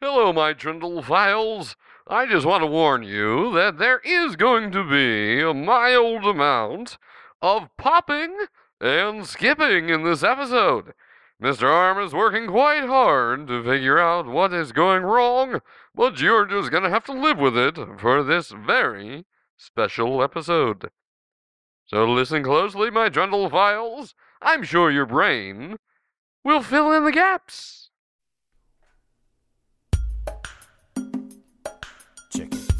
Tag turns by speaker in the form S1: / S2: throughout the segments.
S1: Hello, my Trindle Files. I just want to warn you that there is going to be a mild amount of popping and skipping in this episode. Mr. Arm is working quite hard to figure out what is going wrong, but you're just going to have to live with it for this very special episode. So listen closely, my Trundle Files. I'm sure your brain will fill in the gaps.
S2: Check it.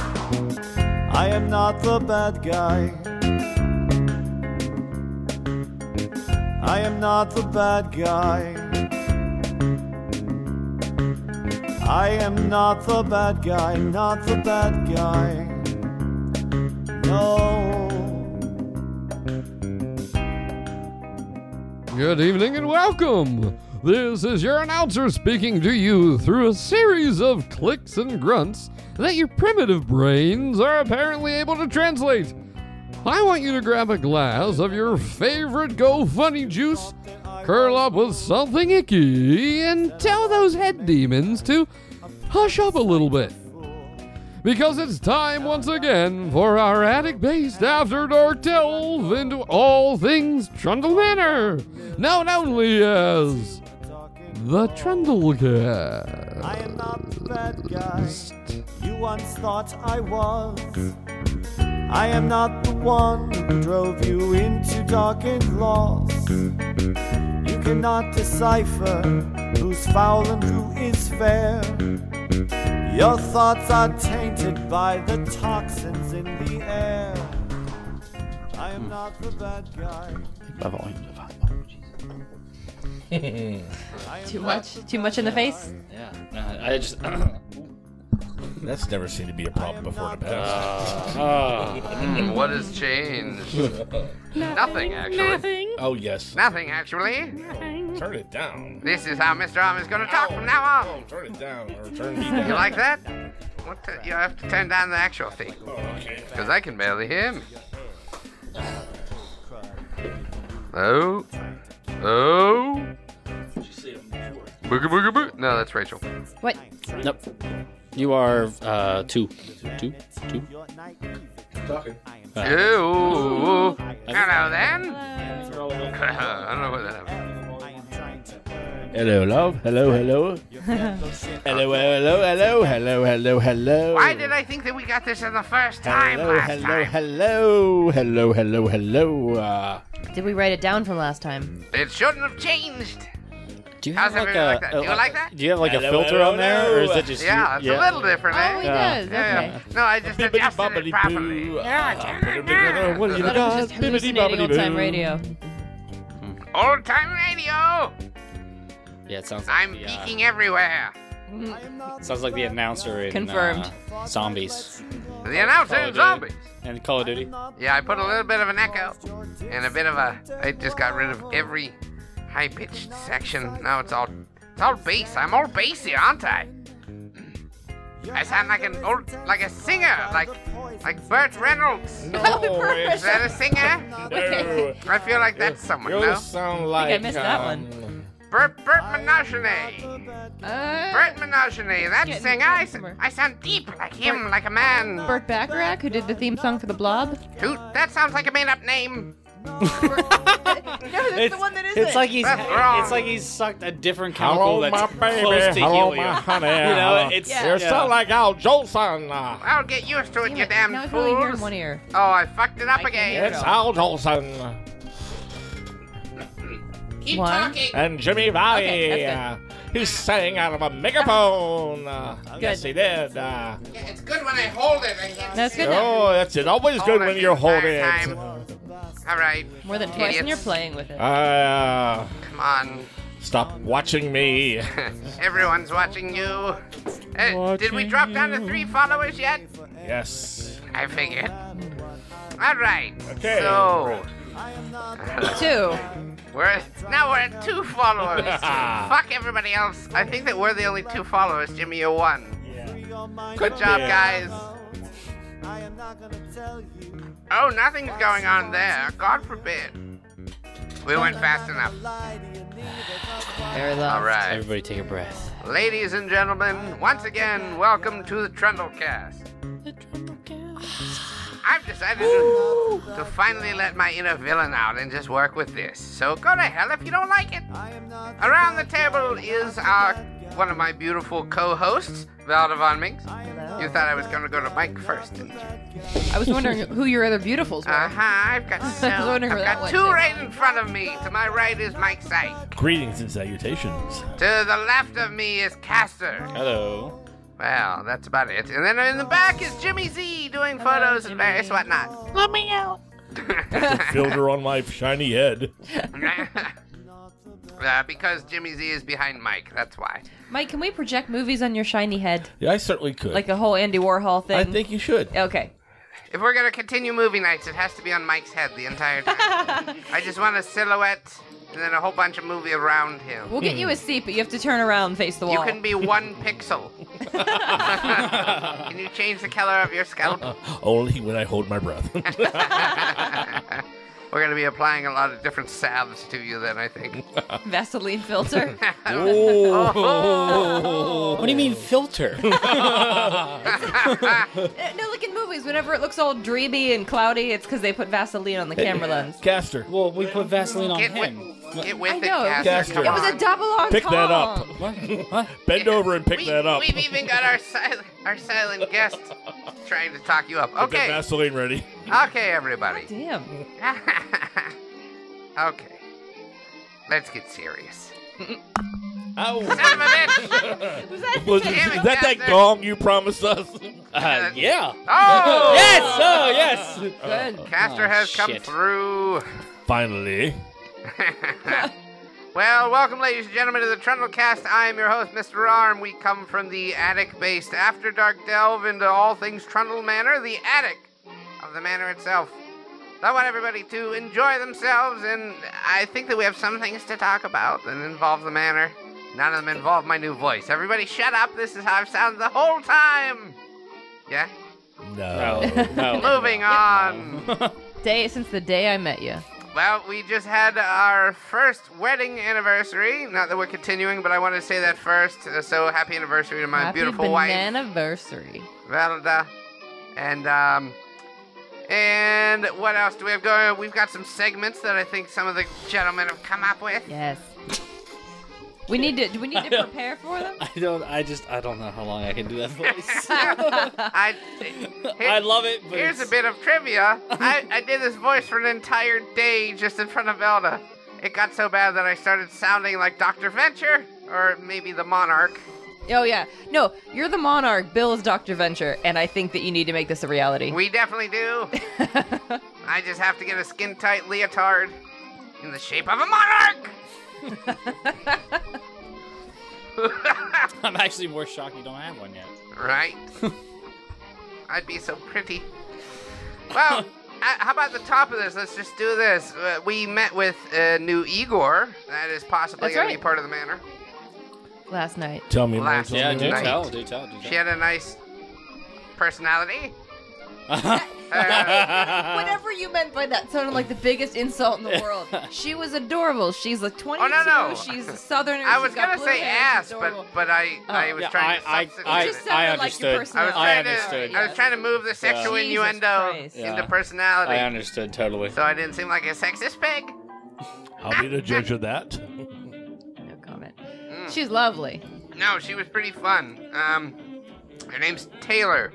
S2: I am not the bad guy. I am not the bad guy. I am not the bad guy, not the bad guy. No.
S1: Good evening and welcome. This is your announcer speaking to you through a series of clicks and grunts that your primitive brains are apparently able to translate. I want you to grab a glass of your favorite Go Funny juice, curl up with something icky, and tell those head demons to hush up a little bit. Because it's time once again for our attic based after dark delve into all things Trundle Manor, known only as the
S2: I am
S1: Trundlecast.
S2: not the bad guy. You once thought I was. I am not the one who drove you into dark and lost. You cannot decipher who's foul and who is fair. Your thoughts are tainted by the toxins in the air. I am not the bad guy.
S3: Too much? Too much in the face?
S4: Yeah, no, Uh, I just.
S5: That's never seemed to be a problem before in the past.
S6: What has changed? Nothing, actually.
S3: Nothing.
S5: oh yes,
S6: Nothing, actually.
S5: turn it down.
S6: This is how Mr. Arm is going to talk from now on.
S5: Oh, turn it down or turn me
S6: You
S5: down.
S6: like that? What the, you have to turn down the actual thing,
S5: Oh, okay.
S6: because I can barely hear him. Oh. Oh. Booga booga boo. No, that's Rachel.
S3: What?
S4: Nope. You are uh, two. Two? Two?
S2: You're naive.
S6: Ew. Hello then.
S3: Uh,
S6: I don't know what that happened.
S2: I am trying to burn
S5: Hello, love. Hello, hello. hello, hello, hello, hello, hello, hello.
S6: Why did I think that we got this in the first time
S5: Hello,
S6: last
S5: hello,
S6: time?
S5: hello, hello, hello, hello. Uh,
S3: did we write it down from last time?
S6: It shouldn't have changed.
S4: Do you
S6: How's
S4: have like
S6: everybody
S4: a,
S6: like that? Do you like that?
S4: Do you have like
S5: Hello,
S4: a filter
S5: hello,
S4: on there, or is
S5: hello.
S4: it just you?
S6: Yeah, it's a little different, eh?
S3: Oh, he does. Okay.
S6: No, I just adjusted
S5: Bibbidi
S6: it properly.
S5: bobbidi boo.
S6: Yeah,
S5: What have you
S3: I
S5: done?
S3: was just
S5: Bibbidi
S3: hallucinating
S5: bobbidi
S3: old time
S5: boo.
S3: radio.
S6: Old time radio.
S4: Yeah, it sounds. Like
S6: I'm
S4: the, uh,
S6: peeking everywhere.
S4: Sounds like the announcer in
S3: Confirmed.
S4: uh, Zombies
S6: The announcer
S4: Call of
S6: in zombies.
S4: Duty. and Call of Duty.
S6: Yeah, I put a little bit of an echo and a bit of a. I just got rid of every high pitched section. Now it's all it's all bass. I'm all bassy, aren't I? I sound like an old like a singer, like like Burt Reynolds.
S5: Oh,
S6: Is that a singer?
S5: No.
S6: I feel like that's someone.
S5: You
S6: No,
S5: sound like
S3: I missed that
S5: um,
S6: Burt Burt Menachene.
S3: Uh,
S6: Bert Menachene, that
S3: Getting
S6: singer, I,
S3: somewhere.
S6: s- I sound deep like him, like a man.
S3: Burt Bacharach, who did the theme song for The Blob.
S6: Who, that sounds like a made-up name.
S3: No, that's
S4: It's, it's like he's
S6: That's wrong.
S4: it's like he's sucked a different
S5: Hello,
S4: chemical
S5: my
S4: that's close
S5: baby.
S4: to
S5: Hello,
S4: helium.
S5: my honey.
S4: You know, it's
S3: Yeah.
S5: You
S3: You're
S5: sound like Al Jolson. Uh,
S6: I'll get used to it,
S3: Damn
S6: you
S3: it,
S6: damn
S3: now I can
S6: fools.
S3: only hear in one ear.
S6: Oh, I fucked it up
S3: I can hear
S6: again.
S5: It's Al Jolson
S6: Keep
S3: One.
S6: talking.
S5: and Jimmy Valley.
S3: Okay,
S5: uh,
S3: that's
S5: he sang out of a megaphone. Uh, yes, he did. Uh,
S6: Yeah, it's good when I hold it. I can't
S3: That's
S6: see
S3: good.
S6: it.
S5: oh, that's it. Always good
S6: Hold it
S5: when
S6: the
S5: you're holding
S6: entire
S5: it.
S6: time. All right.
S3: More than twice, and you're
S6: Idiots.
S3: playing with it.
S5: Uh,
S6: Come on.
S5: stop watching me.
S6: Everyone's watching you. Uh, did we drop down to three followers yet?
S5: Yes.
S6: I figured. All right.
S5: Okay.
S6: So
S3: Two.
S6: we're now we're at two followers. Fuck everybody else. I think that we're the only two followers. Jimmy, you're one. Good job, guys.
S2: I am not gonna tell you.
S6: Oh, nothing's going on there. God forbid. We went fast enough.
S2: Lie to you neither, 'cause why
S3: Very low.
S6: All right.
S4: Everybody take a breath.
S6: Ladies and gentlemen, once again, welcome to the Trundlecast. I've decided to, to finally let my inner villain out and just work with this. So go to hell if you don't like it.
S2: I am not
S6: Around the table is our one of my beautiful co-hosts, Valda von Minks. You thought I was going to go to Mike first, didn't you?
S3: I was wondering who your other beautifuls
S6: Uh
S3: were.
S6: huh. I've got so.
S3: I was
S6: I've
S3: wondering where that
S6: got
S3: went
S6: two
S3: to.
S6: right in front of me. To my right is Mike Syke.
S5: Greetings and salutations.
S6: To the left of me is Caster.
S4: Hello.
S6: Well, that's about it. And then in the back is Jimmy Z doing photos and various whatnot.
S3: Let me out.
S5: Filter on my shiny head.
S6: uh, because Jimmy Z is behind Mike, that's why.
S3: Mike, can we project movies on your shiny head?
S5: Yeah, I certainly could.
S3: Like the whole Andy Warhol thing?
S5: I think you should.
S3: Okay.
S6: If we're gonna continue movie nights, it has to be on Mike's head the entire time. I just want a silhouette and then a whole bunch of movie around him.
S3: We'll get you a seat, but you have to turn around and face the
S6: You
S3: wall.
S6: can be one pixel. Can you change the color of your scalp?
S5: Only when I hold my breath.
S6: We're gonna be applying a lot of different salves to you then, I think.
S3: Vaseline filter.
S5: oh.
S4: What do you mean filter?
S3: Uh, no, like in movies, whenever it looks all dreamy and cloudy, it's because they put Vaseline on the camera lens.
S5: Caster,
S4: well, we put Vaseline on
S6: Get
S4: him.
S6: with, get with
S3: I
S6: it,
S3: know.
S6: Caster.
S5: Caster.
S6: Come
S3: It was a
S6: on.
S3: double entendre.
S5: pick that up.
S4: What? What?
S5: Bend over and pick
S6: we,
S5: that up.
S6: We've even got our silent, our silent guest trying to talk you up.
S5: Get that
S6: Okay,
S5: Vaseline ready.
S6: okay, everybody.
S3: Damn.
S6: okay, let's get serious.
S5: Ow.
S6: Son of a bitch!
S3: Was that
S5: Was
S6: Damn it,
S5: is that that
S6: Caster.
S5: gong you promised us?
S4: Uh, yeah.
S6: Oh,
S4: Yes. Oh, yes.
S3: good?
S6: Caster
S4: Oh,
S6: has come
S4: shit.
S6: through.
S5: Finally.
S6: Well, welcome, ladies and gentlemen, to the Trundlecast. I am your host, Mr. Arm. We come from the attic-based After Dark delve into all things Trundle Manor, the attic of the manor itself. I want everybody to enjoy themselves, and I think that we have some things to talk about that involve the manor. None of them involve my new voice. Everybody, shut up! This is how I've sounded the whole time. Yeah.
S5: No.
S4: No.
S5: Oh.
S4: No.
S6: Moving on.
S3: Day since the day I met you.
S6: Well, we just had our first wedding anniversary. Not that we're continuing, but I wanted to say that first. Uh, So happy anniversary to my
S3: Happy
S6: beautiful wife,
S3: anniversary.
S6: Valda. And um, and what else do we have going? on? We've got some segments that I think some of the gentlemen have come up with.
S3: Yes. We need to. Do we need to prepare for them?
S4: I don't. I just. I don't know how long I can do that voice.
S6: I here-
S4: I love it. But
S6: Here's a
S4: it's-
S6: bit of trivia. I, I did this voice for an entire day just in front of Velda. It got so bad that I started sounding like Dr. Venture, or maybe the Monarch.
S3: Oh yeah. No, you're the monarch. Bill is Doctor Venture, and I think that you need to make this a reality.
S6: We definitely do. I just have to get a skin tight leotard in the shape of a monarch.
S4: I'm actually more shocked you don't have one yet.
S6: Right? I'd be so pretty. Well, uh, how about the top of this? Let's just do this. Uh, we met with uh, new Igor. That is possibly
S3: That's
S6: going to
S3: right.
S6: be part of the manor.
S3: Last night.
S5: Tell me,
S6: Last-
S5: Michael.
S4: Yeah, do
S6: Night.
S4: tell. Do tell. Do
S6: She
S4: tell.
S6: had a nice personality. Uh,
S3: Whatever you meant by that sounded like the biggest insult in the world. She was adorable. She's like 22.
S6: Oh, no, no.
S3: She's a southerner.
S6: I
S3: she's
S6: was
S3: got
S6: gonna
S3: blue
S6: say
S3: hair,
S6: ass,
S3: she's adorable.
S6: but but I I was
S4: Yeah,
S6: trying to
S4: I- I-
S6: substitute
S4: I-
S3: It
S6: it.
S3: just sounded
S4: I
S3: like your
S4: understood.
S6: I was
S3: personality.
S4: I
S6: trying
S4: understood.
S6: to I was trying to move the sexual
S3: Jesus
S6: innuendo
S3: Christ.
S6: into
S4: Yeah.
S6: personality.
S4: I understood totally.
S6: So I didn't seem like a sexist pig.
S5: I'll be the judge of that.
S3: No comment. She's lovely.
S6: No, Mm. she was pretty fun. Um, her name's Taylor.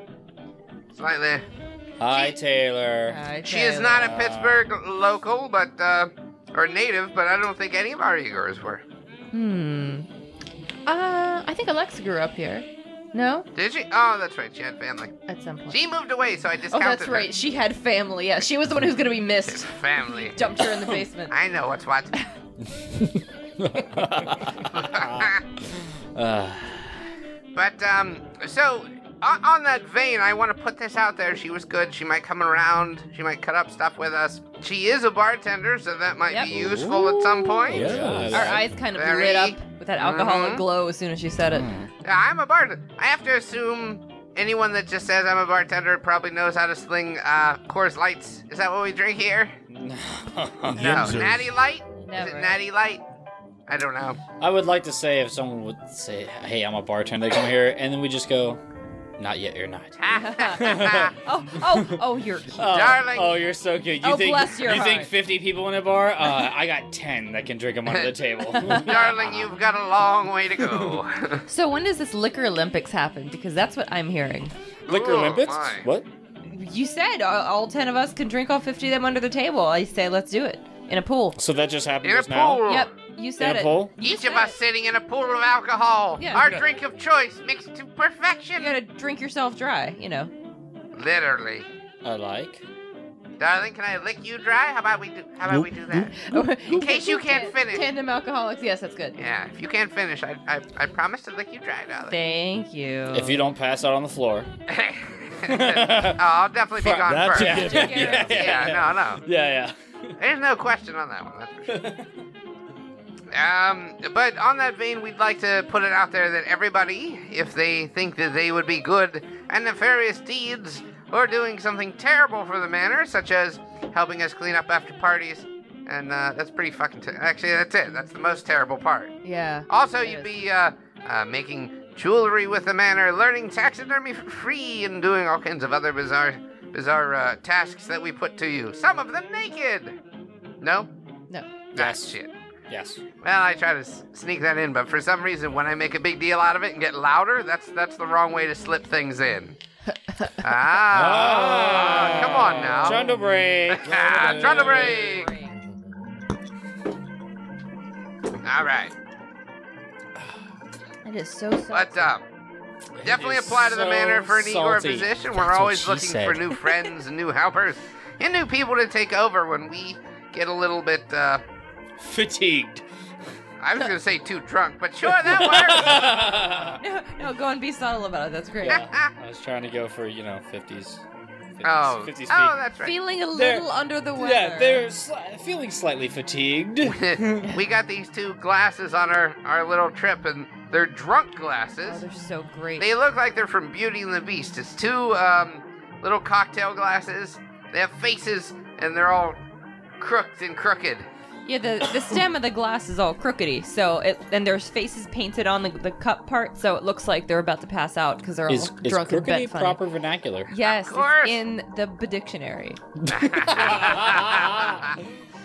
S6: Slightly.
S4: Hi, Taylor.
S3: Hi,
S6: She is
S3: Taylor.
S6: not a Pittsburgh local, but uh, or native, but I don't think any of our Igors were.
S3: Hmm. Uh, I think Alexa grew up here. No,
S6: Did she? Oh, that's right. She had family.
S3: at some point.
S6: She moved away, so I
S3: oh,
S6: discounted
S3: that's
S6: her.
S3: right. She had family. Yeah, she was the one who's gonna be missed.
S6: Family.
S3: Dumped her in the basement.
S6: I know what's what.
S4: Uh,
S6: But um, so on, on that vein, I want to put this out there. She was good. She might come around. She might cut up stuff with us. She is a bartender, so that might
S3: Yep.
S6: be useful at some point.
S5: Ooh, yes.
S3: Our eyes kind of
S6: Very-
S3: lit up with that alcoholic
S6: Mhm.
S3: glow as soon as she said it.
S6: Yeah, I'm a bartender. I have to assume anyone that just says I'm a bartender probably knows how to sling uh, Coors Lights. Is that what we drink here? No,
S5: Yinzers.
S6: Natty Light. Is
S3: Never.
S6: it Natty Light? I don't know.
S4: I would like to say if someone would say, "Hey, I'm a bartender," they come here, and then we just go, "Not yet, you're not."
S6: Ah,
S3: Oh, oh, oh, you're cute.
S4: Oh,
S6: Darling.
S4: oh, you're so cute. You
S3: Oh,
S4: think
S3: bless your
S4: you think
S3: heart.
S4: 50 people in a bar? Uh, I got 10 that can drink them under the table.
S6: Darling, you've got a long way to go.
S3: So when does this liquor Olympics happen? Because that's what I'm hearing.
S4: Liquor
S6: Oh,
S4: Olympics?
S6: my.
S4: What?
S3: You said all, all ten of us can drink all fifty of them under the table. I say let's do it in a pool.
S4: So that just happened
S6: in a
S4: just now?
S6: pool.
S3: Yep, you said
S4: in a
S3: it.
S4: pool?
S6: Each of us sitting in a pool of alcohol.
S3: Yeah.
S6: Our drink of choice mixed to perfection.
S3: You gotta drink yourself dry. You know.
S6: Literally.
S4: I like.
S6: Darling, can I lick you dry? How about we do? How about we do that?
S3: In
S6: case you can't finish.
S3: Tandem alcoholics. Yes, that's good.
S6: Yeah. If you can't finish, I I, I promise to lick you dry, darling.
S3: Thank you.
S4: If you don't pass out on the floor.
S6: oh, I'll definitely be
S4: Fuck,
S6: gone
S5: That's
S6: first.
S5: a
S4: Yeah.
S5: given.
S3: Yeah.
S6: Yeah, no,
S4: Yeah,
S6: no. There's no question on that one. That's for sure. Um, but on that vein, we'd like to put it out there that everybody, if they think that they would be good and nefarious deeds or doing something terrible for the manor, such as helping us clean up after parties, and uh, that's pretty fucking. Ter- Actually, that's it. That's the most terrible part.
S3: yeah.
S6: Also,
S3: It
S6: you'd
S3: is.
S6: be uh, uh, making jewelry with the manor, learning taxidermy for free, and doing all kinds of other bizarre, bizarre uh, tasks that we put to you. Some of them naked. No,
S3: No.
S6: that's
S4: Yes.
S6: shit.
S4: yeah. Yes.
S6: Well, I try to s- sneak that in, but for some reason, when I make a big deal out of it and get louder, that's that's the wrong way to slip things in. ah, come on now.
S4: Trying to break.
S6: Ah, trying to break. All right,
S3: It is so salty.
S6: what's up? Definitely
S4: is
S6: apply to the
S4: so
S6: manor for an Igor
S4: salty.
S6: position.
S4: That's
S6: We're
S4: what
S6: always
S4: she
S6: looking
S4: said.
S6: for new friends and new helpers and new people to take over when we get a little bit, uh,
S4: Fatigued.
S6: I was going to say too drunk, but sure, that
S4: yeah.
S3: No, no, go and be subtle about it. That's great.
S4: I was trying to go for, you know, 50s. 50s
S6: works. oh,
S4: 50s feet.
S6: oh, that's right.
S3: Feeling a little
S4: They're-
S3: under the weather.
S4: yeah, they're sli- feeling slightly fatigued.
S6: we got these two glasses on our, our little trip, and they're drunk
S3: Oh,
S6: glasses.
S3: they're so great.
S6: They look like they're from Beauty and the Beast. It's two um, little cocktail glasses. They have faces, and they're all crooked and crooked.
S3: Yeah, the, the stem of the glass is all crookedy, so it and there's faces painted on the, the cup part, so it looks like they're about to pass out because they're
S4: Is,
S3: all
S4: is
S3: drunk and bent
S4: crookedy
S3: funny.
S4: proper vernacular?
S3: Yes,
S6: Of
S3: it's
S6: course.
S3: in the b- dictionary.
S4: I,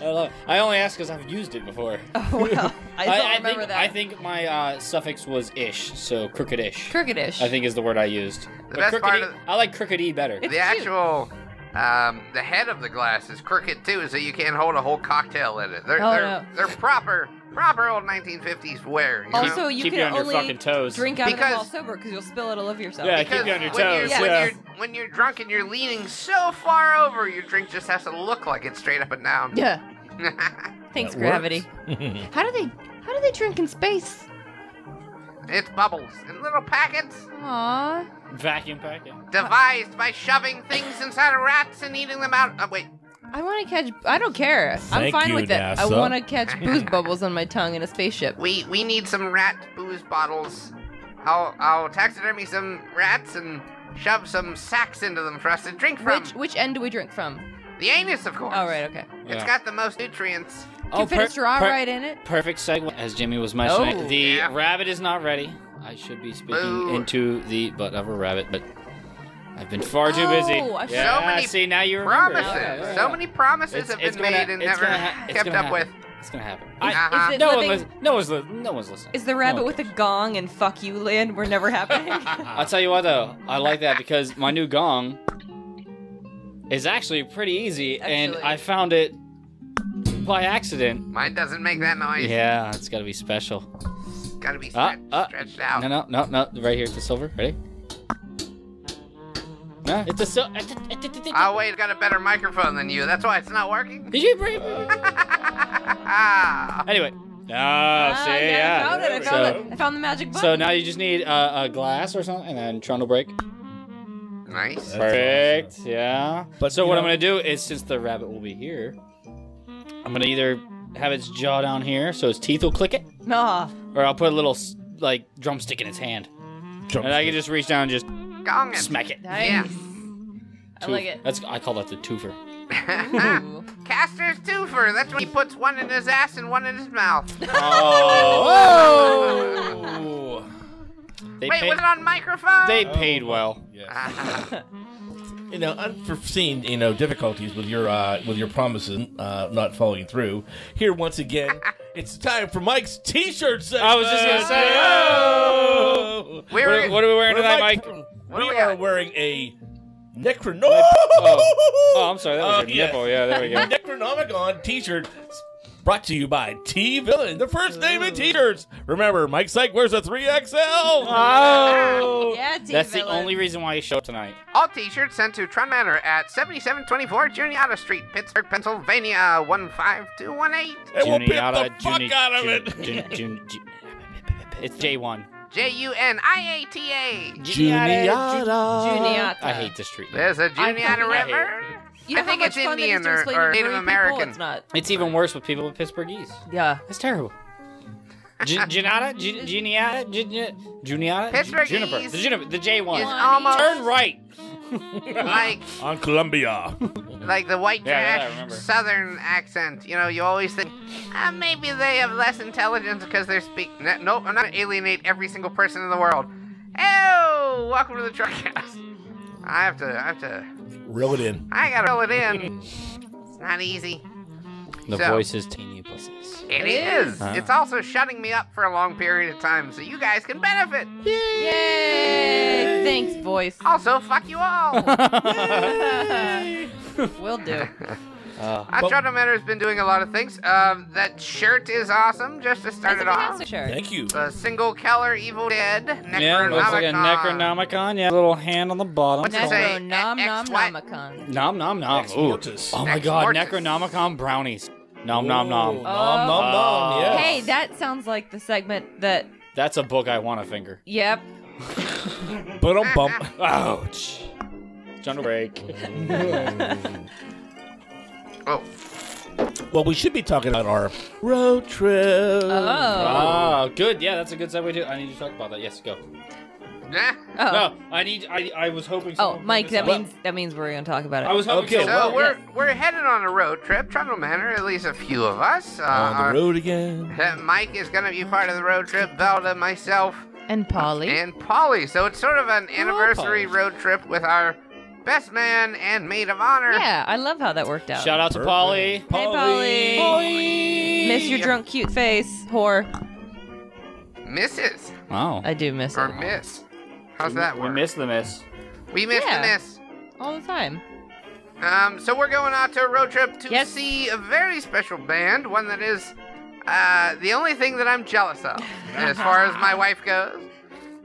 S4: love, I only ask because I've used it before.
S3: Oh well, I don't remember
S4: think,
S3: that.
S4: I think my uh, suffix was ish, so crookedish.
S3: crookedish.
S4: I think is the word I used. But
S6: best part
S4: crookedy-
S6: of-
S4: I like crookedy better.
S3: It's
S6: the
S3: cute.
S6: actual um, the head of the glass is crooked too, so you can't hold a whole cocktail in it. They're
S3: Oh,
S6: they're,
S3: no.
S6: they're proper proper old 1950s wear. You know?
S3: also, you
S4: keep
S3: can
S4: you on your
S3: only
S4: fucking toes.
S3: drink out of
S6: Because-
S3: them all sober because you'll spill it all over yourself.
S4: Yeah,
S6: because
S4: keep you on your
S6: when You're,
S4: toes. yeah.
S6: when, you're, when you're drunk and you're leaning so far over, your drink just has to look like it's straight up and down.
S3: Yeah. Thanks,
S4: That
S3: gravity. how do they how do they drink in space?
S6: it's bubbles in little packets
S3: Aww.
S4: Vacuum pack. yeah.
S6: devised by shoving things inside of rats and eating them out. Oh, wait,
S3: I want to catch. I don't care. I'm
S5: Thank
S3: fine
S5: you,
S3: with that. I
S5: NASA.
S3: want to catch booze bubbles on my tongue in a spaceship.
S6: we we need some rat booze bottles. I'll I'll taxidermy some rats and shove some sacks into them for us to drink from.
S3: Which which end do we drink from?
S6: The anus, of course.
S3: Oh right, okay. Can
S6: It's
S4: Yeah.
S6: got the most nutrients.
S3: you fit a straw
S4: Oh, per-
S3: right in it?
S4: Perfect segue. As Jimmy was mentioning,
S3: Oh.
S4: the
S6: Yeah.
S4: rabbit is not ready. I should be speaking
S6: Boo.
S4: into the butt of a rabbit, but I've been far too
S3: Oh,
S4: busy.
S3: I
S4: yeah,
S6: So many
S4: see now you remember.
S6: Promises.
S4: Yeah, yeah,
S6: So
S4: yeah.
S6: many promises have been
S4: gonna-
S6: made and
S4: it's
S6: never
S4: gonna ha- it's
S6: kept
S4: gonna
S6: up
S4: happen.
S6: with.
S4: It's gonna happen.
S6: Is-
S4: I,
S6: Uh-huh.
S3: Is it
S4: no, Oh,
S3: living?
S4: one lis- no one's li- no one's listening.
S3: Is the
S4: No
S3: rabbit
S4: one
S3: with a
S4: cares.
S3: gong and "fuck you" land were never happening? Ah,
S4: I'll tell you what though, I like that because my new gong is actually pretty easy, and
S3: Actually.
S4: I found it by accident.
S6: Mine doesn't make that noise.
S4: Yeah, it's gotta be special.
S6: It's gotta be
S4: Uh,
S6: stretched,
S4: uh,
S6: stretched out.
S4: No, no, no, no. Right here, it's the silver. Ready? No, it's a silver.
S6: Oh wait, I got a better microphone than you. That's why it's not working.
S4: Did you bring? it?
S6: Ah,
S4: Anyway. Oh,
S3: Ah,
S4: see,
S3: yeah,
S4: yeah.
S3: I found it. I
S4: so,
S3: found it. I found the magic button.
S4: so now you just need uh, a glass or something, and then trundle break. Uh,
S6: nice.
S4: Perfect. Yeah.
S5: But,
S4: so
S5: you
S4: what
S5: know-
S4: I'm gonna do is, since the rabbit will be here, I'm gonna either have its jaw down here, so its teeth will click it,
S3: nah.
S4: or I'll put a little s- like drumstick in its hand, and I can just reach down and just
S6: gong it.
S4: Smack it.
S3: Nice.
S6: Yeah.
S3: I like it.
S4: That's I call that the twofer.
S3: Ooh.
S6: Caster's twofer. That's when he puts one in his ass and one in his mouth.
S4: Oh. they
S6: Wait,
S4: paid,
S6: was it on microphone?
S4: they paid well.
S5: you know unforeseen you know difficulties with your uh, with your promises uh, not following through. Here once again, it's time for Mike's T-shirt section.
S4: I was just gonna say, oh!
S6: We're-
S4: What- what are we wearing
S5: We're
S4: tonight, Mike?
S6: What do
S5: we
S6: we
S5: are
S6: got?
S5: wearing a Necronom.
S4: Oh, I'm sorry, that was
S5: Oh,
S4: your
S5: yes.
S4: nipple. Yeah, there we go.
S5: Necronomicon T-shirt. Brought to you by T Villain, the first name in T-shirts. Remember, Mike Syke wears a 3XL.
S4: Oh,
S3: Yeah, T
S4: that's the
S3: villain.
S4: only reason why he showed up tonight.
S6: All t-shirts sent to Tron Manor at 7724 Juniata Street, Pittsburgh, Pennsylvania 15218.
S5: And we'll pimp the
S4: Juniata,
S5: fuck
S4: Juni-
S5: out of it.
S4: Juni- Juni- Juni- Juni- It's J1.
S6: J U N I A T A.
S3: Juniata.
S4: I hate this street. name.
S6: There's a
S3: I
S6: Juniata
S4: hate
S6: River.
S3: You know
S6: I think
S3: how
S6: it's
S3: much fun that
S6: Indian
S3: is to
S6: or-
S3: explain
S6: or
S3: to
S6: Native
S3: three
S6: American.
S3: People? It's not.
S4: It's even worse with people with Pittsburghese.
S3: Yeah.
S4: That's terrible. Ju- Juniata, Ju- Juniata, Ju- Ju- Juniata, Ju-
S6: Pittsburghese
S4: Juniper, the Juniper, the
S6: It's
S4: J1.
S6: almost
S4: Turn right.
S6: like
S5: On Columbia.
S6: like the white
S4: Yeah, yeah, I
S6: trash
S4: remember.
S6: southern accent. You know, you always think ah, maybe they have less intelligence because they're speak. No, nope, I'm not gonna alienate every single person in the world. Oh, welcome to the truck house. I have to, I have to,
S5: Reel it in.
S6: I gotta fill it in. It's not easy.
S4: The
S6: So-
S4: voice is teeny pussies.
S6: It
S3: It
S6: is.
S3: is.
S6: It's also shutting me up for a long period of time, so you guys can benefit.
S3: Yay! Thanks, voice.
S6: Also, fuck you all.
S3: Will do.
S6: Astro Matter has been doing a lot of things. Um, that shirt is awesome. Just to start
S3: That's a
S6: it off.
S3: fantastic shirt.
S5: Thank you.
S6: The single Keller Evil Dead Necronomicon.
S4: Yeah, it looks like a Necronomicon. Yeah, little hand on the bottom.
S6: What's it
S4: Oh.
S6: say?
S3: Necro nom
S6: X-
S3: nom
S6: what?
S3: nomicon.
S4: Nom nom nom.
S5: Ex
S4: Ooh.
S5: mortis.
S4: Oh my
S6: Ex
S4: god,
S6: mortis.
S4: Necronomicon brownies. Nom nom
S5: Nom, nom,
S4: nom.
S5: nom,
S4: Oh.
S5: yes.
S3: Hey, that sounds like the segment that.
S4: That's a book I want to finger.
S3: Yep.
S5: But I'm bump.
S4: Ouch. Time to break.
S6: Oh,
S5: Well, we should be talking about our road trip.
S3: Oh.
S4: Oh, good. Yeah, that's a good segue too. I need to talk about that. Yes, go.
S6: yeah.
S3: Oh.
S4: No, I need. I I was hoping.
S3: Oh,
S4: someone would
S3: Mike.
S4: bring
S3: That
S4: this up.
S3: means that means we're gonna talk about it.
S4: I was hoping.
S5: Okay.
S4: someone
S6: So
S4: would-
S6: we're we're headed on a road trip, Trundle Manor. At least a few of us. Uh,
S5: On the road again.
S6: uh, Mike is gonna be part of the road trip. Belda, myself,
S3: and Polly.
S6: and Polly. So it's sort of an anniversary
S4: Polly.
S6: road trip with our best man and maid of honor.
S3: yeah, I love how that worked out.
S4: Shout out to Polly.
S3: Hey, Polly.
S4: Polly.
S3: Miss your drunk cute face, whore.
S6: Mrs.
S4: Wow.
S3: I do miss
S6: or
S3: it
S6: Miss. How's that
S4: We
S6: work?
S4: missed the miss.
S6: We missed
S3: Yeah.
S6: the miss.
S3: all the time.
S6: Um, so we're going out to a road trip to
S3: Yes.
S6: see a very special band, one that is uh, the only thing that I'm jealous of as far as my wife goes.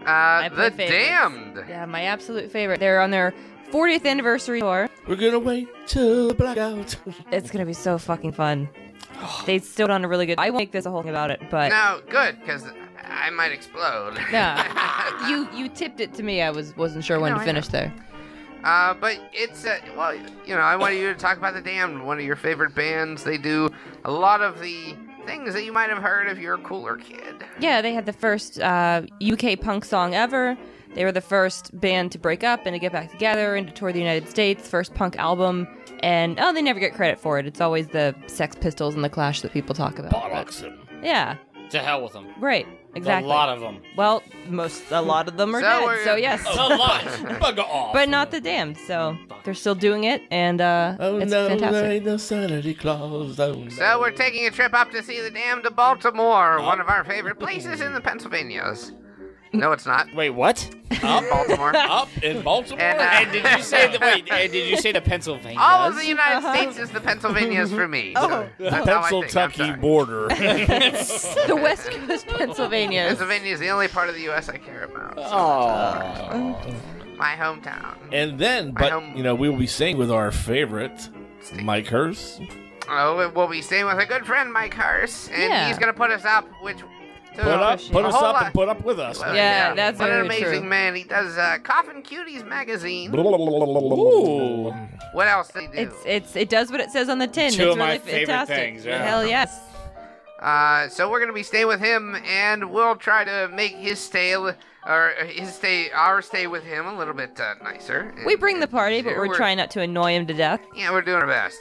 S6: Uh, the
S3: play favorites.
S6: Damned.
S3: Yeah, my absolute favorite. They're on their 40th anniversary tour.
S5: We're gonna wait till the blackout.
S3: It's gonna be so fucking fun. they still done a really good. I won't make this a whole thing about it, but
S6: No, good, because I might explode.
S3: yeah, you you tipped it to me. I was wasn't sure when
S6: No,
S3: to
S6: I
S3: finish there.
S6: Uh, but it's uh, well, you know, I wanted you to talk about the Damned, one of your favorite bands. They do a lot of the things that you might have heard if you're a cooler kid.
S3: Yeah, they had the first uh, UK punk song ever. They were the first band to break up and to get back together and to tour the United States. First punk album, and oh, they never get credit for it. It's always the Sex Pistols and the Clash that people talk about.
S5: Bollocks him.
S3: Yeah,
S4: To hell with them.
S3: right, exactly.
S4: A lot of them.
S3: well, most a lot of them are
S6: So
S3: dead.
S6: we're-
S3: So yes.
S4: A lot.
S5: Bugger off.
S3: but not the damned. So they're still doing it, and uh,
S5: Oh
S3: it's
S5: no, there
S3: fantastic.
S5: ain't no Santa Claus. Oh, no.
S6: So we're taking a trip up to see the Damned to Baltimore, one of our favorite places in the Pennsylvanias. No, it's not.
S4: Wait, what?
S6: Baltimore.
S5: up in Baltimore.
S6: And, uh,
S4: And did you say the wait? And did you say the Pennsylvania?
S6: All of the United
S3: Uh-huh.
S6: States is the Pennsylvanias for me. So
S3: Oh.
S6: that's how I think. I'm sorry.
S5: Pennsylvania border.
S3: the West Coast, Pennsylvania.
S6: Pennsylvania is the only part of the U.S. I care about. uh, My hometown.
S5: and then,
S6: I
S5: but
S6: am-
S5: you know, we will be singing with our favorite, Mike Hurst.
S6: Oh, we'll be staying with a good friend, Mike Hurst, and
S3: Yeah.
S6: he's gonna put us up, which. to
S5: Put
S6: a-
S5: up, put
S6: a
S5: us
S6: whole
S5: up,
S6: lot-
S5: and put up with us.
S6: Well,
S3: Yeah, that's
S6: what an
S3: very
S6: amazing
S3: true.
S6: man. He does uh, Coffin Cuties magazine.
S5: Ooh.
S6: What else does he do?
S3: It's it's it does what it says on the tin.
S4: Two
S3: it's
S4: of my
S3: really
S4: favorite
S3: fantastic.
S4: things, yeah.
S3: Hell yes.
S6: Uh, so we're gonna be staying with him, and we'll try to make his stay l- or his stay our stay with him a little bit uh, nicer.
S3: We
S6: and-
S3: bring the
S6: and
S3: party, but
S6: easier.
S3: we're trying not to annoy him to death.
S6: Yeah, we're doing our best.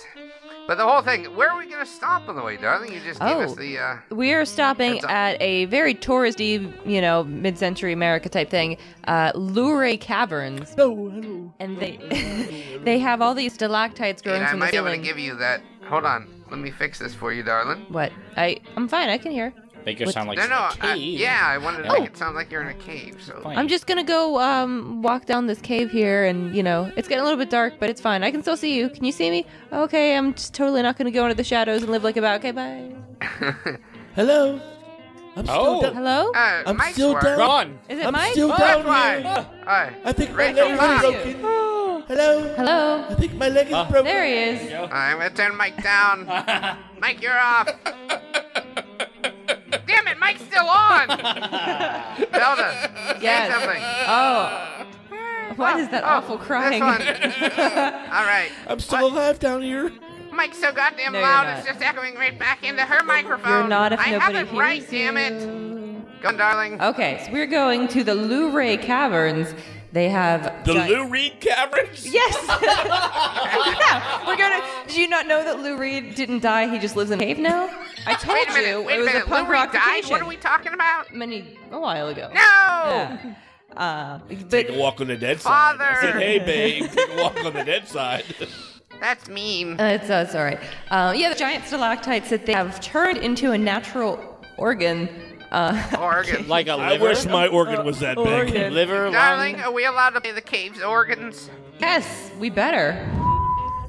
S6: But the whole thing, where are we gonna stop on the way, darling? You just gave
S3: Oh.
S6: us the. Uh,
S3: We are stopping
S6: Heads up.
S3: at a very touristy, you know, mid-century America type thing, uh, Luray Caverns,
S5: No, hello.
S3: and they they have all these stalactites growing
S6: and I
S3: from the
S6: might be able to
S3: ceiling.
S6: give you that. Hold on, let me fix this for you, darling.
S3: what? I I'm fine. I can hear.
S4: Make her
S3: What-
S4: sound like
S6: No,
S4: she's in
S6: no,
S4: a
S6: I,
S4: cave.
S6: yeah, I wanted to
S4: Oh.
S6: make it sound like you're in a cave. So
S4: Fine.
S3: I'm just gonna go um walk down this cave here, and you know, it's getting a little bit dark, but it's fine. I can still see you. Can you see me? Okay, I'm just totally not gonna go into the shadows and live like a bat. Okay, bye.
S5: Hello. I'm still
S4: Oh.
S5: down.
S3: Hello?
S6: uh,
S5: I'm
S6: Mike's
S5: still
S6: work.
S5: down.
S4: Gone.
S3: Is it
S5: I'm
S3: Mike?
S5: still
S6: Oh,
S5: down
S6: that's
S5: here.
S6: Hi.
S5: I think my
S6: Rachel,
S5: leg
S6: hi.
S5: is broken. Hello.
S3: Hello.
S5: I think my leg is
S4: Ah.
S5: broken.
S3: There he is.
S6: I'm gonna turn Mike down. Mike, you're off. Damn it, Mike's still on. Zelda, say
S3: Yes.
S6: something.
S3: Oh. What is that
S6: Oh,
S3: awful crying?
S6: This one. All right.
S5: I'm still alive down here.
S6: Mike's so goddamn
S3: No, you're
S6: loud,
S3: not.
S6: it's just echoing right back into her microphone.
S3: You're not if
S6: I have
S3: nobody
S6: it right,
S3: hears Oh,
S6: damn it. Go on, darling.
S3: Okay, so we're going to the Luray Caverns. They have
S5: The
S3: giant-
S5: Lou Reed Caverns.
S3: Yes. yeah, we're gonna. Did you not know that Lou Reed didn't die? He just lives in a cave now. I told
S6: Wait a minute.
S3: you
S6: wait
S3: it
S6: a
S3: was
S6: minute.
S3: a punk
S6: Lou Reed
S3: rock
S6: died? What
S3: vacation.
S6: are we talking about?
S3: Many a while ago.
S6: No.
S3: Yeah. Uh, but
S5: Take a walk on the dead side. I said,
S6: Father.
S5: hey, babe, take a walk on the dead side.
S6: That's mean.
S3: Uh, it's, uh, it's all right. Uh, yeah, the giant stalactites that they have turned into a natural organ. Uh,
S6: Organ.
S4: Like a
S5: I
S4: liver.
S5: wish my organ was that big.
S4: liver.
S6: Darling,
S4: lung.
S6: are we allowed to play the cave's organs?
S3: yes, we better.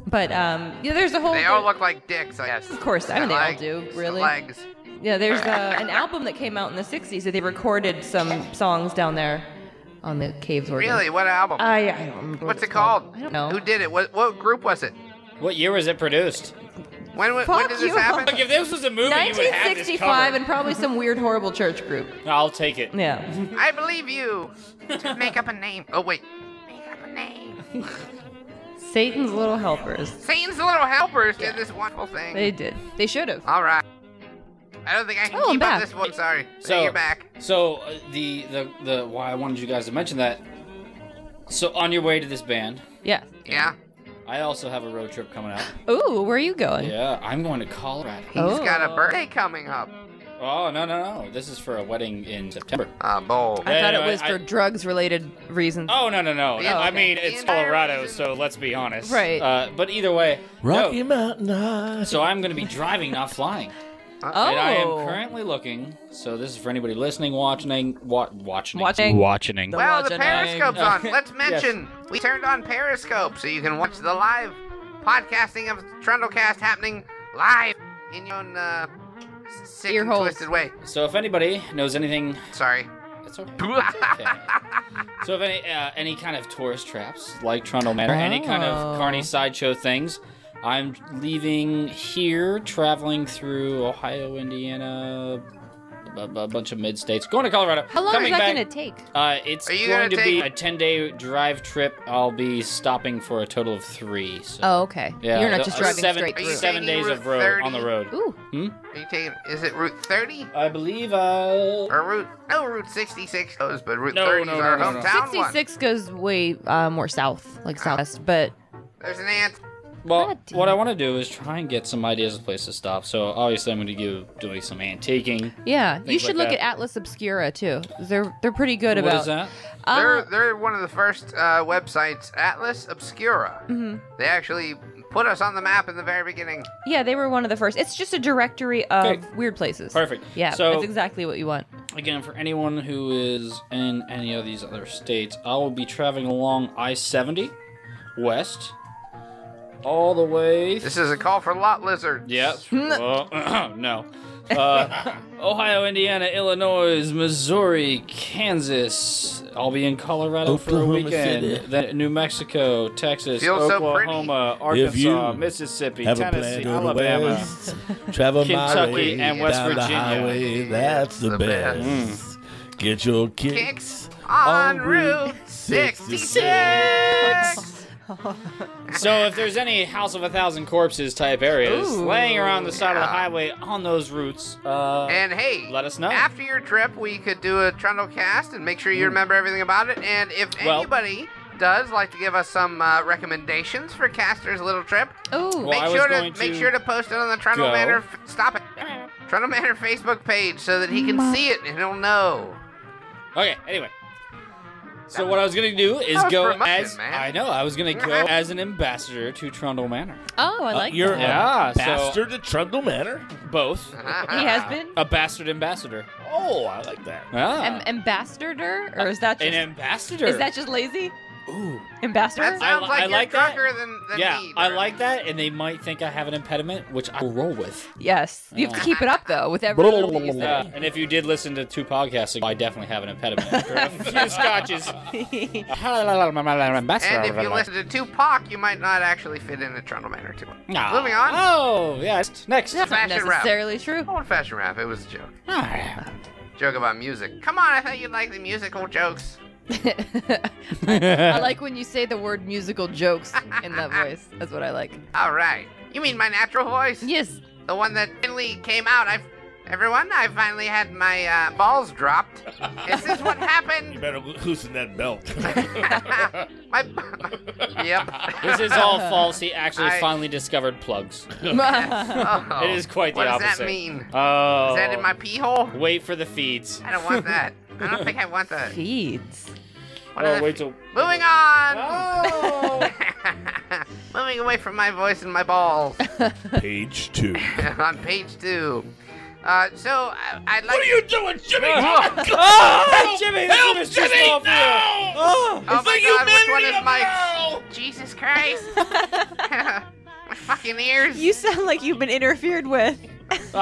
S3: But um, yeah, there's a whole.
S6: They all look like dicks, I guess. Of
S3: course, I mean, they all do, really.
S6: Legs.
S3: Yeah, there's uh, an album that came out in the '60s that they recorded some songs down there on the caves. Organ.
S6: Really? What album?
S3: I, I don't remember.
S6: What's it
S3: it's
S6: called?
S3: Uh, I don't know.
S6: Who did it? What, what group was it?
S4: What year was it produced?
S6: When, when, when
S3: Fuck
S6: did this
S3: you.
S6: happen?
S4: Like if this was a movie, you would have this
S3: 1965
S4: covered.
S3: and probably some weird horrible church group.
S4: I'll take it.
S3: Yeah.
S6: I believe you. Just make up a name. Oh, wait. Make up a name.
S3: Satan's Little Helpers.
S6: Satan's Little Helpers did this wonderful thing.
S3: They did. They should have.
S6: All right. I don't think I can
S3: Oh, I'm
S6: keep
S3: back.
S6: up this one. Sorry.
S4: So
S6: you're back.
S4: So uh, the the the why I wanted you guys to mention that. So on your way to this band,
S3: Yeah.
S6: Yeah.
S4: I also have a road trip coming up.
S3: Ooh, where are you going?
S4: Yeah, I'm going to Colorado.
S6: he's
S3: Oh.
S6: got a birthday coming up.
S4: Oh no no no! This is for a wedding in September.
S6: Ah, bull.
S3: I thought it
S4: Anyway,
S3: was
S4: I-
S3: for drugs related reasons.
S4: Oh no no no!
S6: Yeah,
S4: I
S6: okay.
S4: mean
S6: The
S4: it's
S6: entire
S4: Colorado,
S6: reason-
S4: so let's be honest.
S3: Right.
S4: Uh, but either way, no.
S5: Rocky Mountain High.
S4: So I'm going to be driving, not flying.
S3: Oh.
S4: And I am currently looking. So this is for anybody listening, watching, wa- watching,
S3: Watching.
S4: watching.
S6: Well, the
S3: Watching.
S6: Periscope's on. Let's
S4: Yes.
S6: mention we turned on Periscope so you can watch the live podcasting of Trundlecast happening live in your own uh, s- sick
S3: Ear
S6: and
S3: holes.
S6: twisted way.
S4: So if anybody knows anything,
S6: Sorry.
S4: it's okay. It's okay. so if any uh, any kind of tourist traps like Trundle Manor, any kind
S3: Oh.
S4: of carny sideshow things. I'm leaving here, traveling through Ohio, Indiana, a, a bunch of mid states, going to Colorado.
S3: How long
S4: coming
S3: is that
S4: back,
S3: going to take?
S4: Uh, it's
S6: Are you
S4: going
S6: gonna
S4: to be a
S6: take-
S4: 10 day drive trip. I'll be stopping for a total of three. So.
S3: Oh, okay.
S4: Yeah,
S3: You're not
S4: the-
S3: just
S4: uh,
S3: driving
S4: seven,
S3: straight
S6: Are you
S3: through.
S4: Seven
S6: taking
S4: days
S6: Route
S4: of road
S6: 30?
S4: on the road.
S3: Ooh.
S6: Are you taking? Is it Route 30
S4: I believe. Uh,
S6: or Route? No, Route 66 goes, but Route
S4: No,
S6: 30
S4: no,
S6: is
S4: no,
S6: our
S4: no, no.
S6: hometown one.
S3: 66 goes way uh, more south, like southwest, but
S6: There's an ant.
S4: well,
S3: God damn
S4: what I
S3: it.
S4: want to do is try and get some ideas of places to stop. So obviously, I'm going to do doing some antiquing.
S3: yeah, you
S4: Things
S3: should
S4: like
S3: look
S4: that.
S3: at Atlas Obscura too. They're they're pretty good
S4: What
S3: about
S4: is that?
S3: Uh,
S6: They're they're one of the first uh, websites, Atlas Obscura.
S3: Mm-hmm.
S6: They actually put us on the map in the very beginning.
S3: Yeah, they were one of the first. It's just a directory of
S4: Okay.
S3: weird places.
S4: Perfect.
S3: Yeah,
S4: So-
S3: that's exactly what you want.
S4: Again, for anyone who is in any of these other states, I will be traveling along I 70 west all the way
S6: This is a call for lot lizards.
S4: Yep. Well, no. Uh, Ohio, Indiana, Illinois, Missouri, Kansas. I'll be in Colorado for
S5: Oklahoma
S4: a weekend.
S5: City.
S4: Then New Mexico, Texas,
S6: Feels so pretty.
S4: Oklahoma,
S5: If you
S4: Arkansas, Mississippi,
S5: Have a
S4: Tennessee,
S5: plan to the
S4: Alabama.
S5: west. Travel my
S4: Kentucky
S5: way
S4: and West
S5: down
S4: Virginia. Mm.
S5: The highway, that's the,
S6: The
S5: best.
S6: best.
S5: Get your kicks
S6: Kicks on Route 66.
S4: So if there's any House of a Thousand Corpses type areas
S3: Ooh.
S4: laying around the side of the
S6: Yeah.
S4: highway on those routes, uh,
S6: And hey,
S4: Let us know. Hmm.
S6: After your trip, we could do a Trundle cast and make sure you remember everything about it. And if
S4: Well-
S6: anybody does like to give us some uh, recommendations for Caster's little trip,
S3: Ooh.
S4: Well, I
S6: make
S4: was
S6: sure to,
S4: going
S6: make
S4: to
S6: sure to post it on the Trundle
S4: go.
S6: Manor. F- stop it, Trundle Manor Facebook page so that he can
S3: Mm-hmm.
S6: see it and he'll know.
S4: Okay, anyway. So what I was gonna do is
S6: That was
S4: go
S6: promotion,
S4: as
S6: man.
S4: I know I was gonna go as an ambassador to Trundle Manor.
S3: Oh,
S4: Uh,
S3: I like
S5: Uh, you're
S3: that.
S4: Yeah,
S5: a
S4: so-
S5: bastard to Trundle Manor.
S4: Both
S6: Uh-huh. Uh-uh.
S3: He has been
S4: a bastard ambassador.
S5: Oh, I like that.
S4: Ah,
S3: Am- ambassador, or is that
S4: an
S3: just
S4: ambassador.
S3: is that just lazy?
S4: Ooh.
S3: Ambassador?
S6: That sounds
S4: li-
S6: like
S4: I
S6: you're
S4: like that.
S6: drunker than, than
S4: yeah,
S6: me,
S4: I
S6: Darren.
S4: like that, and they might think I have an impediment, which I will roll with.
S3: yes. You have to
S4: Yeah.
S3: keep it up though with every little that you
S4: Yeah,
S3: say.
S4: and if you did listen to two podcasts ago, I definitely have an impediment. After a few scotches.
S6: And if
S4: and
S6: you listen to Tupac, you might not actually fit in a Trundle Manor too. Moving on.
S4: Ah. Oh, yes. Next.
S3: That's not
S6: Fashion rap.
S3: necessarily true.
S6: Old fashioned rap. It was a joke.
S4: Ah.
S6: Joke about music. Come on, I thought you'd like the musical jokes.
S3: I like when you say the word musical jokes in that voice. That's what I like.
S6: All right. You mean my natural voice?
S3: Yes.
S6: The one that finally came out. I've everyone. I finally had my uh, balls dropped. This is what
S5: You
S6: happened.
S5: better lo- loosen that belt.
S6: my. yep.
S4: This is all false. He actually
S6: I-
S4: finally discovered plugs.
S6: Oh,
S4: It is quite the
S6: what does
S4: opposite.
S6: that mean?
S4: Oh.
S6: Is that in my pee hole?
S4: Wait for the feeds.
S6: I don't want that. I don't think I want that.
S3: Feeds.
S6: What are
S4: Oh,
S6: the
S4: wait
S6: fe-
S4: till-
S6: Moving on.
S4: Oh.
S6: Moving away from my voice and my balls.
S5: Page two.
S6: on page two. Uh, so I, I'd like.
S5: What are you doing, Jimmy?
S4: oh, Jimmy, the
S5: Help,
S4: Jimmy's
S5: Jimmy!
S4: just off you.
S5: No!
S4: Oh.
S6: Oh
S5: It's
S6: my
S5: like
S6: God! Which
S5: humanity
S6: one is
S5: up
S6: Mike's? Jesus Christ! my fucking ears.
S7: You sound like you've been interfered with.
S6: so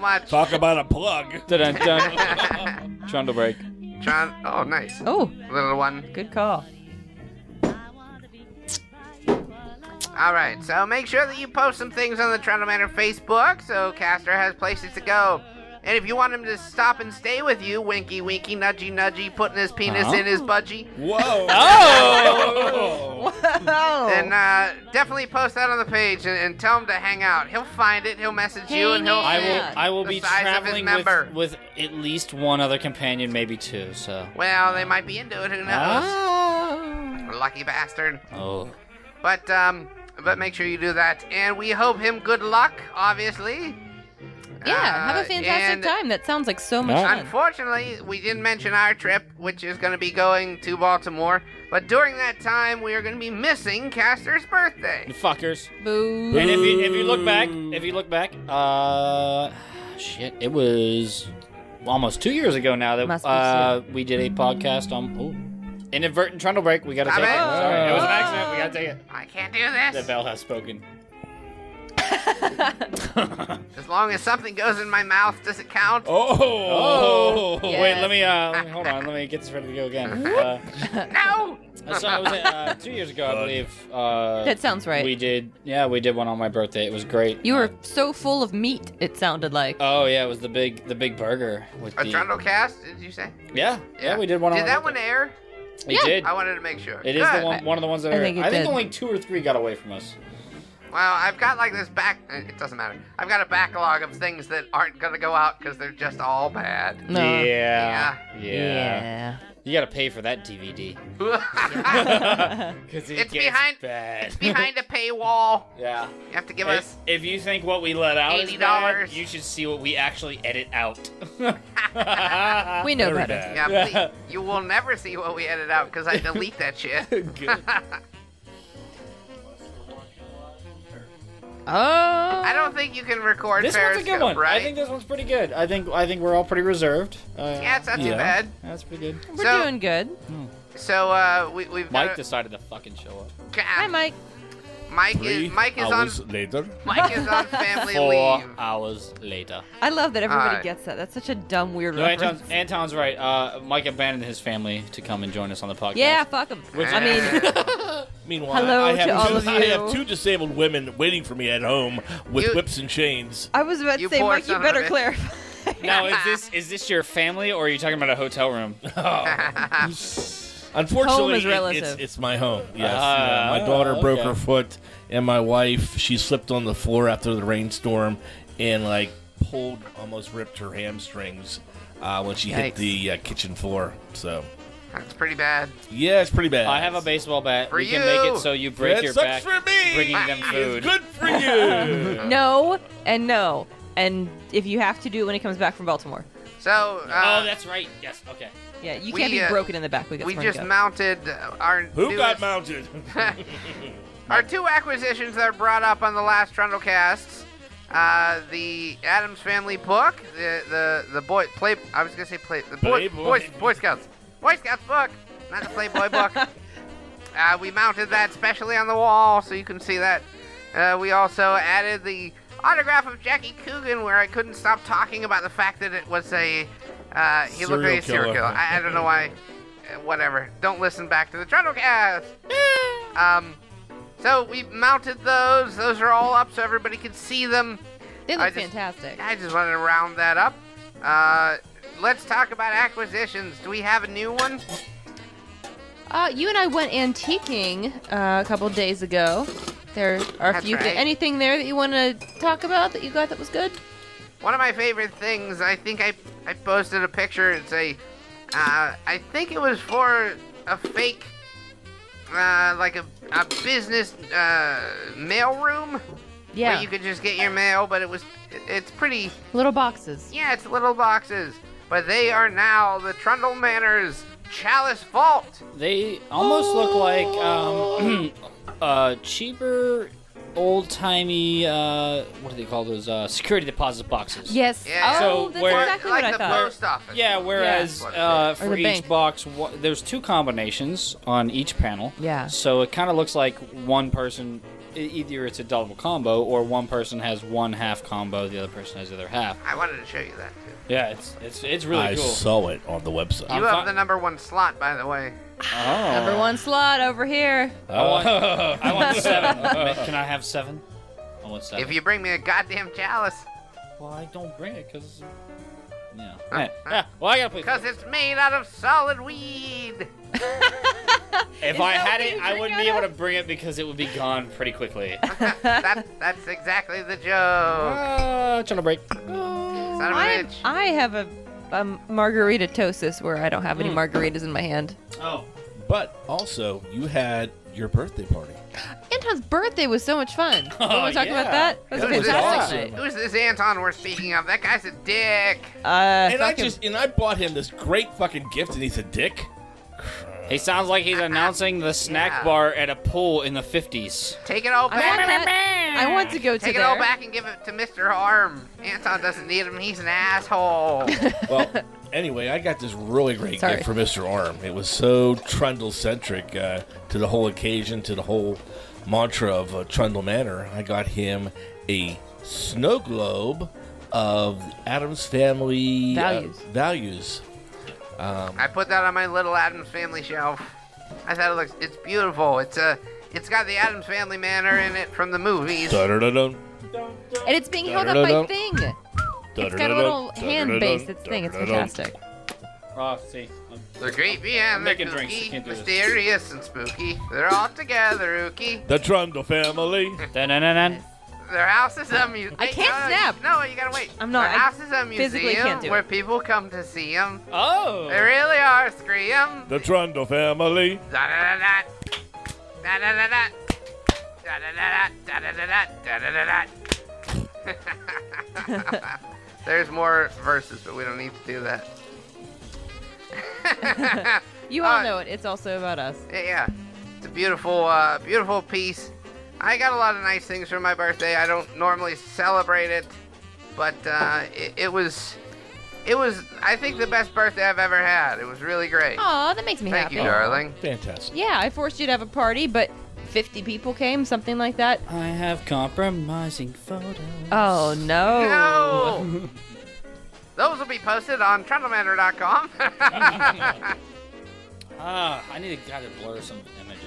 S6: much.
S5: Talk about a plug.
S4: Dun, dun. Trundle break.
S6: John. Oh, nice.
S3: Oh,
S6: Little one.
S3: good call.
S6: All right. So make sure that you post some things on the Toronto Manor Facebook, so Castor has places to go. And if you want him to stop and stay with you, winky winky, nudgy nudgy, putting his penis
S4: Uh-huh.
S6: in his budgie,
S5: Whoa.
S4: Oh.
S6: then uh, definitely post that on the page and, and tell him to hang out. He'll find it. He'll message you, and he'll.
S4: I will.
S3: Yeah.
S4: I will
S6: The
S4: be
S6: size of his
S4: traveling
S6: member.
S4: with, with at least one other companion, maybe two. So.
S6: Well, they might be into it. Who knows?
S4: Ah.
S6: Lucky bastard.
S4: Oh.
S6: But um, but make sure you do that, and we hope him good luck. Obviously.
S3: Yeah, have
S6: Uh,
S3: a fantastic
S6: and
S3: time. That sounds like so much
S4: Yeah.
S3: fun.
S6: Unfortunately, we didn't mention our trip, which is going to be going to Baltimore. But during that time, we are going to be missing Castor's birthday.
S4: Fuckers.
S3: Boo.
S4: And if you if you look back, if you look back, uh, shit, it was almost two years ago now that
S3: Must be
S4: uh, we did a podcast on ooh, inadvertent trundle break. We gotta
S6: Stop
S4: take it.
S6: it.
S4: Sorry, it was an
S6: Oh.
S4: accident. We gotta take it.
S6: I can't do
S4: The
S6: this.
S4: bell has spoken.
S6: As long as something goes in my mouth, does it count?
S5: Oh.
S3: Yes.
S4: Wait, let me uh, let me- hold on. Let me get this ready to go again. Uh,
S6: No.
S4: so it was uh, two years ago, I believe. Uh,
S3: That sounds right.
S4: We did, yeah, we did one on my birthday. It was great.
S3: you were so full of meat, it sounded like.
S4: Oh yeah, it was the big the big burger with
S6: A
S4: the
S6: Trundle cast? Did you say?
S4: yeah, yeah we did one
S6: Did
S4: on my
S6: that one
S4: birthday.
S6: air?
S4: We did.
S6: I wanted to make sure.
S4: It is
S6: Good.
S4: the one, one of the ones that
S3: I
S4: are.
S3: think it
S4: I think
S3: did.
S4: only two or three got away from us.
S6: Well, I've got like this back. eh, It doesn't matter. I've got a backlog of things that aren't gonna go out because they're just all bad.
S3: No.
S4: Yeah, yeah.
S3: Yeah.
S4: You gotta pay for that DVD. Cause it
S6: It's
S4: gets
S6: behind-
S4: Bad.
S6: it's behind a paywall.
S4: yeah.
S6: You have to give
S4: If,
S6: us.
S4: if you think what we let out is bad,
S6: $80.
S4: you should see what we actually edit out.
S3: We know
S5: Very
S3: better.
S5: bad.
S6: Yeah,
S4: Yeah.
S6: please. you will never see what we edit out because I delete that shit.
S3: Oh. I
S6: I don't think you can record
S4: this one's a
S6: Periscope,
S4: good one.
S6: right?
S4: I think this one's pretty good. I think I think we're all pretty reserved. Uh,
S6: Yeah, it's not too bad.
S4: That's pretty good.
S3: We're
S6: so-
S3: doing good.
S6: so uh, we, we've
S4: Mike
S6: got. a-
S4: decided to fucking show up.
S6: God,
S3: Hi, Mike.
S6: Mike
S5: Three
S6: is Mike is on
S5: hours later.
S6: Mike is on family
S4: Four
S6: leave.
S4: hours later.
S3: I love that everybody
S6: Hi.
S3: gets that. That's such a dumb, weird
S4: No,
S3: reference.
S4: Anton's, Anton's right. Uh, Mike abandoned his family to come and join us on the podcast.
S3: Yeah, fuck them. I mean,
S5: Meanwhile,
S3: Hello
S5: I have,
S3: to all
S5: two,
S3: of
S5: I have
S3: you.
S5: two disabled women waiting for me at home with
S6: You-
S5: whips and chains.
S3: I was about to
S6: You
S3: say,
S6: poor
S3: Mike, you
S6: son of a
S3: better
S6: bitch.
S3: clarify.
S4: Now, is this is this your family or are you talking about a hotel room?
S5: Unfortunately,
S3: Home is
S5: it-
S3: relative.
S5: it's, it's my home. Yes, my
S4: Ah,
S5: daughter broke her
S4: okay.
S5: foot, and my wife she slipped on the floor after the rainstorm, and like pulled, almost ripped her hamstrings uh, when she hit
S6: Yikes.
S5: the uh, kitchen floor. So
S6: That's pretty bad.
S5: yeah, it's pretty bad.
S4: I have a baseball bat.
S6: For
S4: we can make
S6: you.
S4: it so you break
S5: That
S4: your
S5: sucks
S4: back
S5: for me.
S4: bringing them
S5: It's
S4: food.
S5: good for you.
S3: No, and no, and if you have to do it when he comes back from Baltimore.
S6: So, uh,
S4: Oh, that's right. Yes. Okay.
S3: Yeah, you
S6: We,
S3: can't be
S6: uh,
S3: broken in the back. We, got
S6: we
S3: torn to
S6: just
S3: go.
S6: mounted uh, our
S5: Who
S6: newest-
S5: got mounted?
S6: Our two acquisitions that are brought up on the last Trundlecast, uh, the Adams Family book, the the the boy play. I was gonna say play the boy,
S5: Playboy.
S6: boy boy Scouts Boy Scouts book, not the Playboy book. Uh, we mounted that specially on the wall so you can see that. Uh, we also added the autograph of Jackie Coogan, where I couldn't stop talking about the fact that it was a uh, he looked like a
S5: Serial
S6: serial
S5: killer.
S6: killer. I, I don't know why. Uh, Whatever. Don't listen back to the Trundlecast. um, so we mounted those. Those are all up so everybody can see them.
S3: They
S6: I
S3: look
S6: just-
S3: fantastic.
S6: I just wanted to round that up. Uh, let's talk about acquisitions. Do we have a new one?
S3: Uh, you and I went antiquing uh, a couple days ago. There are a
S6: That's
S3: few.
S6: right.
S3: Anything there that you want to talk about that you got that was good?
S6: One of my favorite things, I think I, I posted a picture. It's a, uh, I think it was for a fake, uh, like a, a business uh, mail room
S3: Yeah,
S6: where you could just get your mail, but it was, it's pretty,
S3: little boxes.
S6: yeah, it's little boxes, but they are now the Trundle Manor's Chalice Vault.
S4: They almost look like um, uh, cheaper, old timey. Uh, what do they call those? Uh, security deposit boxes.
S3: Yes.
S6: Yeah.
S3: Oh,
S4: So
S3: that's
S4: where-
S3: exactly
S6: like
S3: what I
S6: the
S3: thought.
S6: post office.
S4: Yeah, whereas
S6: Yeah.
S4: Uh,
S3: Or
S4: for
S3: the
S4: each
S3: bank.
S4: box, wha- there's two combinations on each panel.
S3: Yeah.
S4: So it kind of looks like one person, e- either it's a double combo or one person has one half combo, the other person has the other half.
S6: I wanted to show you that too.
S4: Yeah, it's it's it's really
S5: I
S4: cool.
S5: saw it on the website.
S4: I'm
S6: You have
S4: fine.
S6: the number one slot, by the way.
S4: Oh.
S3: Number one slot over here.
S4: I want, I want seven. Ma- Can I have seven? I want seven.
S6: If you bring me a goddamn chalice,
S4: well, I don't bring it because. Yeah. Eh, yeah. Well, I gotta play.
S6: because it's made out of solid weed.
S4: If I
S3: that
S4: had
S3: what
S4: it,
S3: you
S4: I
S3: drink
S4: wouldn't
S3: out
S4: be able
S3: of?
S4: to bring it because it would be gone pretty quickly.
S6: that, that's exactly the joke.
S4: uh, trying to break.
S6: Son of a
S3: I am-
S6: bitch.
S3: I have a, a margarita tosis where I don't have
S5: Hmm.
S3: any margaritas in my hand.
S4: Oh.
S5: But also, you had your birthday party.
S3: Anton's birthday was so much fun.
S6: Oh,
S3: You want to talk
S4: yeah.
S3: about that? That was
S5: That
S3: a
S5: was
S3: fantastic
S5: awesome.
S3: night.
S6: Who's this Anton we're speaking of? That guy's a dick.
S3: Uh,
S5: and I
S3: fucking-
S5: just and I bought him this great fucking gift, and he's a dick.
S4: He sounds like he's announcing the snack
S6: Yeah.
S4: bar at a pool in the 50s.
S6: Take it all
S3: I want,
S6: back.
S3: that- I want to go to
S6: Take it
S3: there.
S6: all back and give it to Mr. Harm. Anton doesn't need him. He's an asshole.
S5: Well, anyway, I got this really great
S3: Sorry.
S5: gift for Mr. Arm. It was so Trundle centric uh, to the whole occasion, to the whole mantra of uh, Trundle Manor. I got him a snow globe of Adam's family uh,
S3: Values.
S5: values. Um,
S6: I put that on my little Adams Family shelf. I thought it looks. It's beautiful. It's a. It's got the Adams Family manner in it from the movies.
S5: Dun-dun-dun-dun,
S3: And it's being held up by
S5: Da-da-da-da.
S3: thing. It's got a
S5: dun-dun-dun-dun,
S3: little hand base.
S5: dun-dun-dun-dun,
S3: It's thing. It's
S5: dun-dun-dun.
S3: fantastic.
S4: Oh, see.
S6: They're great man. They're
S4: making drinks. I
S6: kooky,
S4: can't do this.
S6: mysterious, and spooky. They're all together, ooky.
S5: The Trundle family.
S4: Dun-dun-dun-dun.
S6: Their house is a museum.
S3: I can't snap.
S6: No, you gotta wait.
S3: I'm not-
S6: Their
S3: I
S6: house is a
S3: physically
S6: museum
S3: can't do it.
S6: where people come to see them.
S4: Oh!
S6: They really are. Scream.
S5: The Trundle family.
S6: Da da da da. Da da da da. Da da da da. Da da da da. Da da da da. There's more verses, but we don't need to do that.
S3: You all
S6: Uh,
S3: know it. It's also about us.
S6: Yeah, yeah. It's a beautiful, uh, beautiful piece. I got a lot of nice things for my birthday. I don't normally celebrate it, but uh, it, it was, it was. I think the best birthday I've ever had. It was really great.
S3: Aw, that makes me
S6: Thank
S3: happy.
S6: you, darling.
S5: Fantastic.
S3: Yeah, I forced you to have a party, but 50 people came, something like that.
S4: I have compromising photos.
S3: Oh, no.
S6: No. Those will be posted on trundlemanor.com.
S4: Ah, I need a guy to blur some images.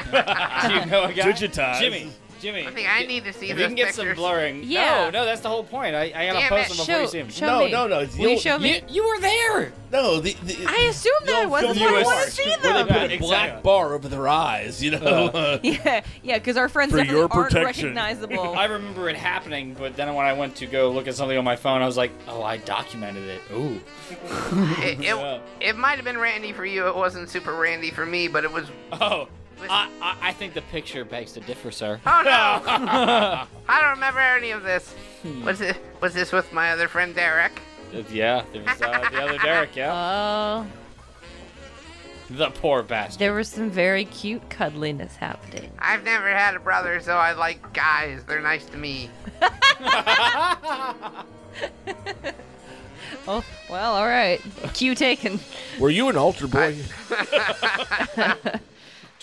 S4: you know a guy?
S5: Digitize.
S4: Jimmy, Jimmy.
S6: I think I need to see
S4: If
S6: those
S4: you can get some
S6: pictures.
S4: blurring.
S3: Yeah.
S4: No, no, that's the whole point. I, I gotta
S6: Damn
S4: post
S6: it,
S4: them before
S3: Show,
S4: you see them.
S3: show
S5: No,
S3: me.
S5: no, no, it's the
S3: Will you
S5: old-
S3: show me?
S4: You, you were there.
S5: No, the, the
S7: I assumed that I was. That's why I
S4: US
S7: want to see
S5: Where
S7: them.
S5: they put a
S4: Exactly.
S5: black bar over their eyes, you know.
S3: Yeah, yeah, because our friends
S5: For
S3: definitely
S5: your
S3: aren't
S5: protection.
S3: recognizable.
S4: I remember it happening, but then when I went to go look at something on my phone, I was like, oh, I documented it. Ooh.
S6: It, it, it might have been randy for you. It wasn't super randy for me, but it was.
S4: Oh. I, I, I think the picture begs to differ, sir.
S6: Oh no! I don't remember any of this. Was it? Was this with my other friend Derek?
S4: yeah, there was uh, the other Derek,
S3: Oh,
S4: yeah. The poor bastard.
S3: there was some very cute cuddliness happening.
S6: I've never had a brother, so I like guys. They're nice to me.
S3: Oh, well, all right. Cue taken.
S5: Were you an altar boy?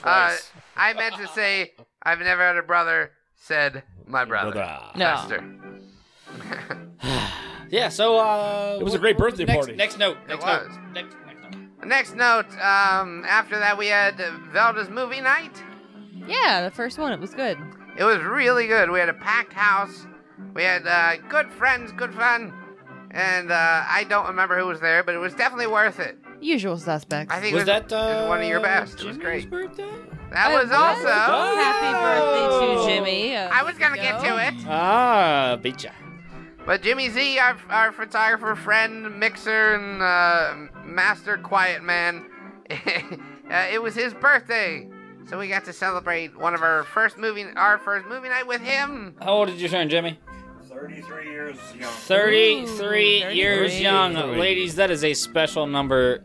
S6: Uh, I meant to say I've never had a brother. Said my brother.
S5: Brother.
S3: No.
S6: Faster.
S4: Yeah, so, uh.
S5: It was
S4: what-
S5: a great birthday
S4: next,
S5: party.
S4: Next note. Next
S6: was.
S4: note. Next, next note.
S6: Next note. Um, after that, we had Velda's movie night.
S3: Yeah, the first one, it was good.
S6: It was really good. We had a packed house. We had uh, good friends, good fun, and uh, I don't remember who was there, but it was definitely worth it.
S3: Usual suspects.
S6: I think
S4: Was
S6: it was,
S4: that uh,
S6: it was one of your best. It was
S4: Jimmy's
S6: great.
S4: birthday?
S6: That was also.
S3: Happy
S4: Oh.
S3: birthday to Jimmy. Uh,
S6: I was gonna get to it,
S4: Ah, beatcha.
S6: but Jimmy Z, our, our photographer friend, mixer, and uh, master quiet man, uh, it was his birthday, so we got to celebrate one of our first movie, our first movie night with him.
S4: How old did you turn, Jimmy?
S8: 33 years young.
S4: 33
S3: Ooh,
S4: years
S3: 33.
S4: young. Ladies, that is a special number.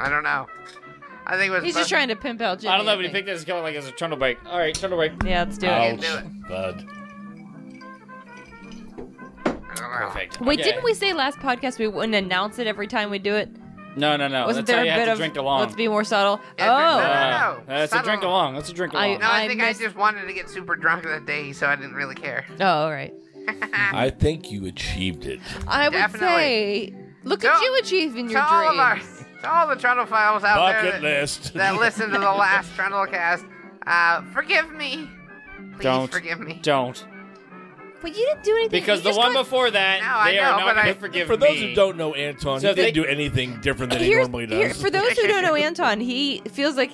S6: I don't know. I think it was.
S3: He's just trying to pimp out Jimmy.
S4: I don't know, but he
S3: think.
S4: picked this as going like as a trundle break. All right, trundle break.
S3: Yeah, let's do it.
S6: Can't do it.
S5: bud.
S6: I don't know.
S4: Perfect.
S3: Wait,
S4: Okay.
S3: didn't we say last podcast we wouldn't announce it every time we do it?
S4: No, no,
S3: Wasn't
S4: no. Oh, that's
S3: there
S4: how you
S3: a bit
S4: have to
S3: of
S4: drink along.
S3: let's be more subtle?
S6: Yeah,
S3: oh,
S6: but- No, no,
S4: Uh,
S6: no.
S4: That's a
S6: Subtle.
S4: drink along. That's a drink
S3: I-
S4: along.
S6: No, I,
S3: I
S6: think
S3: missed-
S6: I just wanted to get super drunk that day, so I didn't really care.
S3: oh, all right.
S6: Ah.
S5: I think you achieved it.
S3: I would
S6: Definitely.
S3: say, look
S6: To-
S3: at you achieving your
S6: to all of our,
S3: dreams.
S6: to all the Trundle files out there
S5: Bucket
S6: Oh, that,
S5: list.
S6: that listen to the last Trundlecast, uh, forgive me. Please
S4: Don't.
S6: forgive me.
S4: Don't.
S3: But you didn't do anything.
S4: Because
S3: You
S4: the
S3: just
S4: one
S3: got-
S4: before that,
S6: No, I
S4: they are
S6: know,
S4: not
S6: but
S4: going
S6: I-
S4: to forgive
S5: For those
S4: me.
S5: who don't know Anton,
S4: So
S5: he didn't
S4: they-
S5: do anything different than he
S3: Here's-
S5: normally
S3: here-
S5: does.
S3: for those who don't know Anton, he feels like.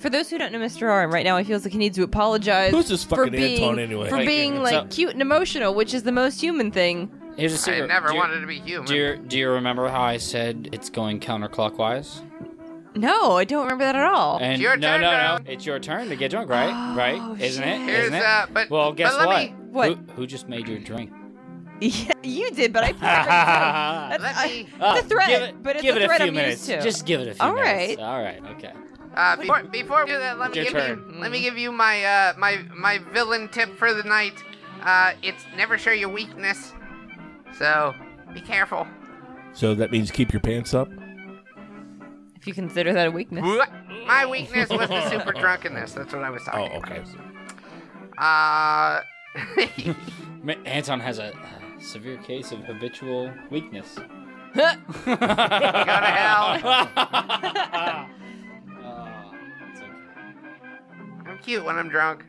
S3: For those who don't know Mr. Arm right now, he feels like he needs to apologize
S5: Who's this
S3: for
S5: fucking
S3: being,
S5: Anton anyway?
S3: for
S4: Like,
S3: being
S4: it's
S3: like
S4: up.
S3: cute and emotional, which is the most human thing.
S4: Here's a
S6: I
S4: secret.
S6: never
S4: do you,
S6: wanted to be human.
S4: Do you, do you remember how I said it's going counterclockwise?
S3: No, I don't remember that at all.
S4: And
S6: your
S4: no,
S6: turn,
S4: no,
S6: Darren.
S4: no. It's your turn to get drunk, right? right? Isn't it?
S6: Here's,
S4: Isn't it?
S6: uh, but-
S4: well,
S6: but
S4: guess
S6: let
S4: what?
S6: me-
S3: Oh, What?
S4: Who, who just made your drink?
S3: Yeah, you did, but I. picked up
S4: That's
S6: Let me.
S3: the thread, but it's
S4: Ah, Oh, give
S3: a
S4: it
S3: thread
S4: a few
S3: I'm
S4: minutes.
S3: used to.
S4: Just give it a few
S3: All
S4: minutes.
S3: right.
S4: All right. Okay.
S6: Uh, before, before we do that, let me
S4: Your
S6: give
S4: turn.
S6: you let me give you my uh, my my villain tip for the night. Uh, it's never show your weakness, so be careful.
S5: So that means keep your pants up.
S3: If you consider that a weakness.
S6: My weakness was the super drunkenness. That's what I was
S5: Oh,
S6: talking
S5: okay.
S6: about. Uh,
S4: Ma- Anton has a uh, severe case of habitual weakness.
S6: go to hell.
S4: Uh, it's okay.
S6: I'm cute when I'm drunk.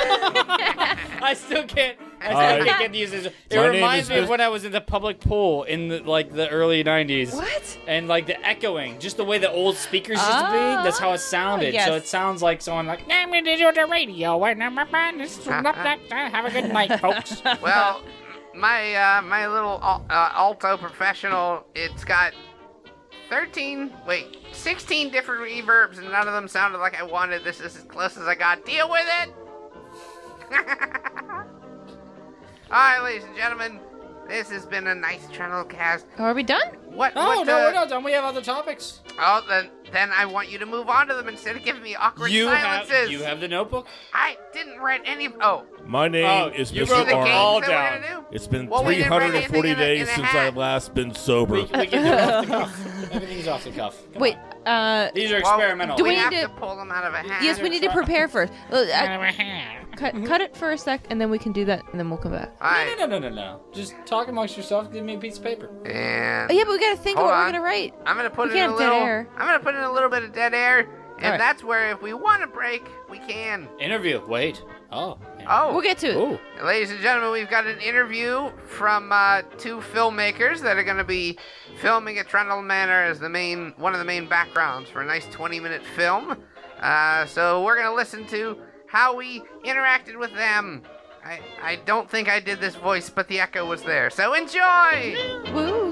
S4: I still can't. I still
S5: All right.
S4: can't get the usage. It
S5: My name
S4: reminds
S5: is
S4: me of
S5: Mr.
S4: when I was in the public pool in the, like the early '90s.
S3: What?
S4: And like the echoing, just the way the old speakers used to be. That's
S7: Ah,
S4: how it sounded.
S3: yes.
S4: So it sounds like someone like, "I'm going to do the radio, and I'm a
S7: Ah,
S4: This is not that. uh, Have a good night, folks." Oh,
S6: Well, my uh, my little al- uh, alto professional, it's got 13, wait, 16 different reverbs, and none of them sounded like I wanted. This is as close as I got. Deal with it. All right, ladies and gentlemen, this has been a nice channel cast.
S3: Are we done?
S6: What?
S4: Oh
S6: what
S4: no,
S6: the-
S4: we're not done. We have other topics.
S6: Oh, then then I want you to move on to them instead of giving me awkward
S4: You have,
S6: silences.
S4: you have the notebook.
S6: I didn't write any. Oh,
S5: My name
S4: Oh,
S5: is
S4: you
S5: Mr.
S4: wrote
S6: the
S5: Arnold.
S6: game.
S4: all
S6: so what are we
S4: down.
S6: gonna do?
S5: It's been
S6: Well, we didn't write anything
S5: 340
S6: in a-
S5: days
S6: in a
S5: since
S6: hat.
S5: I've last been sober.
S4: We, we can do it off the cuff. Everything's off the cuff. Come
S3: Wait.
S4: on.
S3: Uh,
S4: these are
S6: Well,
S4: experimental.
S3: do
S6: we,
S3: we
S6: have
S3: need
S6: to
S3: to-
S6: pull them out of a hat?
S3: yes, we need to prepare first. Uh, uh, cut,
S4: Mm-hmm.
S3: cut it for a sec, and then we can do that, and then we'll come back.
S6: All
S4: No,
S6: right.
S4: no, no, no, no, no. Just talk amongst yourself. Give me a piece of paper.
S6: And
S3: Oh, yeah, but we gotta think
S6: Hold
S3: of what
S6: on.
S3: we're gonna write.
S6: I'm gonna put
S3: We
S6: in
S3: can't
S6: a
S3: have dead
S6: little.
S3: air.
S6: I'm gonna put in a little bit of dead air, And
S3: right.
S6: that's where, if we want a break, we can.
S4: Interview. Wait. Oh.
S6: Oh,
S3: We'll get to it.
S4: Oh.
S6: Ladies and gentlemen, we've got an interview from uh, two filmmakers that are going to be filming at Trundle Manor as the main one of the main backgrounds for a nice 20-minute film. Uh, so we're going to listen to how we interacted with them. I, I don't think I did this voice, but the echo was there. So enjoy!
S3: Woo.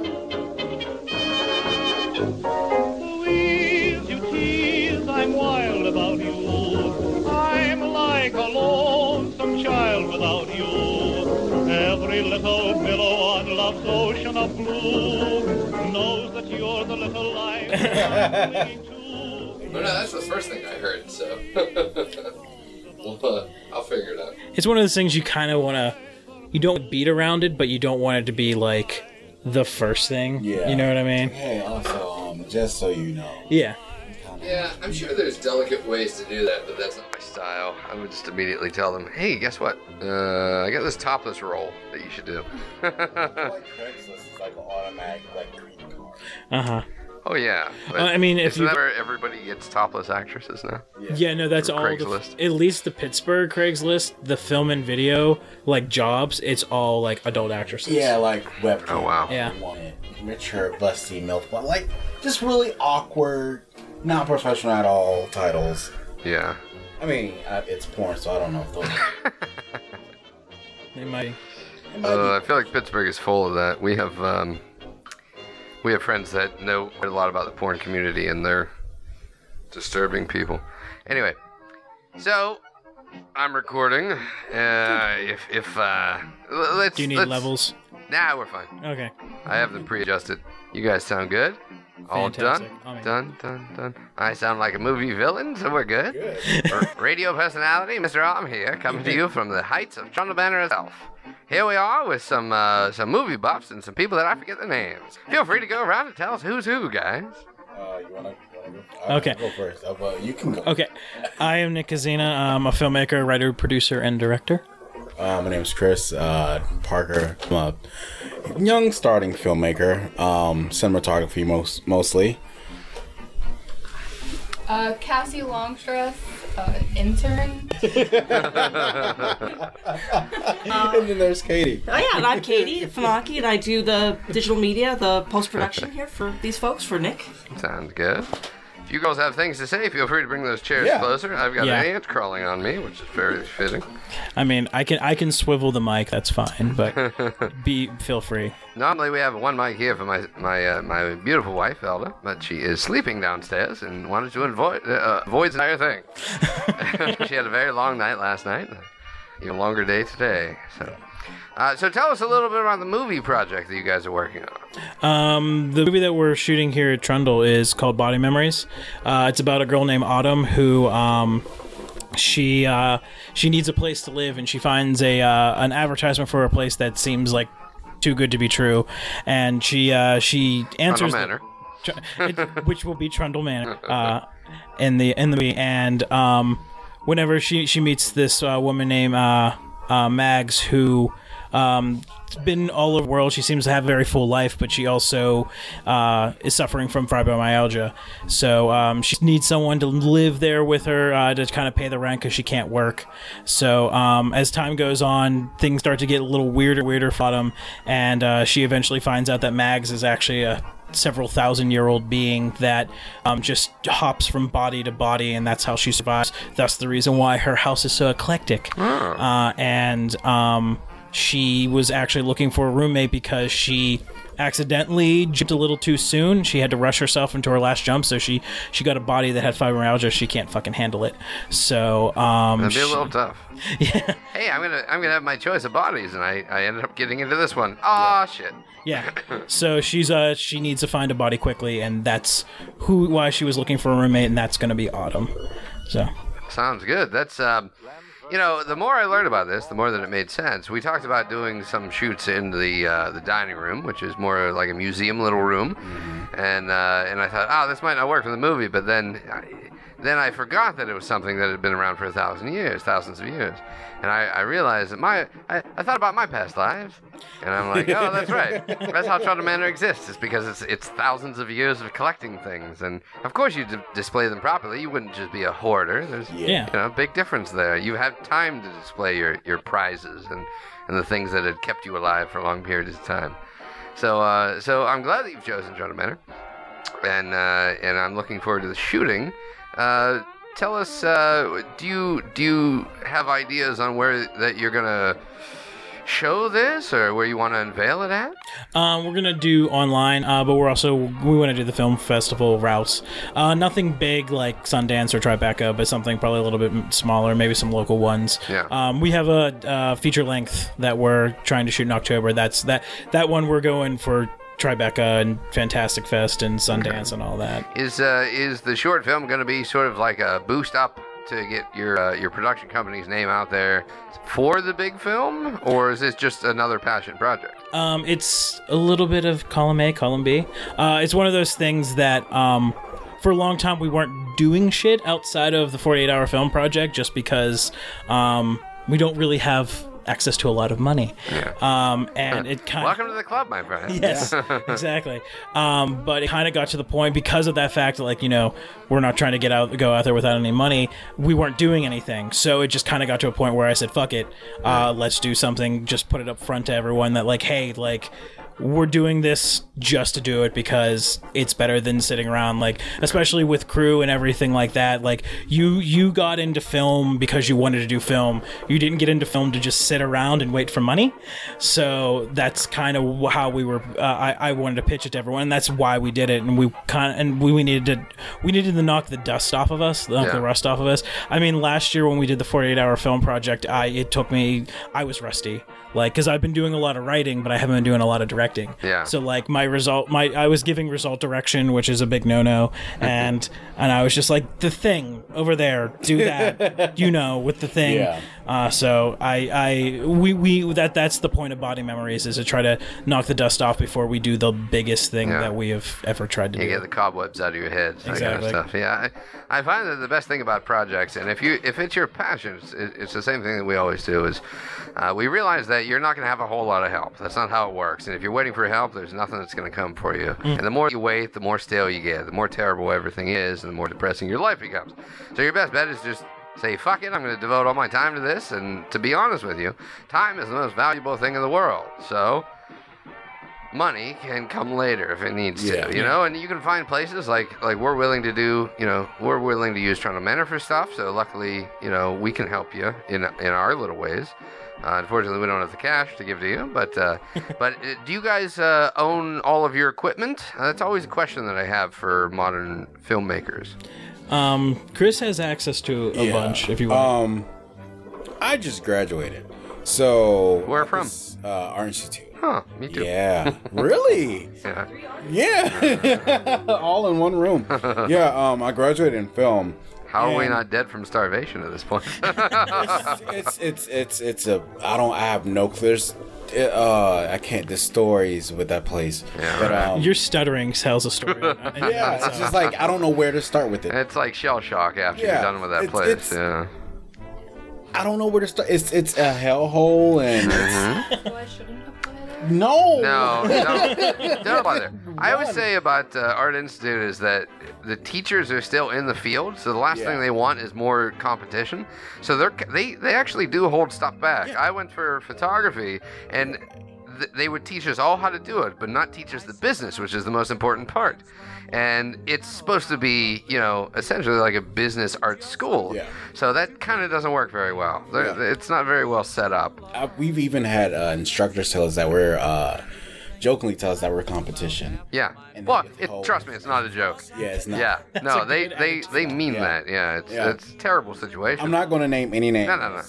S9: Louise, you tease, I'm wild about you. I'm like a lonesome child without you. Every little billow on love's ocean of blue knows that you're the little life I'm clinging to.
S10: No, no, that's the first thing I heard, so. well, uh, I'll figure it out.
S11: It's one of those things you kind of want to. You don't beat around it, but you don't want it to be like the first thing.
S12: Yeah.
S11: You know what I mean?
S12: Hey, also, um, just so you know,
S11: Yeah.
S10: Yeah, I'm sure there's delicate ways to do that, but that's not my style. I would just immediately tell them, hey, guess what? Uh, I got this topless roll that you should do.
S12: like Craigslist is like an automatic like green card.
S11: Uh huh.
S10: oh, yeah. but
S11: Uh, I mean, if
S10: isn't
S11: you-
S10: that where everybody gets topless actresses now?
S11: Yeah. no, that's
S10: From
S11: all. The,
S10: Craigslist.
S11: at least the Pittsburgh Craigslist, the film and video, like jobs, it's all like adult actresses.
S12: Yeah, like webcam.
S10: Oh, wow.
S11: Yeah.
S12: Woman, mature, busty, milf, but like just really awkward, not professional at all titles.
S10: Yeah.
S12: I mean, uh, it's porn, so I don't know if those.
S11: They might.
S12: it might
S10: Uh, I feel like Pittsburgh is full of that. We have um, we have friends that know quite a lot about the porn community, and they're disturbing people. Anyway,
S6: So,
S10: I'm recording. Uh, if if uh, l- let's
S11: Do you need
S10: let's-
S11: levels?
S10: Nah, we're fine.
S11: Okay.
S10: I have them pre-adjusted. You guys sound good. All
S11: Fantastic.
S10: done.
S11: I mean-
S10: Done. Done. Done. I sound like a movie villain, so we're good. R- Radio personality, Mr. Om here, coming to you from the heights of Trundle Banner itself. Here we are with some uh, some movie buffs and some people that I forget their names. Feel free to go around and tell us who's who, guys.
S12: be- Uh, you wanna, wanna go?
S11: Okay.
S12: Go first. Uh, well, you can go.
S11: Okay. I am Nick Kazina. I'm a filmmaker, writer, producer, and director.
S12: Uh, my name's Chris uh, Parker. I'm a young starting filmmaker, um, cinematography most mostly.
S13: Uh, Cassie Longstress, uh, intern. Um,
S12: and then there's Katie.
S14: Oh yeah, and I'm Katie Fanaki, and I do the digital media, the post production here for these folks for Nick.
S10: Sounds good. If you girls have things to say, feel free to bring those chairs
S14: Yeah.
S10: closer. I've got
S11: Yeah.
S10: an ant crawling on me, which is very fitting.
S11: I mean, I can I can swivel the mic. That's fine, but be feel free.
S10: Normally we have one mic here for my my uh, my beautiful wife Elda, but she is sleeping downstairs and wanted to avoid uh, avoid the entire thing. she had a very long night last night, even longer day today. So, uh, so tell us a little bit about the movie project that you guys are working on.
S11: Um, the movie that we're shooting here at Trundle is called Body Memories. Uh, it's about a girl named Autumn who um, she uh, she needs a place to live, and she finds a uh, an advertisement for a place that seems like too good to be true, and she uh, she answers. the-
S10: Manor.
S11: Tr- it- which will be Trundle Manor uh, in the in the movie. And um, whenever she she meets this uh, woman named uh, uh, Mags, who um, has been all over the world, she seems to have a very full life, but she also uh, is suffering from fibromyalgia. So um, she needs someone to live there with her uh, to kind of pay the rent because she can't work. So um, as time goes on, things start to get a little weirder, weirder for them, and uh, she eventually finds out that Mags is actually a several thousand year old being that um, just hops from body to body, and that's how she survives. That's the reason why her house is so eclectic.
S10: Ah.
S11: Uh, and um, she was actually looking for a roommate because she accidentally jumped a little too soon. She had to rush herself into her last jump, so she she got a body that had fibromyalgia. She can't fucking handle it. So um,
S10: That'd be a
S11: she-
S10: little tough. Hey, I'm gonna I'm gonna have my choice of bodies, and I, I ended up getting into this one. Ah, shit.
S11: Yeah. So she's uh she needs to find a body quickly, and that's who why she was looking for a roommate, and that's gonna be Autumn. So
S10: Sounds good. That's um, you know, the more I learned about this, the more that it made sense. We talked about doing some shoots in the uh, the dining room, which is more like a museum little room, and uh, and I thought, oh, this might not work for the movie, but then. I, Then I forgot that it was something that had been around for a thousand years, thousands of years. And I, I realized that my, I, I thought about my past lives. And I'm like, oh, that's right. That's how Toronto Manor exists. It's because it's, it's thousands of years of collecting things. And of course, you d- display them properly. You wouldn't just be a hoarder. There's
S11: Yeah.
S10: you know, a big difference there. You have time to display your, your prizes and, and the things that had kept you alive for long periods of time. So, uh, so I'm glad that you've chosen Toronto Manor and uh, and I'm looking forward to the shooting. Uh, tell us, uh, do you do you have ideas on where that you're gonna show this, or where you want to unveil it at?
S11: Um, we're gonna do online, uh, but we're also we want to do the film festival routes. Uh, nothing big like Sundance or Tribeca, but something probably a little bit m- smaller, maybe some local ones.
S10: Yeah.
S11: Um, we have a uh, feature length that we're trying to shoot in October. That's that that one we're going for Tribeca and Fantastic Fest and Sundance and all that.
S10: Is uh, is the short film going to be sort of like a boost up to get your uh, your production company's name out there for the big film, or is this just another passion project?
S11: Um, it's a little bit of column A, column B. Uh, it's one of those things that um, for a long time we weren't doing shit outside of the 48 hour film project just because um, we don't really have access to a lot of money. Um, and it kind
S10: Welcome to the club, my friend.
S11: Yes, exactly. Um, but it kind of got to the point because of that fact, like you know, we're not trying to get out, go out there without any money. We weren't doing anything, so it just kind of got to a point where I said, "Fuck it, uh, let's do something." Just put it up front to everyone that, like, hey, like we're doing this just to do it because it's better than sitting around like especially with crew and everything like that like you you got into film because you wanted to do film you didn't get into film to just sit around and wait for money so that's kind of how we were uh, I, I wanted to pitch it to everyone and that's why we did it and we kind of and we, we needed to we needed to knock the dust off of us knock
S15: Yeah.
S11: the rust off of us i mean last year when we did the 48 hour film project i it took me i was rusty like because i've been doing a lot of writing but i haven't been doing a lot of directing
S15: Yeah.
S11: so like my result, my I was giving result direction, which is a big no no, and and I was just like the thing over there, do that, you know, with the thing.
S15: Yeah.
S11: Uh, so I I we we that that's the point of body memories is to try to knock the dust off before we do the biggest thing that we have ever tried to
S10: you
S11: do.
S10: get the cobwebs out of your head, that kind of
S11: Exactly.
S10: stuff. Yeah, I, I find that the best thing about projects, and if you if it's your passion, it's, it- it's the same thing that we always do. Is uh, we realize that you're not going to have a whole lot of help. That's not how it works. And if you're waiting for help, there's nothing that's going to come for you.
S15: Mm.
S10: And the more you wait, the more stale you get. The more terrible everything is, and the more depressing your life becomes. So your best bet is just. Say, fuck it, I'm going to devote all my time to this. And to be honest with you, time is the most valuable thing in the world. So, money can come later if it needs
S15: Yeah.
S10: to, you know. And you can find places like like we're willing to do, you know, we're willing to use Toronto Manor for stuff. So luckily, you know, we can help you in in our little ways. Uh, unfortunately, we don't have the cash to give to you, but uh, but uh, do you guys uh, own all of your equipment? Uh, that's always a question that I have for modern filmmakers.
S11: Um, Chris has access to a
S12: Yeah.
S11: bunch if you want.
S12: Um, I just graduated. So
S10: where from?
S12: Uh, our institute.
S10: Huh? Me too.
S12: Yeah. really?
S10: Yeah.
S12: Yeah. All in one room. yeah. Um, I graduated in film.
S10: How are we
S12: and-
S10: not dead from starvation at this point?
S12: it's it's it's it's a I don't I have no there's uh I can't the stories with that place. But um
S11: Your stuttering tells a story.
S12: yeah, it's just like I don't know where to start with it.
S10: It's like shell shock after
S12: Yeah,
S10: you're done with that
S12: it's-
S10: place.
S12: it's-
S10: yeah.
S12: I don't know where to start. It's it's a hellhole and No.
S10: No, don't, don't bother. I always say about uh, Art Institute is that the teachers are still in the field, so the last thing they want is more competition. So they're they they actually do hold stuff back. I went for photography and. th- They would teach us all how to do it, but not teach us the business, which is the most important part. And it's supposed to be, you know, essentially like a business art school. So that kind of doesn't work very well. They're- It's not very well set up.
S12: Uh, we've even had uh, instructors tell us that we're uh jokingly tell us that we're competition.
S10: Yeah. Well, it, trust me, it's not a joke.
S12: Yeah, it's not.
S10: Yeah.
S12: That's
S10: No,
S12: a
S10: they
S12: good
S10: they they mean
S12: Yeah.
S10: that. Yeah. It's
S12: Yeah.
S10: it's a terrible situation.
S12: I'm not going to name any names.
S10: No, no, no.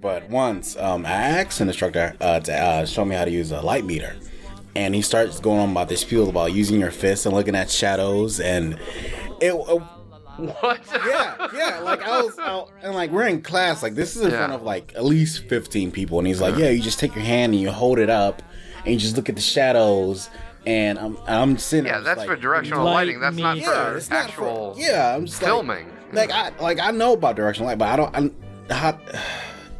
S12: But once um, I asked an instructor uh, to uh, show me how to use a light meter, and he starts going on about this spiel about using your fists and looking at shadows, and it. Uh,
S10: what?
S12: Yeah, yeah. Like I was, out and like we're in class. Like this is in front of like at least fifteen people, and he's like, "Yeah, you just take your hand and you hold it up, and you just look at the shadows." And I'm, I'm sitting.
S10: Yeah,
S12: I'm just
S10: that's
S12: like,
S10: for directional lighting. That's not
S12: Yeah,
S10: for
S12: it's not for-
S10: actual
S12: yeah, I'm just like-
S10: filming.
S12: like I like I know about directional light, but I don't. I, how,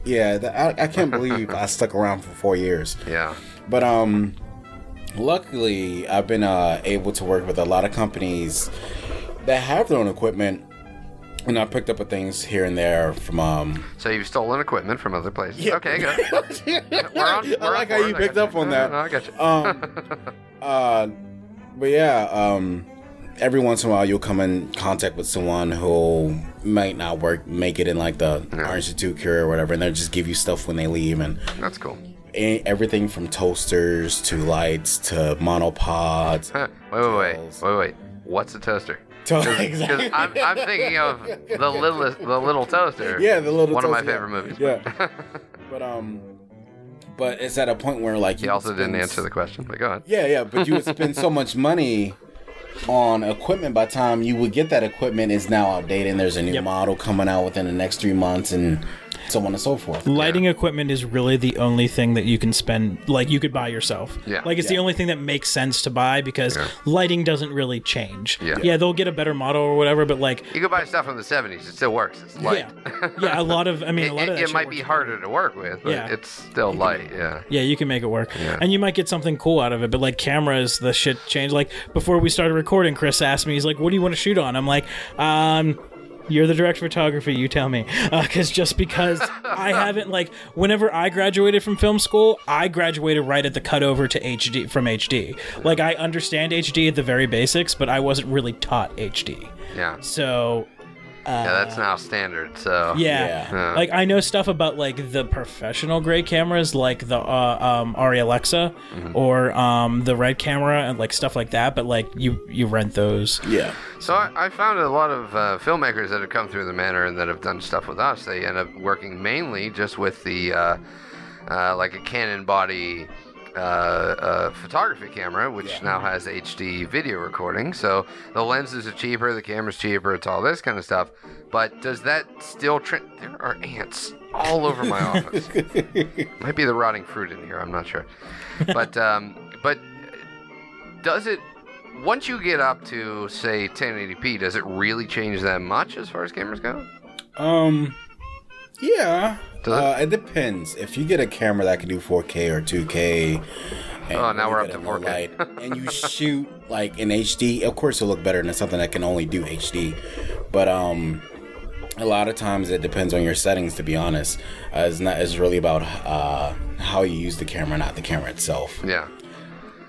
S12: yeah, that, I, I can't believe I stuck around for four years.
S10: Yeah.
S12: But um, luckily I've been uh, able to work with a lot of companies that have their own equipment, and I picked up things here and there from um.
S10: So you've stolen equipment from other places.
S12: Yeah.
S10: Okay, good. We're on- we're
S12: I
S10: on
S12: like how
S10: board.
S12: you
S10: I
S12: picked
S10: got
S12: up on
S10: No,
S12: that.
S10: no, no, I got you.
S12: Um, uh, but yeah, um, every once in a while you'll come in contact with someone who might not work, make it in like the Art Institute Cure or whatever, and they'll just give you stuff when they leave, and e,
S10: that's cool.
S12: Everything from toasters to lights to monopods.
S10: wait, wait, wait, wait, wait. What's a toaster?
S12: To-
S10: Because I'm, I'm thinking of the little the little toaster.
S12: Yeah, the little
S10: one of my
S12: toaster, yeah.
S10: favorite movies.
S12: Yeah. but um, but it's at a point where like
S10: He
S12: would
S10: also didn't
S12: spend-
S10: answer the question, but go on.
S12: Yeah, yeah, but you would spend so much money on equipment by the time you would get that equipment is now outdated and there's a new model coming out within the next three months and so on and so forth.
S11: Lighting equipment is really the only thing that you can spend, like you could buy yourself.
S12: Yeah.
S11: Like it's the only thing that makes sense to buy because lighting doesn't really change.
S10: Yeah.
S11: they'll get a better model or whatever, but like,
S10: You can buy stuff from the '70s; it still works. It's light.
S11: yeah, a lot of, I mean,
S10: it,
S11: a lot of
S10: it-
S11: that
S10: it
S11: shit
S10: might be harder to work with, but
S11: Yeah.
S10: it's still light. Yeah.
S11: Yeah, you can make it work. And you might get something cool out of it, but like cameras, the shit changed. Like before we started recording, Chris asked me, he's like, what do you want to shoot on? I'm like, um, you're the director of photography, you tell me. Because just because I haven't, like, whenever I graduated from film school, I graduated right at the cutover to HD from HD. Like, I understand HD at the very basics, but I wasn't really taught HD.
S10: Yeah.
S11: So. Uh,
S10: yeah, that's now standard. So
S11: yeah.
S10: Uh,
S11: Like I know stuff about like the professional grade cameras, like the uh, um, Arri Alexa or um, the Red camera, and like stuff like that. But like you you rent those.
S12: Yeah.
S10: So I, I found a lot of uh, filmmakers that have come through the manor and that have done stuff with us. They end up working mainly just with the uh, uh, like a Canon body uh, uh, photography camera, which now has HD video recording. So the lenses are cheaper, the camera's cheaper, it's all this kind of stuff. But does that still? Tra- there are ants all over my office. Might be the rotting fruit in here. I'm not sure. But um, but does it once you get up to say 1080p does it really change that much as far as cameras go
S12: Um, yeah,
S10: Does it?
S12: uh, it depends. If you get a camera that can do 4K or 2K,
S10: oh now we're up
S12: get
S10: to
S12: a
S10: 4k
S12: and you shoot like in HD, of course it'll look better than something that can only do HD. But um a lot of times it depends on your settings to be honest. Uh, it's not it's really about uh how you use the camera, not the camera itself.
S10: Yeah.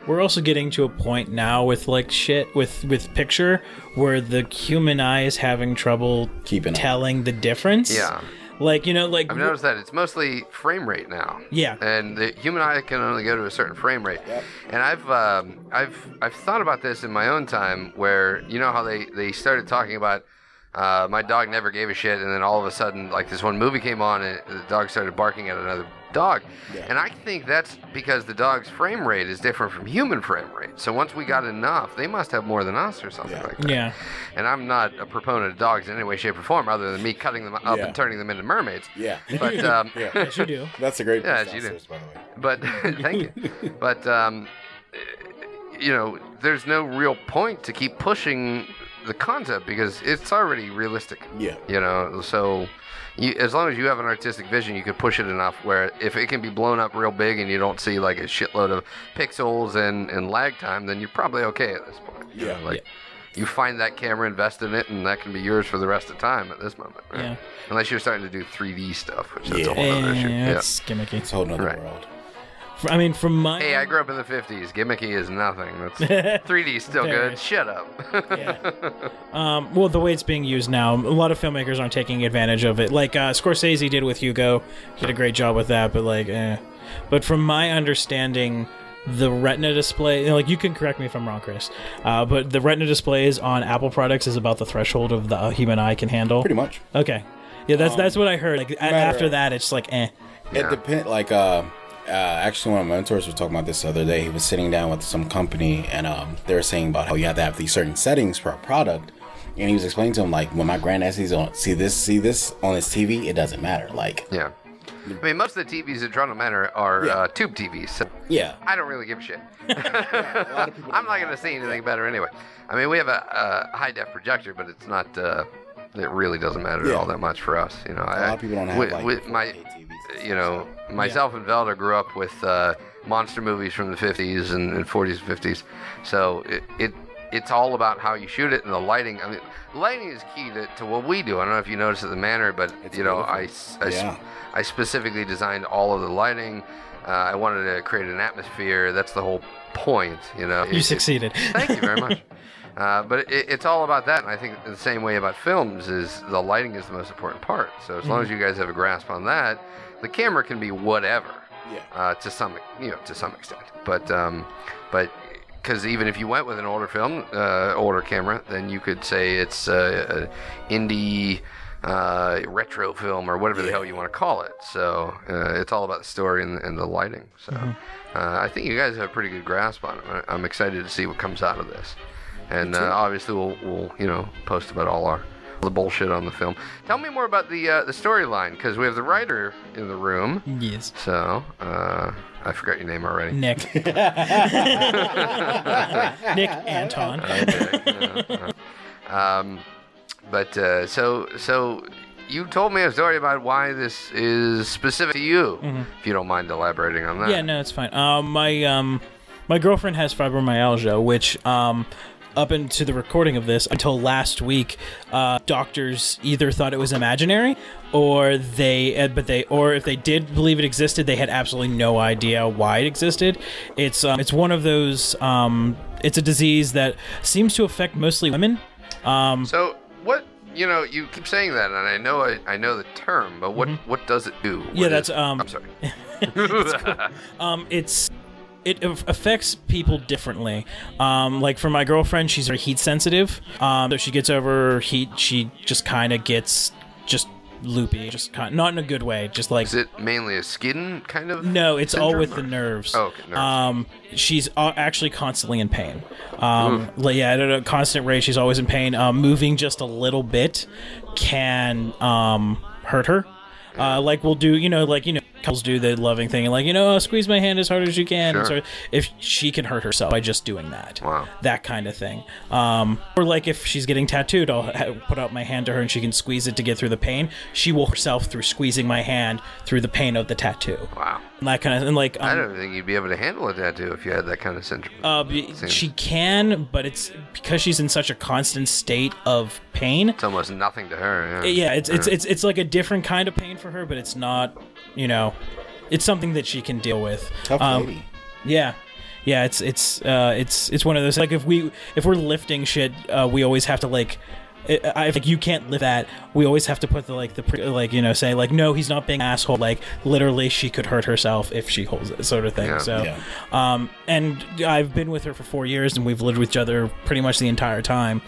S11: We're also getting to a point now with like shit with with picture where the human eye is having trouble
S12: keeping
S11: telling the difference.
S10: Yeah.
S11: Like you know like
S10: i've noticed that it's mostly frame rate now
S11: Yeah.
S10: and the human eye can only go to a certain frame rate and i've um, i've i've thought about this in my own time where you know how they they started talking about uh, my dog never gave a shit and then all of a sudden like this one movie came on and the dog started barking at another dog and i think that's because the dog's frame rate is different from human frame rate so once we got enough they must have more than us or something like that
S11: Yeah.
S10: and I'm not a proponent of dogs in any way, shape, or form, other than me cutting them up
S12: Yeah.
S10: and turning them into mermaids.
S12: Yeah.
S10: But um,
S12: Yeah. Yes, you do. That's a great
S10: Yeah,
S12: piece
S10: as you do.
S12: downstairs, by
S10: But thank you. But um, you know, there's no real point to keep pushing the concept because it's already realistic.
S12: Yeah.
S10: You know, so. You, as long as you have an artistic vision, you could push it enough where if it can be blown up real big and you don't see like a shitload of pixels and, and lag time, then you're probably okay at this point. You
S12: Yeah.
S10: know, like you find that camera, invest in it, and that can be yours for the rest of time at this moment. Right?
S11: Yeah.
S10: Unless you're starting to do 3D stuff, which is
S12: Yeah.
S10: a whole other issue.
S11: Yeah,
S10: Yeah.
S11: it's gimmicky. It's
S12: a whole nother
S10: Right.
S12: world.
S11: I mean from my
S10: Hey, I grew up in the 50s. Gimmicky is nothing. That's 3D is still
S11: Very.
S10: good. Shut up.
S11: Um, well, the way it's being used now, a lot of filmmakers aren't taking advantage of it. Like uh, Scorsese did with Hugo, did a great job with that. But like, eh. but from my understanding, the Retina display, you know, like you can correct me if I'm wrong, Chris, uh, but the Retina displays on Apple products is about the threshold of the uh, human eye can handle. Pretty
S12: much.
S11: Okay. Yeah, that's
S12: Um,
S11: that's what I heard. Like a-
S12: matter-
S11: after that, it's like eh.
S12: It depends. Like, uh, uh, actually, one of my mentors was talking about this the other day. He was sitting down with some company, and um, they were saying about how you have to have these certain settings for a product. And he was explaining to him like, when my granddad sees on see this see this on his TV, it doesn't matter. Like,
S10: yeah, I mean, most of the TVs in Toronto Manor are uh, tube TVs. So
S12: Yeah.
S10: I don't really give a shit. I'm not going to see anything better anyway. I mean, we have a, a high def projector, but it's not. Uh, it really doesn't matter
S12: Yeah.
S10: all that much for us. You
S12: A
S10: know,
S12: lot of people don't have,
S10: with,
S12: like,
S10: with my, you know, myself and Velda grew up with uh, monster movies from the 50s and, and 40s and 50s, so it, it it's all about how you shoot it and the lighting. I mean, lighting is key to, to what we do. I don't know if you noticed at the manor, but you know, I s- I s-
S12: Yeah.
S10: I specifically designed all of the lighting. Uh, I wanted to create an atmosphere. That's the whole point, you know.
S11: You succeeded.
S10: Thank you very much. Uh, but it, it's all about that, and I think the same way about films is the lighting is the most important part. So as long as
S12: Mhm.
S10: you guys have a grasp on that, the camera can be whatever,
S12: Yeah.
S10: uh, to some you know to some extent. But um, but because even if you went with an older film, uh, older camera, then you could say it's uh, a indie uh, retro film or whatever the hell you want to call it. So uh, it's all about the story and, and the lighting. So uh, I think you guys have a pretty good grasp on it. I- I'm excited to see what comes out of this, and uh, obviously we'll, we'll you know post about all our the bullshit on the film. Tell me more about the uh, the storyline because we have the writer in the room.
S11: Yes.
S10: So uh, I forgot your name already.
S11: Nick. Nick Anton.
S10: Okay, yeah, uh, um, but uh, so so you told me a story about why this is specific to you.
S11: Mhm.
S10: If you don't mind elaborating on that.
S11: Yeah, no, it's fine. Um, my um, my girlfriend has fibromyalgia, which um, up into the recording of this until last week, uh, doctors either thought it was imaginary, or they, uh, but they, or if they did believe it existed, they had absolutely no idea why it existed. It's um, it's one of those um, it's a disease that seems to affect mostly women. Um,
S10: so What you know, you keep saying that, and I know I, I know the term, but what what does it do?
S11: Mm-hmm. Yeah,
S10: What
S11: that's,
S10: is-
S11: um,
S10: I'm sorry.
S11: um, it's it af- affects people differently. Um, like for my girlfriend, she's very heat sensitive. Um, so she gets over heat, she just kind of gets just loopy, just kind not in a good way, just like
S10: Is it mainly a skin kind of?
S11: no, it's all
S10: syndrome,
S11: with
S10: or-
S11: the nerves.
S10: Oh, okay, nerves.
S11: Um, she's a- actually constantly in pain.
S10: Mm.
S11: Um, like, yeah, at a constant rate, she's always in pain. Um, moving just a little bit can um, hurt her. Uh, like we'll do, you know, like you know, couples do the loving thing, and like you know, "Oh, squeeze my hand as hard as you can.
S15: Sure.
S11: So if she can hurt herself by just doing that,
S10: wow.
S11: that kind of thing. Um, or like if she's getting tattooed, I'll ha- put out my hand to her, and she can squeeze it to get through the pain. She will herself through squeezing my hand through the pain of the tattoo.
S10: Wow.
S11: And that kind of and like
S10: I
S11: um,
S10: don't think you'd be able to handle a tattoo if you had that kind of syndrome.
S11: uh, b- she can, but it's because she's in such a constant state of pain. It's
S10: almost nothing to her. Yeah,
S11: Yeah, it's it's it's it's like a different kind of pain for her, but it's not, you know, it's something that she can deal with. Um,
S12: Tough lady.
S11: Yeah. Yeah, it's it's uh it's it's one of those like if we if we're lifting shit, uh, we always have to like I I- if like you can't lift that, we always have to put the like the pre- like you know say like no, he's not being an asshole. Like literally, she could hurt herself if she holds it, sort of thing.
S15: Yeah.
S11: So,
S15: Yeah.
S11: um, and I've been with her for four years, and we've lived with each other pretty much the entire time.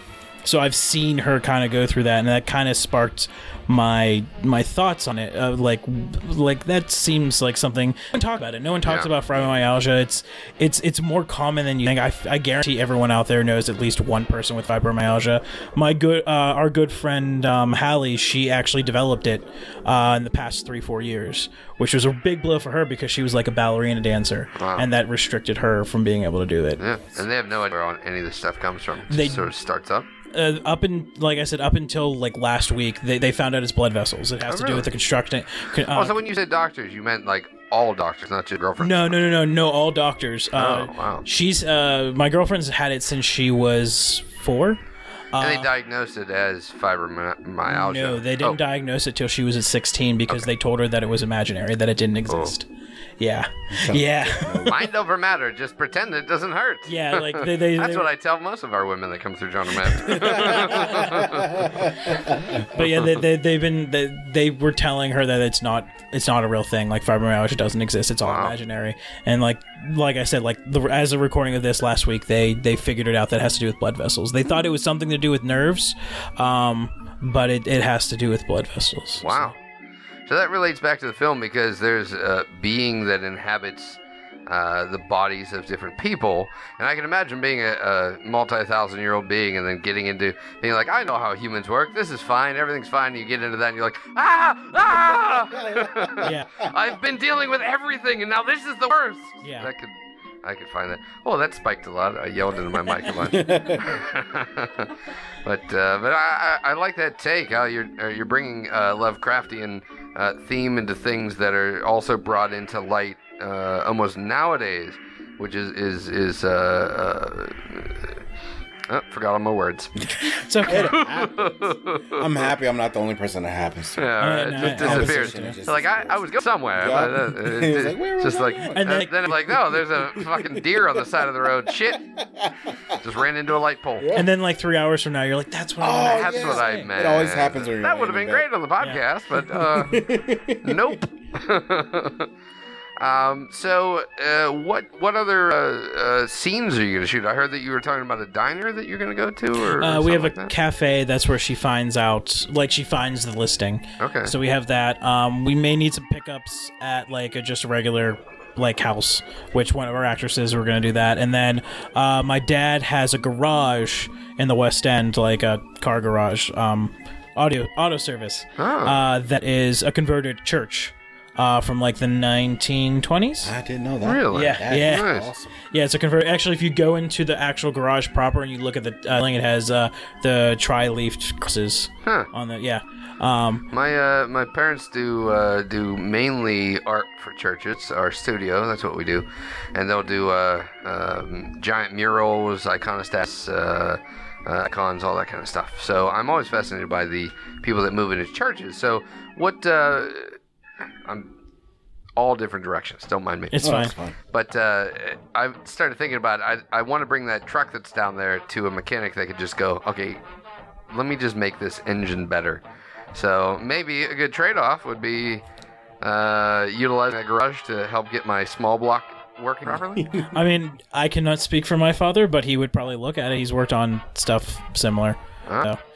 S11: So I've seen her kind of go through that, and that kind of sparked my my thoughts on it. Uh, like, like that seems like something. No one talks about it. No one talks
S15: Yeah.
S11: about fibromyalgia. It's it's it's more common than you think. I, I guarantee everyone out there knows at least one person with fibromyalgia. My good uh, our good friend um, Hallie, she actually developed it uh, in the past three four years, which was a big blow for her because she was like a ballerina dancer, and that restricted her from being able to do it.
S10: Yeah, and they have no idea where any of this stuff comes from. It
S11: They-
S10: sort of starts up.
S11: uh, up in like I said, up until like last week, they, they found out it's blood vessels. It has
S10: Oh,
S11: to
S10: really? Oh,
S11: do with the construction. con- uh,
S10: also, when you said doctors, you meant like all doctors, not just girlfriends.
S11: no, no, no, no, no. All doctors. Uh,
S10: Oh, wow.
S11: She's uh, my girlfriend's had it since she was four. Uh,
S10: and they diagnosed it as fibromyalgia.
S11: No, they
S10: Oh.
S11: didn't diagnose it till she was at 16 because they told her that it was imaginary, that it
S10: Oh.
S11: didn't exist. Yeah. Yeah.
S10: Mind over matter. Just pretend it doesn't hurt.
S11: Yeah, like, they- they-
S10: That's
S11: they-
S10: what I tell most of our women that come through John Romero.
S11: but yeah, they, they, they've been they, they were telling her that it's not it's not a real thing. Like fibromyalgia doesn't exist. It's all imaginary. And like like I said, like the, as a recording of this last week, they they figured it out that it has to do with blood vessels. They thought it was something to do with nerves, um, but it, it has to do with blood vessels.
S10: Wow. So that relates back to the film because there's a being that inhabits uh, the bodies of different people, and I can imagine being a, a multi-thousand-year-old being and then getting into being like, I know how humans work. This is fine. Everything's fine. You get into that, and you're like, ah, ah.
S11: yeah.
S10: I've been dealing with everything, and now this is the worst.
S11: Yeah.
S10: That could I could find that. Oh, that spiked a lot. I yelled into my mic a lot. but uh, but I, I, I like that take. How you're uh, you're bringing uh, Lovecraftian uh, theme into things that are also brought into light uh, almost nowadays, which is is is. Uh, uh, oh, forgot all my words.
S11: It's okay.
S12: I'm happy I'm not the only person that happens to.
S10: Yeah, all right, it just disappears. It's like I, I was going somewhere,
S12: Yeah.
S10: but uh, it,
S12: He was like, "Where was
S10: just
S12: I
S10: like
S12: going?"
S10: and then, I'm like, no, there's a fucking deer on the side of the road. Shit, just ran into a light pole.
S11: And then like three hours from now, you're like, "That's what." I
S6: Oh,
S10: that's what I meant. That would have been great on the podcast, but uh, nope. um, so, uh, what what other uh, uh, scenes are you going to shoot? I heard that you were talking about a diner that you're going to go to, or or
S11: Uh, we have a
S10: something like that?
S11: cafe. That's where she finds out, like she finds the listing.
S10: Okay.
S11: So we have that. Um, we may need some pickups at like a just a regular like house, which one of our actresses we're gonna do that. And then uh, my dad has a garage in the West End, like a car garage, um, audio auto service
S10: Oh.
S11: uh, that is a converted church. Uh, from like the 1920s. I
S12: didn't know
S11: that.
S12: Really?
S11: Yeah.
S12: That is
S11: yeah.
S12: nice.
S11: Yeah, it's a convert. Actually, if you go into the actual garage proper and you look at the uh, thing, it has uh, the tri-leafed crosses on the yeah. Um,
S10: My uh, my parents do uh, do mainly art for churches. Our studio, that's what we do, and they'll do uh, um, giant murals, iconostats, uh, uh, icons, all that kind of stuff. So I'm always fascinated by the people that move into churches. So what? Uh, I'm all different directions. Don't mind me.
S11: It's Oh, fine. that's fine.
S10: But uh, I started thinking about it. I I want to bring that truck that's down there to a mechanic that could just go, okay, let me just make this engine better. So maybe a good trade-off would be uh, utilizing that garage to help get my small block working properly.
S11: I mean, I cannot speak for my father, but he would probably look at it. He's worked on stuff similar. so.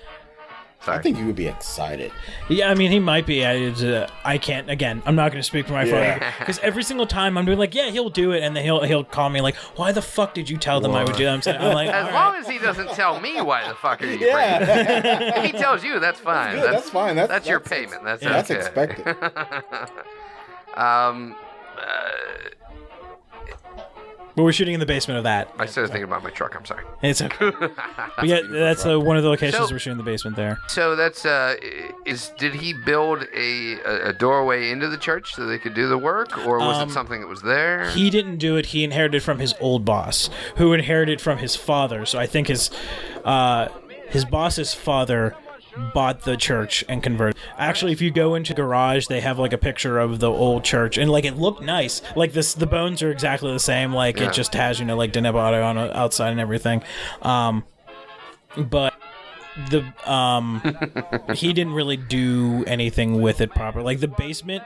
S12: I think you would be excited.
S11: Yeah, I mean, he might be. I, uh, I can't. Again, I'm not going to speak for my
S12: Yeah.
S11: father because every single time I'm doing like, yeah, he'll do it, and then he'll he'll call me like, why the fuck did you tell them I would do that? I'm, saying, I'm like,
S10: as
S11: "All right."
S10: long as he doesn't tell me why the fuck are you
S11: Yeah.
S10: bringing it. he tells you that's fine.
S12: good, that's fine, that's-
S10: your
S12: that's ex-
S10: payment. That's
S12: yeah, that's
S10: okay.
S12: expected.
S10: um, uh,
S11: but we're shooting in the basement of that.
S10: I started thinking about my truck. I'm sorry.
S11: It's okay. But yeah, that's uh, one of the locations
S10: So-
S11: we're shooting in the basement there.
S10: So that's uh, is did he build a a- a doorway into the church so they could do the work, or was
S11: Um,
S10: it something that was there?
S11: He didn't do it. He inherited from his old boss, who inherited from his father. So I think his uh, his boss's father bought the church and converted. Actually, if you go into the garage, they have like a picture of the old church, and like it looked nice. Like this, the bones are exactly the same. Like
S15: Yeah.
S11: it just has you know like Denebado on it outside and everything. Um, but the um he didn't really do anything with it proper like the basement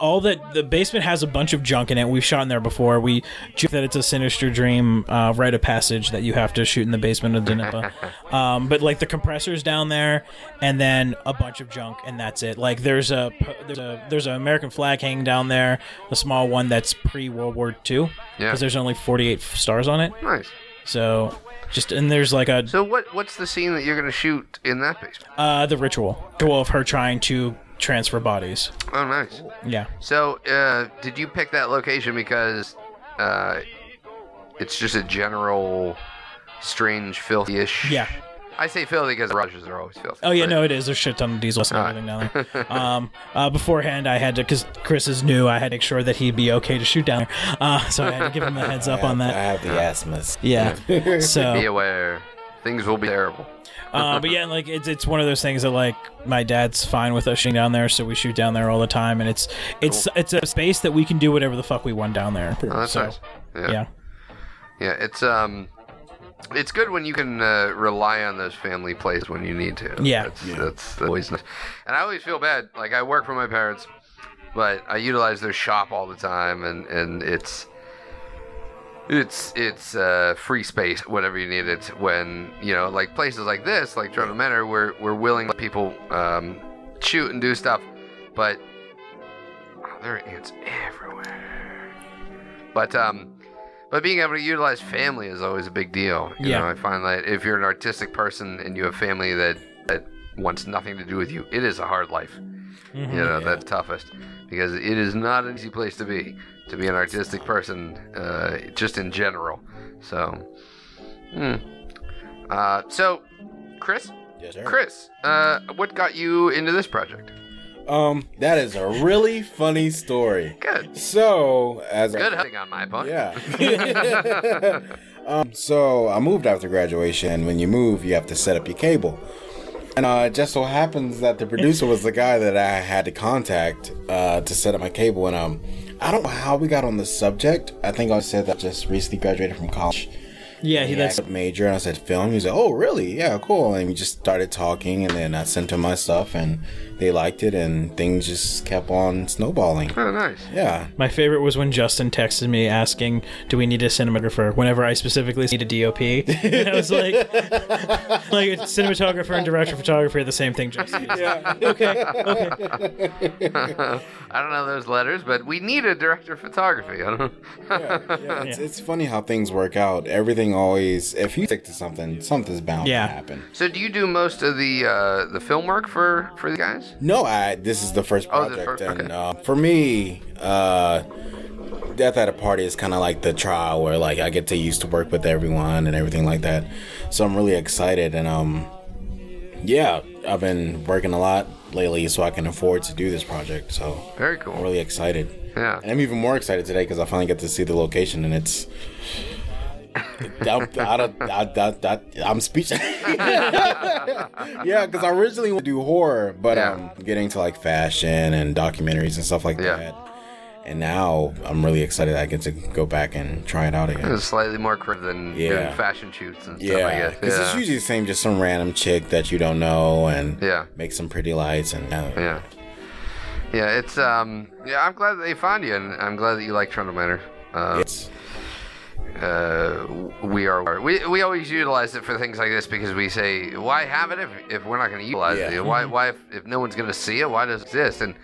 S11: all that the basement has a bunch of junk in it we've shot in there before we joke that it's a sinister dream uh rite of passage that you have to shoot in the basement of Dinipa. um but like the compressors down there and then a bunch of junk and that's it like there's a there's a there's an american flag hanging down there a small one that's pre-world war ii
S10: Yeah.
S11: because there's only 48 stars on it
S10: nice
S11: so just and there's like a
S10: so what what's the scene that you're going to shoot in that basement?
S11: uh, the ritual. Ritual of her trying to transfer bodies.
S10: Oh, nice.
S11: Yeah.
S10: So uh, did you pick that location because uh, it's just a general strange filthy-ish?
S11: Yeah.
S10: I say filthy because the garages are always filthy.
S11: Oh yeah, no, it is. There's shit ton of diesel and everything down there. Um, uh, beforehand, I had to because Chris is new. I had to make sure that he'd be okay to shoot down there. Uh, so I had to give him a heads up on that.
S12: I have the asthmas.
S11: Yeah. So-
S10: be aware, things will be terrible.
S11: uh, but yeah, like it's it's one of those things that like my dad's fine with us shooting down there, so we shoot down there all the time, and it's it's it's a space that we can do whatever the fuck we want down there.
S10: Oh, that's
S11: so,
S10: nice.
S11: yeah.
S10: Yeah, it's um, it's good when you can uh, rely on those family plays when you need to.
S11: Yeah.
S10: that's, That's, that's always nice. And I always feel bad. Like I work for my parents, but I utilize their shop all the time, and and it's it's it's uh, free space whatever you need it when you know like places like this like Toronto Manor we're we're willing to let people um, shoot and do stuff but oh, there are ants everywhere but um but being able to utilize family is always a big deal you
S11: Yeah.
S10: know I find that if you're an artistic person and you have family that that wants nothing to do with you it is a hard life you know, that's toughest because it is not an easy place to be to be an artistic person, uh, just in general. So, hmm. uh, so Chris,
S12: yes, sir.
S10: Chris, uh, what got you into this project?
S12: Um, that is a really funny story.
S10: Good.
S12: So, as
S10: Good
S12: I,
S10: hunting on my part.
S12: Yeah. Um, so I moved after graduation. When you move, you have to set up your cable. And uh, it just so happens that the producer was the guy that I had to contact uh, to set up my cable. And um, I don't know how we got on the subject. I think I said that I just recently graduated from college.
S11: Yeah, he
S12: And
S11: that's
S12: asked what major, and I said film. He was like, "Oh, really? Yeah, cool." And we just started talking, and then I sent him my stuff, and they liked it, and things just kept on snowballing.
S10: Oh, nice.
S12: Yeah.
S11: My favorite was when Justin texted me asking, "Do we need a cinematographer?" Whenever I specifically need a DOP, and I was like, "Like a cinematographer and director of photography are the same thing." Justin.
S12: yeah.
S11: Okay.
S10: I don't know those letters, but we need a director of photography. I don't know.
S12: Yeah, it's, it's funny how things work out. Everything always, if you stick to something, something's bound
S10: Yeah.
S12: to happen.
S10: So, do you do most of the uh, the film work for for the guys?
S12: No, I. This is the first
S10: Oh, the
S12: project,
S10: first-
S12: and uh, for me, uh, Death at a Party is kind of like the trial where like I get to used to work with everyone and everything like that. So I'm really excited, and um, yeah, I've been working a lot lately, so I can afford to do this project. So
S10: very cool.
S12: I'm uh, really excited.
S10: Yeah,
S12: and I'm even more excited today because I finally get to see the location, and it's. I'm, I don't, I, I, I, I'm speechless. yeah, because I originally wanted to do horror, but um, getting to like fashion and documentaries and stuff like that. And now I'm really excited that I get to go back and try it out again.
S10: It's slightly more creative than
S12: Yeah.
S10: doing fashion shoots and stuff. I
S12: Yeah,
S10: guess.
S12: because it's
S10: Yeah.
S12: usually the same, just some random chick that you don't know, and
S10: yeah,
S12: make some pretty lights and
S10: yeah, yeah. It's um, yeah. I'm glad that they found you, and I'm glad that you like Trundle Manor. Um, uh, we are we, we always utilize it for things like this because we say why have it if, if we're not going to utilize
S12: Yeah.
S10: it why why if, if no one's going to see it why does it exist and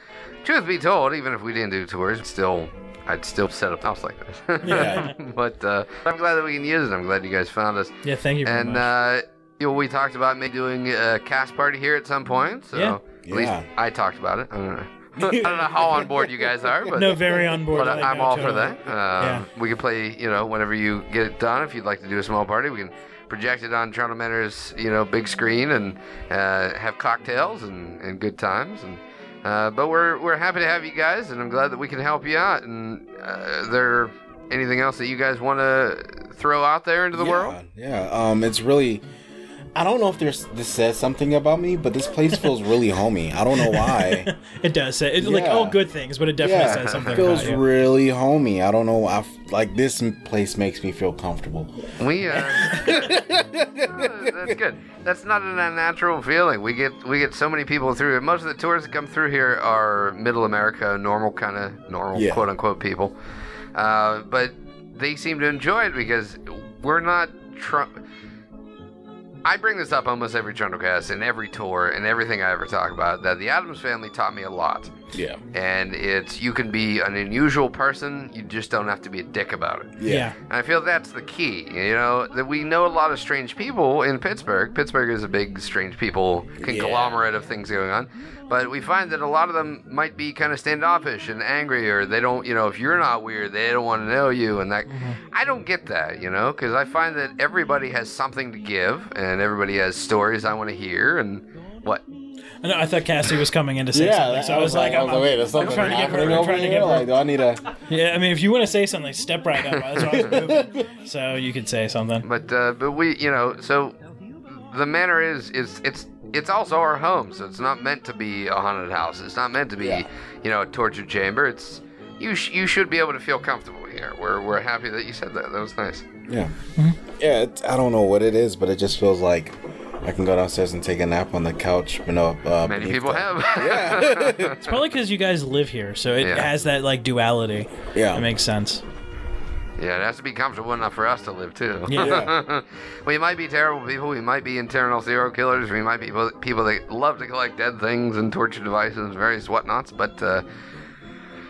S10: truth be told even if we didn't do tours it's still I'd still set up a house like this
S11: Yeah.
S10: but uh, I'm glad that we can use it I'm glad you guys found us
S11: Yeah, thank you very
S10: and
S11: much.
S10: uh, you know, we talked about maybe doing a cast party here at some point so
S11: Yeah.
S10: at least
S11: Yeah.
S10: I talked about it I don't know. I don't know how on board you guys are, but
S11: No, very on board.
S10: But
S11: Like,
S10: I'm
S11: no,
S10: all for
S11: totally.
S10: that. Um, We can play, you know, whenever you get it done. If you'd like to do a small party, we can project it on Toronto Manor's, you know, big screen and uh, have cocktails and, and good times. And uh, but we're we're happy to have you guys, and I'm glad that we can help you out. And uh, is there anything else that you guys want to throw out there into the world?
S12: Yeah, um, it's really. I don't know if there's this says something about me, but this place feels really homey. I don't know why.
S11: it does say it's like
S12: Yeah.
S11: all good things, but it definitely says something.
S12: it feels
S11: about you.
S12: really homey. I don't know. I f- like this m- place makes me feel comfortable.
S10: We uh, that's good. That's not an unnatural feeling. We get we get so many people through here. Most of the tours that come through here are middle America, normal kind of normal
S12: Yeah.
S10: quote unquote people, uh, but they seem to enjoy it because we're not. Tr- I bring this up almost every Trundlecast and every tour and everything I ever talk about that the Adams family taught me a lot.
S12: Yeah.
S10: And it's you can be an unusual person, you just don't have to be a dick about it.
S12: Yeah.
S10: And I feel that's the key. You know, that we know a lot of strange people in Pittsburgh. Pittsburgh is a big strange people conglomerate of things going on. But we find that a lot of them might be kind of standoffish and angry, or they don't, you know, if you're not weird, they don't want to know you. And that, I don't get that, you know, because I find that everybody has something to give and everybody has stories I want to hear. And what?
S11: I, know, I thought Cassie was coming in to say
S12: Yeah,
S11: something, so I was like,
S12: I
S11: I'm,
S12: was like, wait, there's
S11: I'm
S12: something
S11: trying to get her.
S12: happening
S11: I'm
S12: over
S11: trying to
S12: here.
S11: get her.
S12: Like, do I need a?
S11: Yeah, I mean, if you want to say something, step right up. That's why I was moving. So you could say something.
S10: But uh, but we you know so the manor is is it's it's also our home, so it's not meant to be a haunted house. It's not meant to be you know a torture chamber. It's you sh- you should be able to feel comfortable here. We're we're happy that you said that. That was nice.
S12: Yeah. Yeah. It, I don't know what it is, but it just feels like I can go downstairs and take a nap on the couch. But no, uh,
S10: Many
S12: beneath
S10: people
S12: the-
S10: have.
S11: It's probably because you guys live here, so it
S10: Yeah.
S11: has that like duality.
S12: Yeah,
S11: it makes sense.
S10: Yeah, it has to be comfortable enough for us to live too.
S11: Yeah.
S10: we might be terrible people. We might be internal serial killers. We might be people, people that love to collect dead things and torture devices and various whatnots. But uh,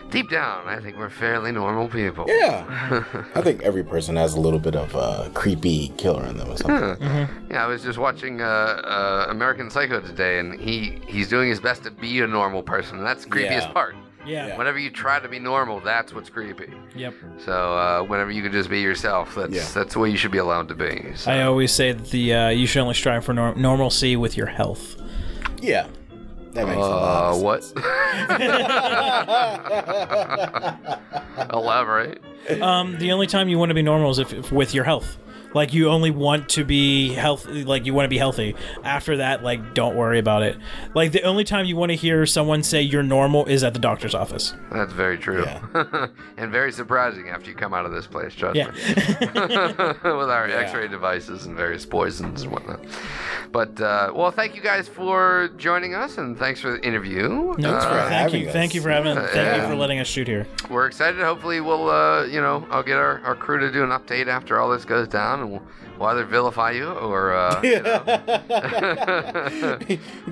S10: Deep down, I think we're fairly normal people.
S12: Yeah. I think every person has a little bit of a creepy killer in them or
S10: Huh.
S12: something.
S10: Yeah, I was just watching uh, uh, American Psycho today, and he, he's doing his best to be a normal person. and That's the creepiest
S12: Yeah.
S10: part.
S11: Yeah.
S10: Whenever you try to be normal, that's what's creepy.
S11: Yep.
S10: So uh, whenever you can just be yourself, that's that's the way you should be allowed to be. So-
S11: I always say that the uh, you should only strive for norm- normalcy with your health.
S12: Yeah. That makes a
S10: uh, what? Elaborate.
S11: Um, the only time you want to be normal is if, if with your health. Like you only want to be healthy. Like you want to be healthy. After that, like don't worry about it. Like the only time you want to hear someone say you're normal is at the doctor's office.
S10: That's very true. and very surprising after you come out of this place, trust
S11: Yeah.
S10: me. With our
S11: Yeah.
S10: x ray devices and various poisons and whatnot. But, uh, well, thank you guys for joining us and thanks for the interview.
S11: No,
S10: Uh,
S11: thank you, thank you for having,
S10: Uh,
S11: thank
S10: yeah.
S11: you for letting us shoot here.
S10: We're excited. Hopefully, we'll, uh, you know, I'll get our, our crew to do an update after all this goes down and we'll, we'll either vilify you or, uh, you know,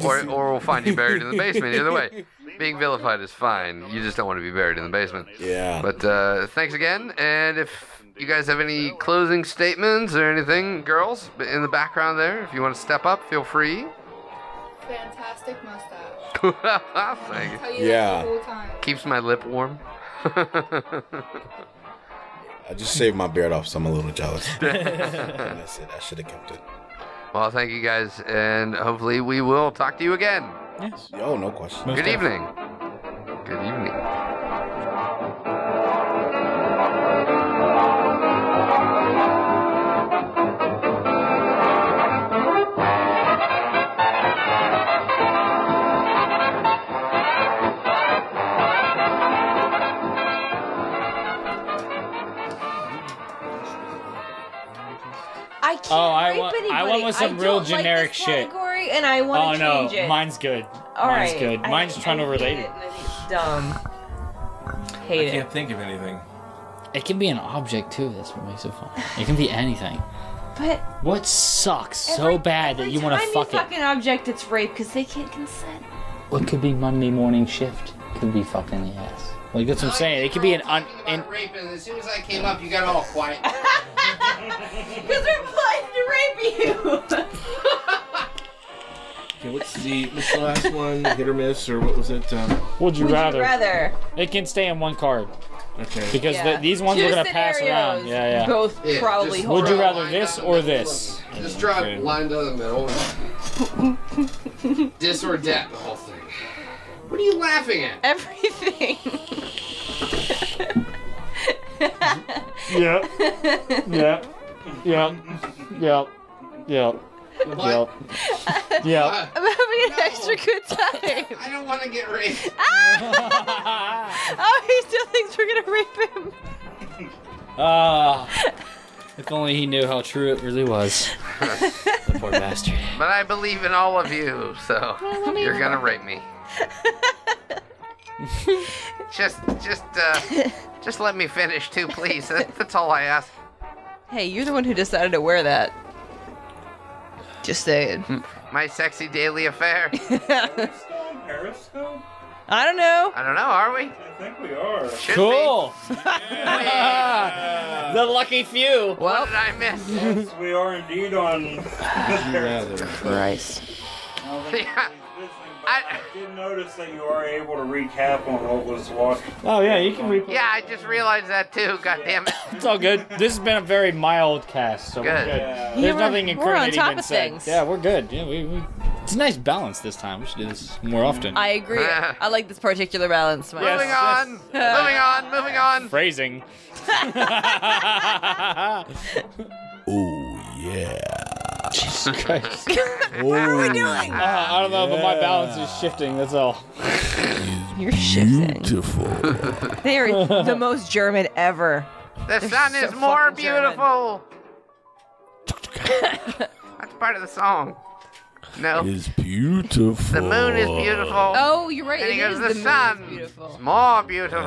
S10: or, or we'll find you buried in the basement. Either way, being vilified is fine. You just don't want to be buried in the basement.
S12: Yeah.
S10: But uh, thanks again. And if you guys have any closing statements or anything, girls b- in the background there, if you want to step up, feel free.
S13: Fantastic mustache.
S10: Thank
S13: Tell
S10: you.
S13: you yeah. the whole time.
S10: Keeps my lip warm.
S12: I just shaved my beard off, so I'm a little jealous.
S10: That's
S12: it. I should have kept it.
S10: Well, thank you guys, and hopefully we will talk to you again.
S11: Yes.
S12: Yo, no question.
S10: Good evening. Good evening.
S7: I can't
S4: Oh, I
S7: rape
S4: want.
S7: anybody.
S4: I went with some
S7: I
S4: real
S7: don't
S4: generic
S7: like this
S4: shit.
S7: Category, and I
S4: Oh
S7: want to
S4: no,
S7: change it.
S4: mine's good.
S7: All
S4: mine's
S7: right.
S4: good.
S7: I-
S4: Mine's trying to
S7: I hate
S4: relate
S7: it, and I think it's dumb. Hate
S4: I
S7: it.
S4: can't think of anything. It can be an object too. That's what makes it fun. It can be anything.
S7: But
S4: What sucks so bad that you want to
S7: I'm
S4: fuck
S7: fucking
S4: it?
S7: fucking object. It's rape because they can't consent.
S4: Well, it could be Monday morning shift. Could be fucked in the ass. Like that's what I'm saying. It could be an un. an
S6: Raping. As soon as I came up, you got all quiet.
S7: Because we're planning to rape you.
S5: Okay, what's the what's the last one? Hit or miss, or what was it? Um,
S4: would you
S7: Would you
S4: rather?
S7: rather?
S4: It can stay in one card.
S5: Okay.
S4: Because
S7: Yeah.
S4: the, these ones
S7: Two
S4: we're gonna pass
S7: scenarios,
S4: around. Yeah, yeah.
S7: both Yeah, probably just-
S4: Would you
S7: horrible.
S4: rather this or this?
S6: Just draw a line down the middle. Dis or death, the whole thing. What are you laughing at?
S7: Everything.
S4: Yeah. Yeah. Yeah. Yeah. Yeah. Yeah. Yeah.
S7: I'm having an extra good time.
S6: I don't want to get raped.
S7: oh, he still thinks we're gonna rape him.
S4: Ah. if only he knew how true it really was. the poor bastard.
S10: But I believe in all of you, so you're gonna rape me. just, just, uh, just let me finish too, please. That, that's all I ask.
S7: Hey, you're the one who decided to wear that. Just saying.
S10: My sexy daily affair.
S8: Periscope?
S7: I don't know.
S10: I don't know. Are we?
S8: I think we are.
S4: cool. the lucky few.
S7: Well,
S10: did I miss?
S8: Yes, we are indeed on.
S7: Christ.
S10: Yeah.
S8: I did notice that you are able to recap on what was watched.
S4: Oh yeah, you can replay.
S10: Yeah, I just realized that too. God damn it.
S4: It's all good. This has been a very mild cast, so we're
S10: Good.
S4: good.
S10: Yeah.
S4: There's
S10: Yeah, we're-
S4: nothing
S7: we're on
S4: incriminating
S7: top
S4: been
S7: of
S4: said.
S7: things.
S4: Yeah, we're good. Yeah, we, we, it's a nice balance this time. We should do this more often.
S7: I agree. I like this particular balance. Mike.
S4: Yes, Moving
S10: on. Moving on. Moving on.
S4: Phrasing.
S5: oh yeah.
S4: Jesus Christ.
S5: what are we
S7: doing?
S4: Ah, I don't know, but my balance is shifting. That's all.
S7: You're shifting.
S5: Beautiful.
S7: They are the most German ever.
S10: The sun is more beautiful. That's part of the song. No.
S5: It's beautiful.
S10: The moon is beautiful.
S7: Oh, you're right.
S10: And he
S7: It
S10: goes,
S7: is
S10: the,
S7: the moon
S10: sun
S7: is beautiful."
S10: is more beautiful.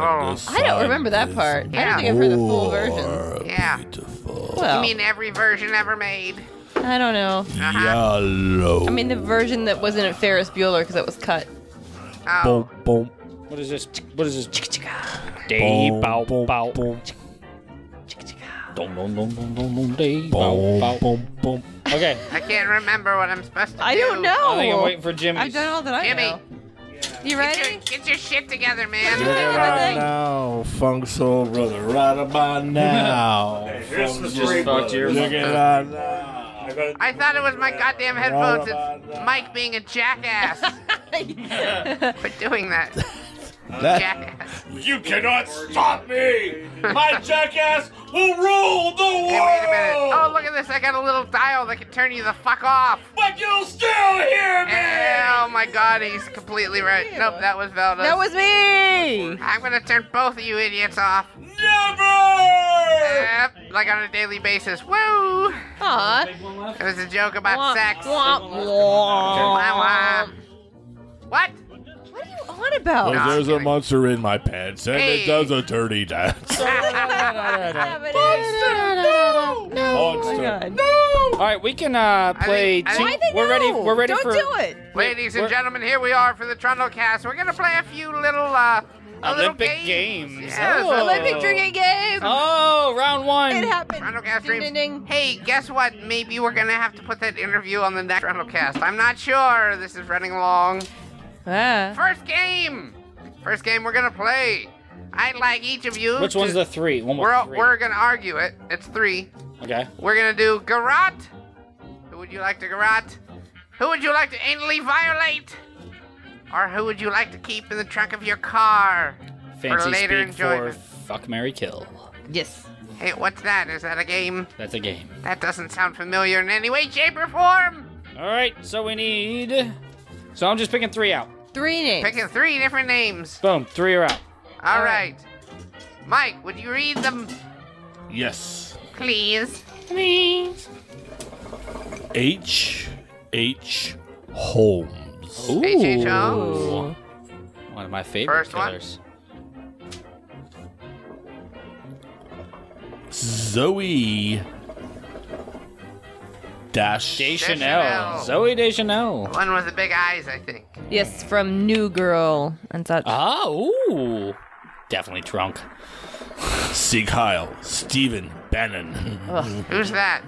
S7: I don't remember that part. I don't think I've heard the full version.
S10: Yeah.
S7: Well.
S10: You mean every version ever made?
S7: I don't know.
S5: Yellow.
S7: I mean, the version that wasn't at Ferris Bueller because that was cut.
S10: Oh.
S5: Boom, boom,
S4: What is this? What is this? Day
S9: Boom,
S4: bow bow. Dum dum dum dum dum dum day bow bow boom boom. Okay.
S6: I can't remember what I'm supposed to
S3: I
S6: do.
S3: don't know.
S4: I think I'm waiting for Jimmy.
S3: I've done all that Oh. I
S6: Jimmy.
S3: know. You ready?
S6: Get your shit together, man.
S5: right now, funk soul brother, right about now.
S6: Hey,
S8: here's
S5: Funk
S8: the
S5: soul
S8: three
S5: brother,
S8: bucks here.
S5: Look at that.
S6: I thought it was my goddamn headphones. It's Mike being a jackass. For doing that.
S5: That-
S8: You cannot stop me! My jackass will rule the world!
S6: Hey, wait a minute. Oh, look at this. I got a little dial that can turn you the fuck off.
S8: But you'll still hear me!
S6: oh my god, he's completely right. Nope, that was Velda.
S3: That was me!
S6: I'm gonna turn both of you idiots off.
S8: Never!
S6: Yep, like on a daily basis. Woo!
S3: Aw.
S6: It was a joke about
S3: Wah,
S6: sex.
S3: wah, wah.
S6: Wah, wah. What?
S3: What are you on about?
S5: Well, there's a monster in my pants, and
S3: Hey.
S5: it does a dirty dance.
S3: Oh my God.
S4: All right, we can uh, play.
S6: I
S4: two-
S6: think- I think
S4: we're ready.
S6: no.
S4: We're ready
S6: Don't
S4: for.
S6: do it. Ladies and
S4: We're-
S6: gentlemen, here we are for the Trundle Cast. We're gonna play a few little uh, a little
S4: Olympic
S6: games.
S4: Games.
S6: Yes,
S4: Oh.
S3: Olympic drinking game.
S4: Oh, round one.
S3: It happened.
S6: Trundle Cast
S3: Ding,
S6: dreams.
S3: ding, ding.
S6: Hey, guess what? Maybe we're gonna have to put that interview on the next Trundle Cast. I'm not sure. This is running long.
S4: Ah.
S6: First game. First game we're gonna play. I'd like each of you.
S4: Which
S6: to-
S4: one's the three? One more
S6: We're
S4: three.
S6: we're gonna argue it. It's three.
S4: Okay.
S6: We're gonna do garrote. Who would you like to garrote? Who would you like to anally violate? Or who would you like to keep in the trunk of your car
S4: Fancy
S6: for later
S4: speak for
S6: enjoyment?
S4: fuck, Mary kill.
S3: Yes.
S6: Hey, what's that? Is that a game?
S4: That's a game.
S6: That doesn't sound familiar in any way, shape, or form.
S4: All right, so we need. So I'm just picking three out.
S3: Three names.
S6: Picking three different names.
S4: Boom, three are out.
S6: All right. Mike, would you read them,
S5: Yes.
S6: please? Please.
S5: H. H. Holmes.
S4: Ooh.
S6: H.H. Holmes.
S4: One of my favorite
S6: First one.
S4: killers.
S5: Zoe. Dash.
S4: Deschanel. Zoe Deschanel.
S6: One with the big eyes, I think.
S3: Yes, from New Girl and such.
S4: Oh, ooh. Definitely drunk.
S5: Sig Heil. Stephen Bannon.
S6: Who's that?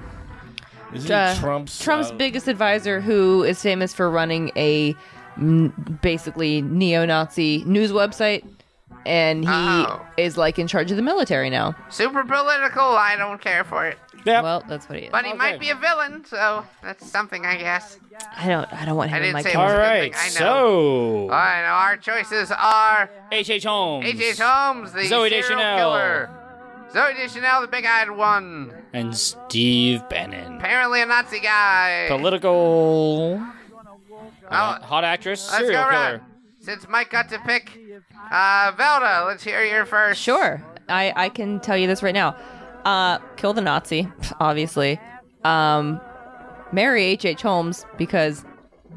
S5: Isn't
S3: Uh,
S5: he Trump's uh,
S3: biggest advisor, who is famous for running a mm, basically neo-Nazi news website, and he
S6: Oh.
S3: is like in charge of the military now.
S6: Super political. I don't care for it.
S3: Well, that's what he is.
S6: But he might be a villain, so that's something, I guess.
S3: I don't. I don't want
S6: I
S3: him in
S6: didn't
S3: my
S6: say it
S3: car.
S6: was a good
S4: Alright,
S6: thing, I know.
S4: so-
S6: All right, now our choices are
S4: H.H. Holmes.
S6: H.H. Holmes, the
S4: Zoe
S6: serial
S4: Deschanel.
S6: killer. Zoe Deschanel, the big-eyed one.
S4: And Steve Bannon.
S6: Apparently a Nazi guy.
S4: Political.
S6: Oh,
S4: Hot actress.
S6: let's
S4: uh, serial
S6: go
S4: killer.
S6: around. Since Mike got to pick, uh, Velda, let's hear your first.
S3: Sure. I, I can tell you this right now. Uh, kill the Nazi, obviously. Um, marry H.H. Holmes because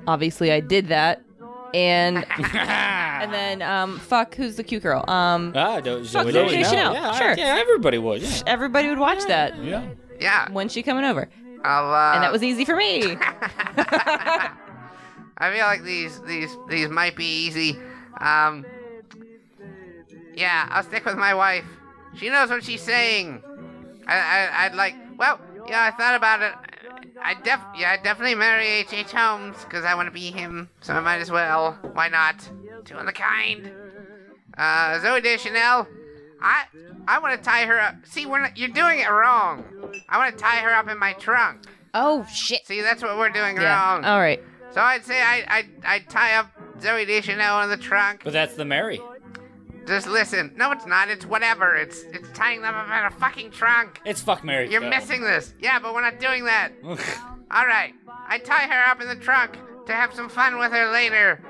S3: obviously I did that. And and then um, fuck who's the cute girl? Um,
S4: Ah, no,
S3: fuck Zoe
S4: Zoe Deschanel.
S3: Deschanel.
S4: Yeah,
S3: sure.
S4: yeah, everybody would. Yeah.
S3: Everybody would watch that.
S5: Yeah.
S6: Yeah.
S3: When's she coming over?
S6: I'll, uh,
S3: and that was easy for me.
S6: I feel like these these these might be easy. Um, yeah, I'll stick with my wife. She knows what she's saying. I, I I'd like. Well, yeah, I thought about it. I def yeah, I definitely marry H H Holmes because I want to be him. So I might as well. Why not? Two of the kind. Uh, Zoe Deschanel. I I want to tie her up. See, we're not, you're doing it wrong. I want to tie her up in my trunk.
S3: Oh shit.
S6: See, that's what we're doing
S3: yeah.
S6: wrong.
S3: All right.
S6: So I'd say I I I tie up Zoe Deschanel in the trunk.
S4: But that's the Mary.
S6: Just listen. No, it's not. It's whatever. It's it's tying them up in a fucking trunk.
S4: It's fuck Mary.
S6: You're
S4: kill.
S6: missing this. Yeah, but we're not doing that. All right. I tie her up in the trunk to have some fun with her later.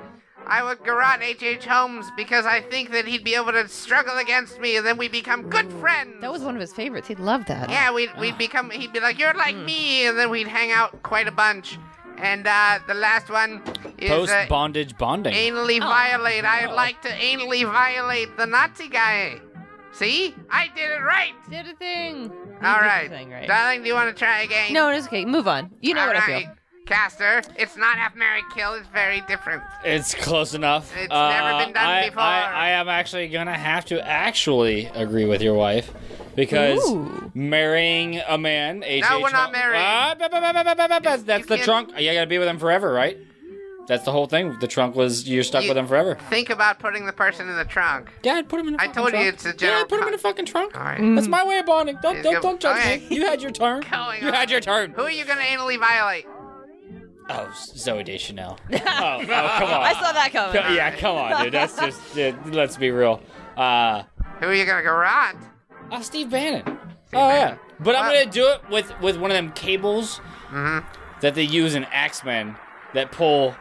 S6: I would garrote H.H. Holmes because I think that he'd be able to struggle against me and then we become good friends.
S3: That was Ah. one of his favorites. He loved that.
S6: Yeah, we'd, we'd become, he'd be like, you're like
S3: Hmm.
S6: me, and then we'd hang out quite a bunch. And uh, the last one is
S4: Post
S6: uh,
S4: bondage bonding.
S6: anally
S3: Oh.
S6: violate. I'd like to anally violate the Nazi guy. See? I did it right.
S3: Did a thing.
S6: All
S3: did the
S6: right.
S3: thing right.
S6: Darling, do you want to try again?
S3: No, it's okay. Move on. You know
S6: All
S3: what I
S6: right.
S3: feel.
S6: Caster, it's not half Mary Kill, it's very different.
S4: It's close enough. Uh,
S6: It's never been done
S4: I,
S6: before.
S4: I, I am actually gonna have to actually agree with your wife because marrying a man, age
S6: No,
S4: age
S6: we're not
S4: ho-
S6: married.
S4: Ah, ba- ba- ba- ba- ba- ba- ba- ba- that's the
S6: can't-
S4: trunk. You gotta be with him forever, right? That's the whole thing. The trunk was you're stuck
S6: You-
S4: with him forever.
S6: Think about putting the person in the trunk.
S4: Yeah, put him in. The
S6: I told you
S4: trunk.
S6: it's a general.
S4: Yeah, put him in a fucking trunk.
S6: All right.
S4: That's my way of bonding. Don't
S6: It's
S4: don't,
S6: good.
S4: don't judge
S6: Okay.
S4: me. You had your turn. you had your turn.
S6: Who are you gonna anally violate?
S4: Oh, Zoe Deschanel. oh, oh, come on. I
S3: saw that coming.
S4: Yeah, come on, dude. That's just. dude, let's be real. Uh,
S6: Who are you gonna go rot?
S4: Uh, Steve Bannon. Oh yeah, but I'm gonna do it with with one of them cables Mm-hmm. that they use in X Men that pull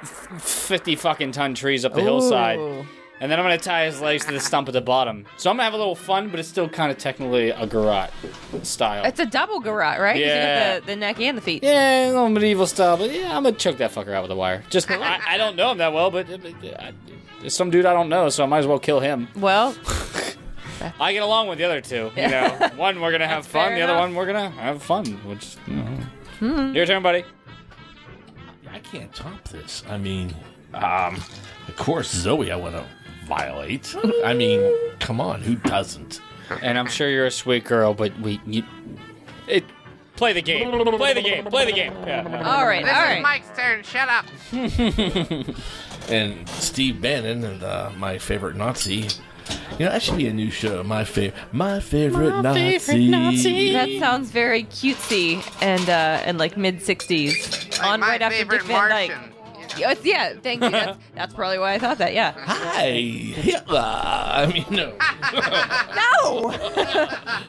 S4: f- fifty fucking ton trees up the hillside,
S15: Ooh.
S4: and then I'm gonna tie his legs to the stump at the bottom. So I'm gonna have a little fun, but it's still kind of technically a garrote style.
S3: It's a double garrote, right? 'Cause
S4: Yeah.
S3: You got the, the neck and the feet.
S4: Yeah, a little medieval style, but yeah, I'm gonna choke that fucker out with a wire. Just I, I don't know him that well, but, but I, it's some dude I don't know, so I might as well kill him.
S3: Well,
S4: I get along with the other two. You know, one we're gonna have fun,
S3: fair
S4: the other
S3: enough. Hmm.
S4: one we're gonna have fun. Which you know. your turn, buddy.
S5: I can't top this. I mean, um, of course, Zoe, I want to violate. I mean, come on, who doesn't?
S4: And I'm sure you're a sweet girl, but we you, it play the game, play the game, play the game. Yeah.
S3: all right,
S6: This
S3: all
S6: is
S3: right.
S6: Mike's turn. Shut up.
S5: and Steve Bannon and uh, my favorite Nazi. You know, that should be a new show. My favorite, my favorite Nazi.
S3: That sounds very cutesy and uh, and like mid '60s. on right after Dick
S6: favorite
S3: Van Dyke.
S6: Martian.
S3: Yeah, yeah, thank you. That's, that's probably why I thought that. Yeah.
S5: Hi, Hitler. I mean, no.
S3: No.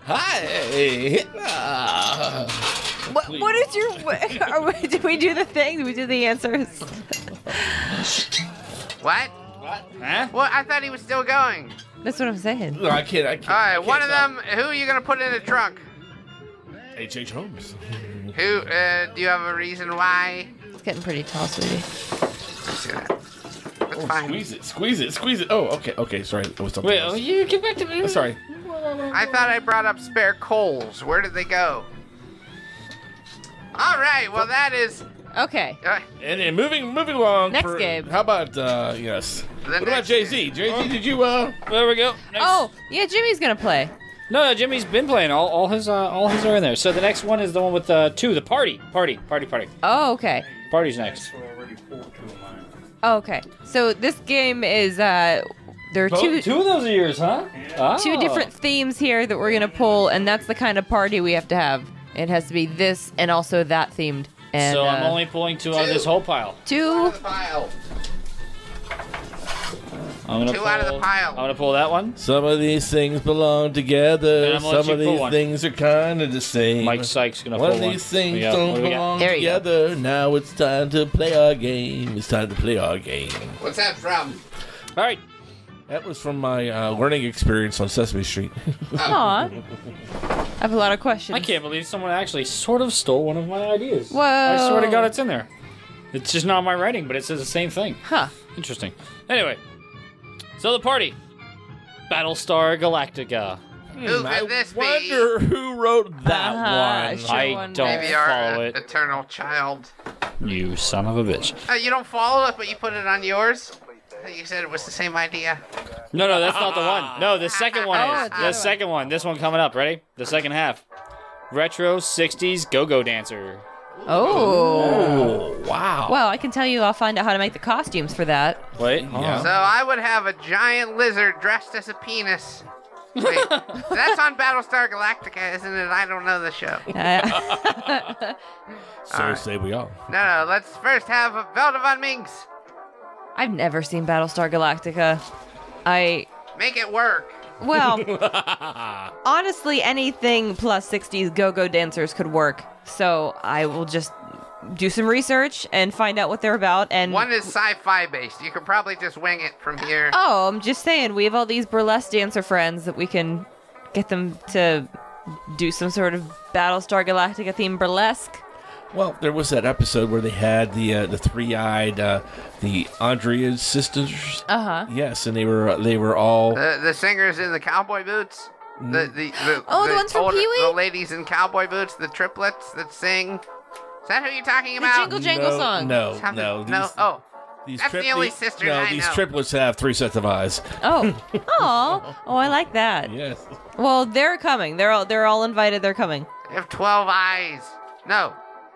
S5: Hi, Hitler.
S3: what, what is your? What, are we, did we do the thing? Did we do the answers?
S6: What?
S5: What? Huh?
S6: Well, I thought he was still going.
S3: That's what I'm saying.
S5: No, I can't. I can't.
S6: All right,
S5: I can't
S6: one of
S5: stop.
S6: them. Who are you gonna put in the trunk?
S5: H.H. H. Holmes.
S6: Who? Uh, do you have a reason why?
S3: It's getting pretty tall, sweetie.
S5: Oh, squeeze it, squeeze it, squeeze it. Oh, okay, okay. Sorry, it was something
S4: Wait,
S5: else.
S4: oh, you get back to me.
S5: Sorry.
S6: I thought I brought up spare coals. Where did they go? All right.
S5: Oh.
S6: Well, that is. uh,
S3: Okay.
S5: And, and moving moving along.
S3: Next
S5: for-
S3: game.
S5: How about uh yes? what about Jay Z? Jay Z, did you uh?
S4: Oh. There we go.
S3: Oh, yeah, Jimmy's gonna play.
S4: No, no, Jimmy's been playing. All, all his uh, all his are in there. So the next one is the one with uh, two, the party, party, party, party.
S3: Oh, okay.
S4: Party's next.
S3: Oh, okay. So this game is uh there are
S4: Both-
S3: two
S4: two of those are yours, huh?
S3: Two
S4: Oh.
S3: different themes here that we're gonna pull, and that's the kind of party we have to have. It has to be this and also that themed. And,
S4: so I'm
S3: uh,
S4: only pulling two out of this whole pile.
S3: two.
S4: I'm gonna
S6: Two
S4: pull,
S6: out of the pile.
S4: I'm gonna pull that one.
S5: Some of these things belong together.
S4: I'm gonna let
S5: Some of
S4: you pull
S5: these
S4: one.
S5: things are kind of the same.
S4: Mike Sykes gonna
S5: one
S4: pull
S5: of
S4: one.
S5: these things
S4: We got- what
S5: don't
S4: do we got?
S5: belong
S4: There you go.
S5: together. Now it's time to play our game. It's time to play our game.
S6: What's that from?
S4: All right.
S5: That was from my uh, learning experience on Sesame Street.
S3: Aw. I have a lot of questions.
S4: I can't believe someone actually sort of stole one of my ideas.
S3: Whoa.
S4: I swear to God, it's in there. It's just not my writing, but it says the same thing.
S3: Huh.
S4: Interesting. Anyway, so the party, Battlestar Galactica.
S6: Who could this
S5: wonder who wrote that
S6: Uh-huh,
S4: one.
S6: sure
S4: I
S6: wonder.
S4: don't
S6: Maybe our, uh,
S4: follow it.
S6: Eternal child.
S4: You son of a bitch.
S6: Uh, you don't follow it, but you put it on yours. You said it was the same idea.
S4: No, no, that's not the one. No, the second one
S6: Oh,
S4: is.
S6: it's the
S4: The
S6: other
S4: second one. This one coming up. Ready? The second half. Retro 60s go go dancer.
S3: Oh.
S5: wow.
S3: Well, I can tell you I'll find out how to make the costumes for that.
S4: Wait.
S6: So
S5: Oh.
S6: I would have a giant lizard dressed as a penis. Wait, that's on Battlestar Galactica, isn't it? I don't know the show.
S3: Uh,
S5: so say we all.
S6: No, no. Let's first have a Velda von Minks.
S3: I've never seen Battlestar Galactica. I
S6: Make it work.
S3: Well, honestly, anything plus 60s go go dancers could work. So I will just do some research and find out what they're about. And
S6: One is sci-fi based. You could probably just wing it from here.
S3: oh, I'm just saying, we have all these burlesque dancer friends that we can get them to do some sort of Battlestar Galactica themed burlesque.
S5: Well, there was that episode where they had the uh, the three eyed uh, the Andrea's sisters.
S3: Uh huh.
S5: Yes, and they were uh, they were all.
S6: The the singers in the cowboy boots.
S5: Mm.
S6: The the, the
S3: Oh, the ones from
S6: older-
S3: Pee Wee?
S6: The ladies in cowboy boots. The triplets that sing. Is that who you're talking about?
S7: Jingle Jangle
S5: no,
S7: song.
S5: No,
S6: Something-
S5: no,
S6: no, oh.
S5: these
S6: That's the only
S5: these-
S6: sister
S5: no,
S6: I
S5: these
S6: know.
S5: triplets have three sets of eyes.
S3: Oh, oh, oh! I like that.
S5: Yes.
S3: Well, they're coming. They're all they're all invited. They're coming.
S6: They have twelve eyes. No,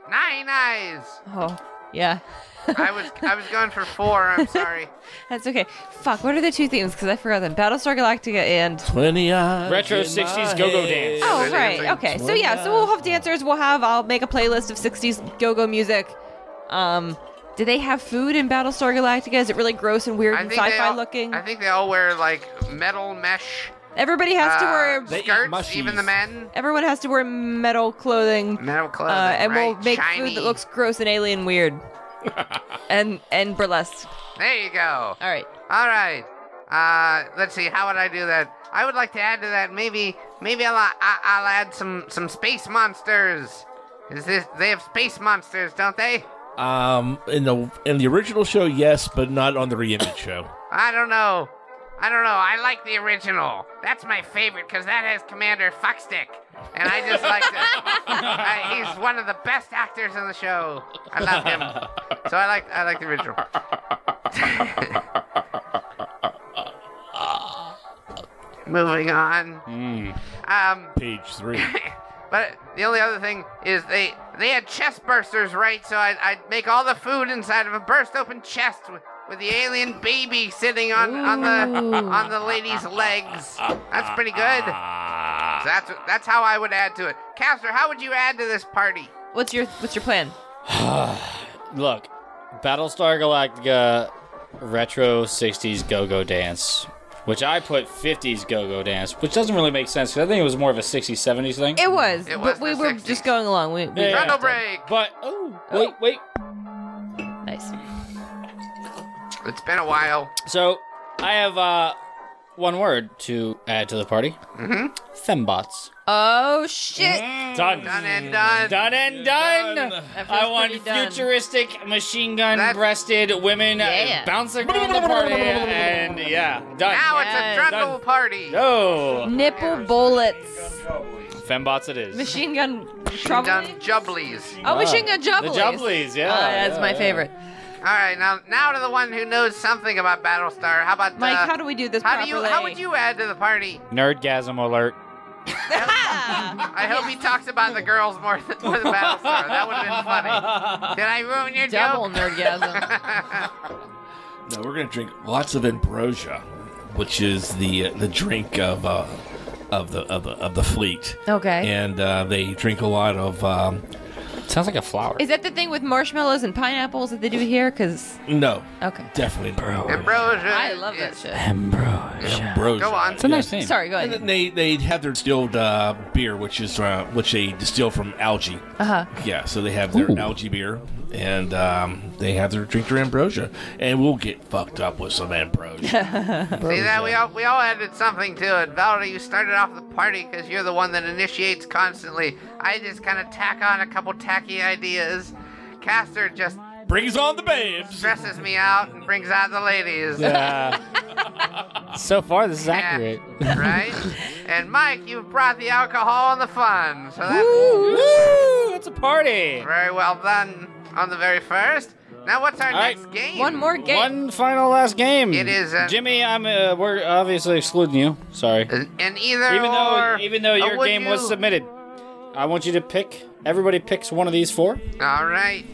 S6: nine eyes.
S3: Oh, yeah.
S6: I was I was going for four. I'm sorry.
S3: That's okay. Fuck. What are the two themes? Because I forgot them. Battlestar Galactica and.
S5: Twenty eyes.
S4: Retro
S5: in my
S4: 60s go-go dance.
S3: Oh right. Okay. So yeah. So we'll have dancers. We'll have. I'll make a playlist of '60s go-go music. Um, do they have food in Battlestar Galactica? Is it really gross and weird
S6: I
S3: and
S6: think they
S3: sci-fi
S6: all-
S3: looking?
S6: I think they all wear like metal mesh.
S3: Everybody has to
S6: uh,
S3: wear
S6: skirts, even the men.
S3: Everyone has to wear metal clothing.
S6: Metal clothing,
S3: uh, and we'll
S6: right,
S3: make
S6: shiny.
S3: food that looks gross and alien weird, and and burlesque.
S6: There you go.
S3: All right.
S6: All right. Uh, let's see. How would I do that? I would like to add to that. Maybe, maybe I'll, I- I'll add some some space monsters. Is this? They have space monsters, don't they?
S5: Um, in the in the original show, yes, but not on the reimage show.
S6: I don't know. I don't know. I like the original. That's my favorite because that has Commander Fuckstick, and I just like to. I, he's one of the best actors in the show. I love him. So I like I like the original. Moving on. Um,
S5: Page three.
S6: But the only other thing is they they had chest bursters, right? So I'd, I'd make all the food inside of a burst open chest with, with the alien baby sitting on, on the
S2: Ooh.
S6: on the lady's legs. That's pretty good. So that's that's how I would add to it. Castor, how would you add to this party?
S3: What's your what's your plan?
S4: Look, Battlestar Galactica retro 60s go go dance, which I put 50s go go dance, which doesn't really make sense because I think it was more of a 60s 70s thing.
S3: It was, but we were just going along. We, we
S4: Yeah.
S6: Trundle break.
S4: But oh, wait, wait.
S3: Nice.
S6: It's been a while.
S4: So I have uh, one word to add to the party
S6: Mhm.
S4: Fembots.
S3: Oh shit!
S4: Done.
S6: Done and done.
S4: Done and done. I want futuristic machine gun breasted women
S6: Yeah.
S4: uh, bouncing around the party, and yeah, done.
S6: Now it's a trundle party.
S4: No,
S3: Nipple bullets,
S4: fembots it is.
S3: machine gun trouble.
S6: Jubblies.
S3: Oh, machine gun
S4: The
S3: jubblies.
S4: jubblies, yeah,
S3: Oh, that's
S4: yeah,
S3: my
S4: yeah.
S3: favorite.
S6: All right, now now to the one who knows something about Battlestar. How about
S3: Mike,
S6: uh,
S3: how do we do this
S6: How do you? How
S3: properly?
S6: would you add to the party?
S4: Nerdgasm alert.
S6: I hope he talks about the girls more than, more than Battlestar. That would have been funny. Did I ruin your
S3: Double
S6: joke?
S3: nerdgasm.
S5: No, we're gonna drink lots of ambrosia, which is the uh, the drink of uh, of the of the of the fleet.
S3: Okay.
S5: And uh, they drink a lot of. Um,
S4: Sounds like a flower.
S3: Is that the thing with marshmallows and pineapples that they do here? Because
S5: No.
S3: Okay.
S5: Definitely not.
S6: Ambrosia.
S3: I love that shit.
S5: Ambrosia. Go on.
S3: It's a nice name. Sorry, go ahead.
S5: And then they they have their distilled uh, beer, which is uh, which they distill from algae.
S3: Uh huh.
S5: Yeah, so they have their algae beer, and um, they have their drink their ambrosia, and we'll get fucked up with some ambrosia.
S6: See that we all we all added something to it. Valerie, you started off the party because you're the one that initiates constantly. I just kind of tack on a couple tacky ideas. Caster just
S5: brings on the babes,
S6: stresses me out, and brings out the ladies.
S4: Uh, so far, this is accurate.
S6: right? And Mike, you've brought the alcohol and the fun. So that,
S4: woo, it's a party.
S6: Very well done on the very first. Now, what's our next game?
S3: One more game.
S4: One final last game.
S6: It is, uh,
S4: Jimmy. I'm. Uh, we're obviously excluding you. Sorry.
S6: And either
S4: even though
S6: or,
S4: even though
S6: or
S4: your
S6: would
S4: game was
S6: you?
S4: submitted, I want you to pick. Everybody picks one of these four.
S6: All right.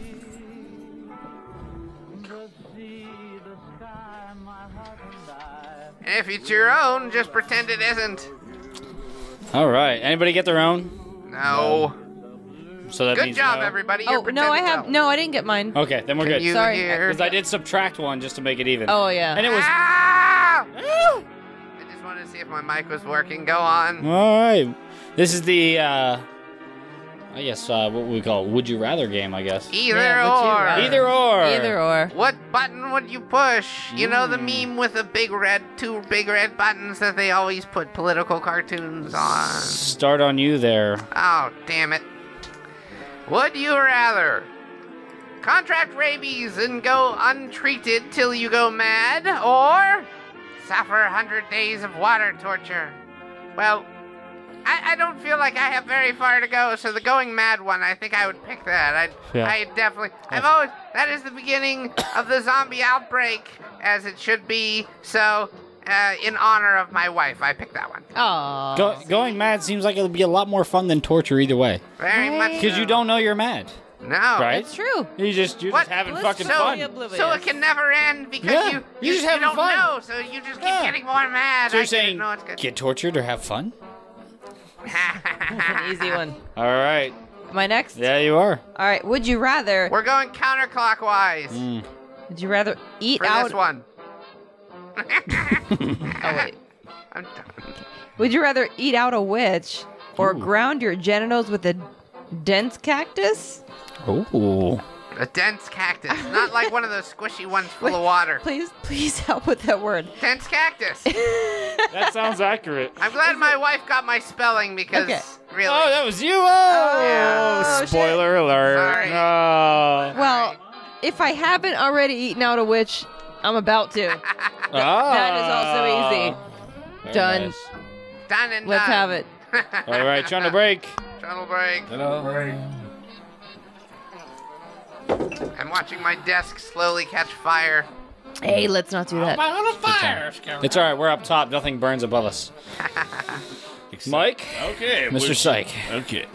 S6: And if it's your own, just pretend it isn't.
S4: All right. Anybody get their own?
S6: No.
S4: So that
S6: Good
S4: means
S6: job,
S4: no.
S6: everybody. You're
S3: Oh no, I
S6: pretending
S3: have no. I didn't get mine.
S4: Okay, then we're
S6: Can
S4: good.
S6: you Sorry. hear-
S4: because I did subtract one just to make it even.
S3: Oh yeah.
S4: And it was.
S6: Ah! I just wanted to see if my mic was working. Go on.
S4: All right. This is the. uh I guess uh, what we call would you rather game. I guess.
S6: Either
S3: Yeah, would you
S6: or.
S3: rather?
S4: Either or.
S3: Either or.
S6: What button would you push? You know the meme with the big red, two big red buttons that they always put political cartoons on.
S4: Start on you there.
S6: Oh, damn it. Would you rather contract rabies and go untreated till you go mad, or suffer 100 days of water torture? Well, I, I don't feel like I have very far to go, so the going mad one, I think I would pick that. I
S10: Yeah.
S6: I definitely I've always that is the beginning of the zombie outbreak as it should be. So, uh, in honor of my wife, I picked that one.
S3: Oh.
S4: Go, going mad seems like it'll be a lot more fun than torture either way.
S6: Very much
S4: Because you don't know you're mad.
S6: No.
S4: Right?
S6: It's
S3: true.
S4: You just you're just having fucking
S6: so,
S4: fun.
S6: So it can never end because
S4: Yeah,
S6: you
S4: you're just having
S6: don't
S4: fun.
S6: know, so you just keep getting more mad.
S4: So you're
S6: I
S4: saying
S6: know it's good.
S4: get tortured or have fun?
S3: That's an easy one.
S4: All right.
S3: Am I next?
S4: Yeah, you are.
S3: All right. Would you rather?
S6: We're going counterclockwise.
S4: Mm.
S3: Would you rather eat
S6: For
S3: out
S6: this one.
S3: oh wait. Would you rather eat out a witch or
S6: Ooh.
S3: ground your genitals with a dense cactus?
S4: Ooh.
S6: A dense cactus, not like one of those squishy ones full of water.
S3: Please, please help with that word.
S6: Dense cactus.
S10: That sounds accurate.
S6: I'm glad my wife got my spelling because really.
S10: Oh, that was you. Oh,
S6: yeah.
S10: spoiler alert.
S6: Sorry.
S4: Oh.
S10: No.
S3: Well, if I haven't already eaten out a witch, I'm about to.
S4: Ah.
S3: that is also easy.
S10: Very
S3: Done.
S10: nice.
S6: Done and
S3: Let's
S6: done.
S3: have it.
S10: All right, trying to break.
S6: Tunnel break.
S5: Tunnel break.
S6: I'm watching my desk slowly catch fire.
S3: Hey, let's not do that.
S6: little fire.
S4: It's all right. We're up top. Nothing burns above us. Mike.
S5: Okay,
S4: Mr.
S5: would-
S4: Psych.
S5: Okay.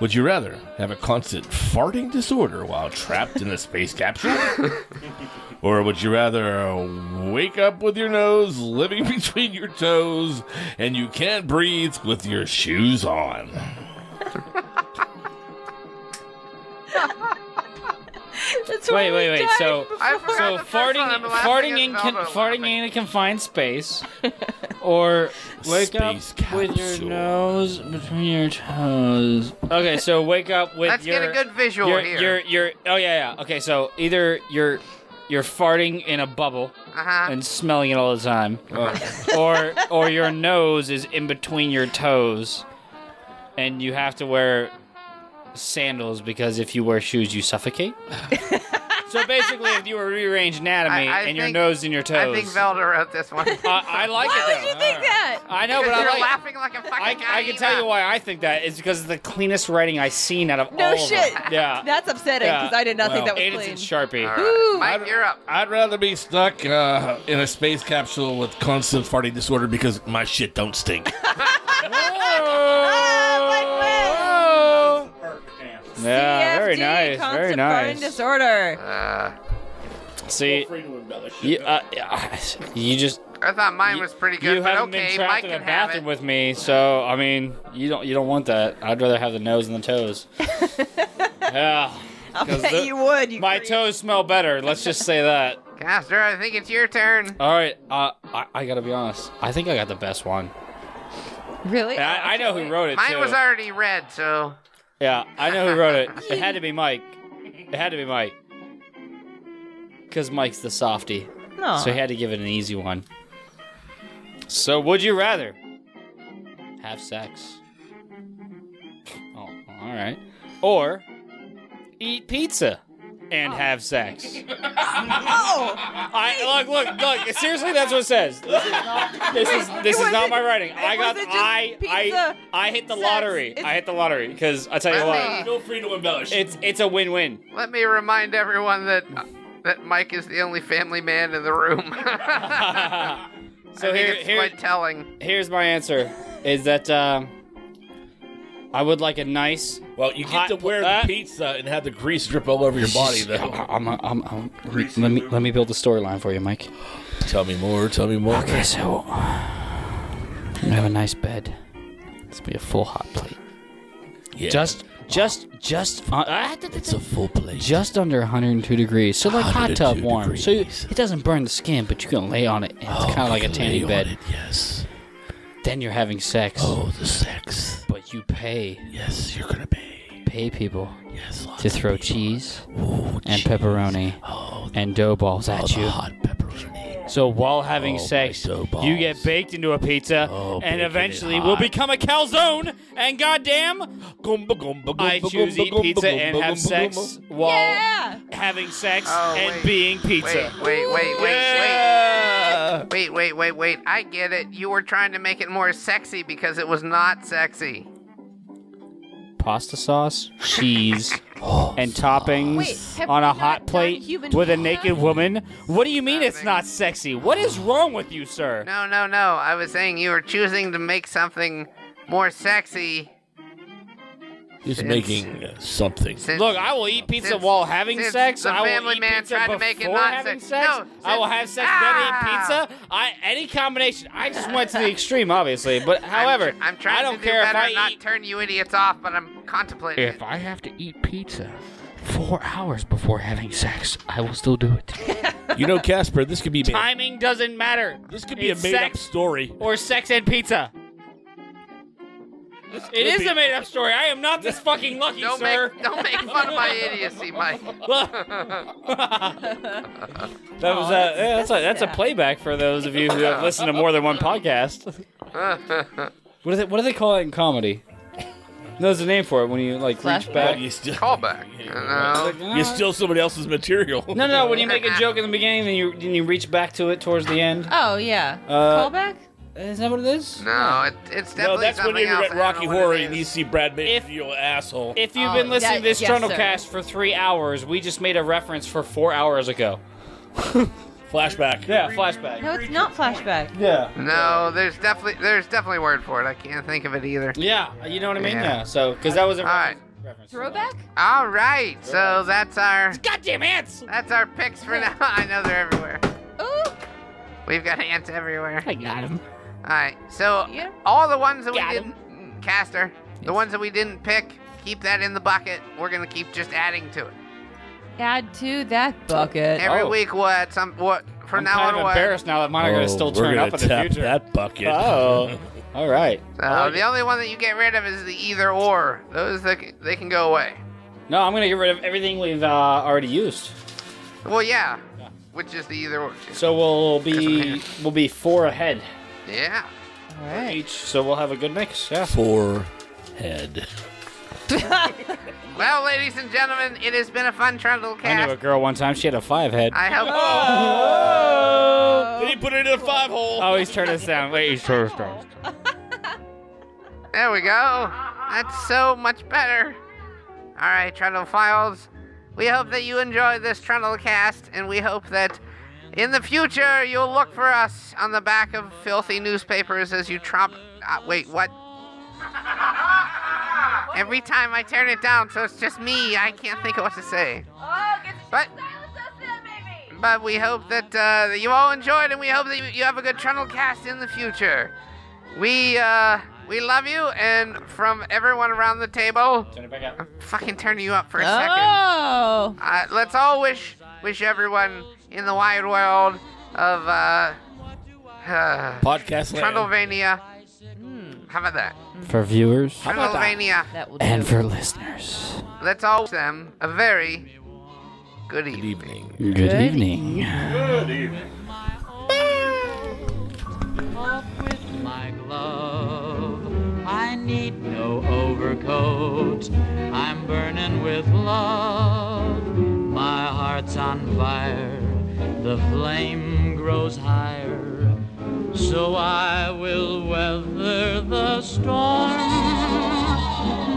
S5: Would you rather have a constant farting disorder while trapped in a space capsule? or would you rather wake up with your nose living between your toes and you can't breathe with your shoes on?
S3: That's
S4: Wait, wait, wait. So,
S6: I forgot
S4: so
S6: the first one,
S4: farting,
S6: I'm laughing
S4: farting
S6: at
S4: in, con-
S6: Velma
S4: farting in a confined space, or wake up with your nose between your toes. Okay, so wake up with
S6: Let's
S4: your.
S6: get a good visual
S4: your,
S6: here.
S4: Your, your, oh yeah, yeah. Okay, so either you're you're farting in a bubble
S6: Uh-huh.
S4: and smelling it all the time, or or your nose is in between your toes, and you have to wear sandals because if you wear shoes, you suffocate. so basically, if you were rearranged anatomy
S6: I
S4: and your
S6: think-
S4: nose and your
S6: I
S4: toes,
S6: think Velda wrote this one.
S4: I like it, though.
S3: think that?
S4: I know, but
S6: Because
S4: I
S6: you're
S4: like-
S6: laughing like a fucking.
S4: I, I can tell you why I think that is because it's the cleanest writing I've seen out of all
S3: No
S4: of
S3: shit.
S4: them. Yeah.
S3: That's upsetting because I did not think that was
S4: and
S3: clean.
S4: it's in Sharpie.
S6: Mike, you're up.
S5: I'd rather be stuck uh, in a space capsule with constant farting disorder because my shit don't stink.
S3: Ah,
S4: Yeah, Uh, very
S3: CFD,
S4: nice, very
S3: constant
S4: nice. Uh,
S3: farting disorder.
S4: See, you, uh, you just
S6: I thought mine was pretty good,
S4: you
S6: but
S4: haven't
S6: okay,
S4: been trapped
S6: Mike
S4: in a
S6: can have it.
S4: bathroom with me, so I mean, you don't you don't want that. I'd rather have the nose and the toes. yeah,
S3: I
S4: 'cause
S3: bet
S4: the-
S3: you would. You
S4: my toes smell better. Let's just say that.
S6: Caster, I think it's your turn.
S4: All right, uh, I, I gotta be honest. I think I got the best one.
S3: really?
S4: And I, I know who wrote it.
S6: Mine
S4: too.
S6: was already red, so
S4: Yeah, I know who wrote it. It had to be Mike. It had to be Mike. Because Mike's the softy.
S3: Aw.
S4: So he had to give it an easy one. So would you rather have sex? Oh, all right. Or eat pizza and have sex. I look, look, look. Seriously, that's what it says. This is not, this is, this is not my writing. I got, I, I, I hit the lottery. I hit the lottery because I tell you
S6: Let
S4: what,
S6: me,
S5: free to embellish.
S4: it's it's a win-win.
S6: let me remind everyone that that Mike is the only family man in the room.
S4: So
S6: I think
S4: here,
S6: it's
S4: here-
S6: quite telling.
S4: here's my answer: is that um, I would like a nice.
S5: Well, you get
S4: hot
S5: to wear
S4: pla-
S5: the pizza and have the grease drip all over your body, though.
S4: I'm, I'm, I'm, let me let me build the storyline for you, Mike.
S5: Tell me more. Tell me more.
S4: Okay, so I have a nice bed. It's gonna be a full hot plate.
S5: Yeah.
S4: Just, just, just. Uh, ah, da- da- da-
S5: It's a full plate.
S4: just under 102 degrees, so like hot tub
S5: 102
S4: warm. So you, it doesn't burn the skin, but you can lay on it. And it's kind of like a
S5: can lay
S4: tanning
S5: on
S4: bed.
S5: it, yes.
S4: Then you're having sex.
S5: Oh, the sex.
S4: But you pay.
S5: Yes, you're gonna pay.
S4: Pay people
S5: Yes, lots
S4: to
S5: of
S4: throw cheese and pepperoni
S5: Oh,
S4: and dough balls at you. Hot pepperoni. So while having
S5: Oh, my
S4: sex,
S5: dough
S4: you get baked into a pizza, and
S5: baking it
S4: eventually
S5: hot.
S4: will become a calzone. And goddamn,
S5: Gumba, gumba,
S4: I
S5: gumba,
S4: choose
S5: gumba,
S4: eat
S5: gumba,
S4: pizza
S5: gumba,
S4: and have
S5: gumba,
S4: sex
S5: gumba.
S4: while
S5: Oh,
S4: having sex and being pizza.
S6: Wait, wait, wait, wait, wait, wait, Wait, wait, wait, wait. I get it. You were trying to make it more sexy because it was not sexy.
S4: pasta sauce, cheese,
S5: Oh,
S4: and toppings
S16: Wait, have
S4: on
S16: we
S4: a
S16: not
S4: hot
S16: done
S4: plate
S16: human
S4: with a
S16: pasta?
S4: naked woman. What do you mean it's not sexy? What is wrong with you, sir?
S6: No, no, no. I was saying you were choosing to make something more sexy.
S5: He's making uh, something.
S4: Look, I will eat pizza
S6: since-
S4: while having
S6: since
S4: sex.
S6: the
S4: I will
S6: family
S4: eat
S6: man
S4: pizza
S6: tried to
S4: before
S6: make it
S4: having
S6: nonsense.
S4: sex.
S6: No,
S4: I will
S6: since- Ah!
S4: have sex, then eat pizza. I any combination. I just went to the extreme, obviously. But however,
S6: I'm trying
S4: I don't
S6: to do
S4: care if
S6: better,
S4: I
S6: not
S4: eat.
S6: turn you idiots off, but I'm contemplating.
S4: If I have to eat pizza four hours before having sex, I will still do it.
S5: You know, Casper, this could be made-
S4: Timing doesn't matter.
S5: This could be
S4: It's
S5: a made up
S4: sex
S5: story.
S4: or sex and pizza. It is a made up story. I am not this fucking lucky,
S6: Don't
S4: sir.
S6: make don't make fun of my idiocy, Mike.
S4: That was uh, yeah, that's, a, that's a playback for those of you who have listened to more than one podcast. What do they What do they call it in comedy? No, there's a name for it when you like reach back.
S5: You still,
S6: Callback.
S5: You steal somebody else's material.
S4: No, no. When you make a joke in the beginning, then you then you reach back to it towards the end.
S3: Oh yeah.
S4: Uh,
S3: Callback?
S4: Is that what it is?
S6: No, it, it's definitely
S5: no, that's when
S6: something
S5: you're
S6: else.
S5: at Rocky Horror and you see Brad Mayfield, you asshole.
S4: If you've been listening to this Trundlecast for three hours, we just made a reference for four hours ago.
S5: flashback.
S4: Yeah, flashback.
S3: No, it's not flashback.
S4: Yeah.
S6: No, there's definitely there's definitely a word for it. I can't think of it either.
S4: Yeah, you know what I mean?
S6: Yeah.
S4: Yeah. so, because that was a
S6: All right.
S3: Throwback?
S6: All right, so that's our
S4: goddamn ants.
S6: That's our picks for now. I know they're everywhere.
S3: Ooh.
S6: We've got ants everywhere.
S4: I got them.
S6: All right, so all the ones that we didn't, Caster, the ones that we didn't pick, keep that in the bucket. We're gonna keep just adding to it.
S3: Add to that bucket.
S6: Every week, we'll add some. What from
S4: Oh.
S6: now
S4: I'm kind
S6: on?
S4: of
S6: what?
S4: embarrassed now that mine are going to still
S5: Oh, we're
S4: turn
S5: gonna
S4: up in the
S5: tap
S4: future.
S5: that bucket.
S4: Oh, all right.
S6: Uh, the only one that you get rid of is the either or. Those that c- they can go away.
S4: no, I'm going to get rid of everything we've uh, already used.
S6: Well, yeah, which is the either or.
S4: So we'll be we'll be four ahead
S6: Yeah.
S4: all right. each. So we'll have a good mix. Yeah.
S5: Four head.
S6: Well, ladies and gentlemen, it has been a fun Trundle
S4: I knew a
S6: cast.
S4: girl one time. She had a five head.
S6: I hope.
S5: Then he put it in a five hole.
S4: Oh, he's turned us down. Wait, he's turned us down.
S6: There we go. That's so much better. All right, Trundle Files. We hope that you enjoyed this Trundle cast, and we hope that in the future you'll look for us on the back of filthy newspapers as you tromp. Uh, wait, what? Every time I turn it down, so it's just me. I can't think of what to say. But, but we hope that, uh, that you all enjoyed, and we hope that you, you have a good Trundlecast in the future. We uh, we love you, and from everyone around the table,
S4: Turn it back up.
S6: fucking turning you up for a
S3: Oh.
S6: second. Uh, let's all wish wish everyone in the wide world of uh, uh,
S5: Podcast land.
S6: Trundlevania. How about that?
S4: For viewers
S6: Trundlevania.
S4: and for listeners.
S6: Let's all wish them a very good evening.
S4: Good, evening.
S17: Good evening.
S18: Up with my glove. I need no overcoat. I'm burning with love. My heart's on fire. The flame grows higher. So I will weather the storm.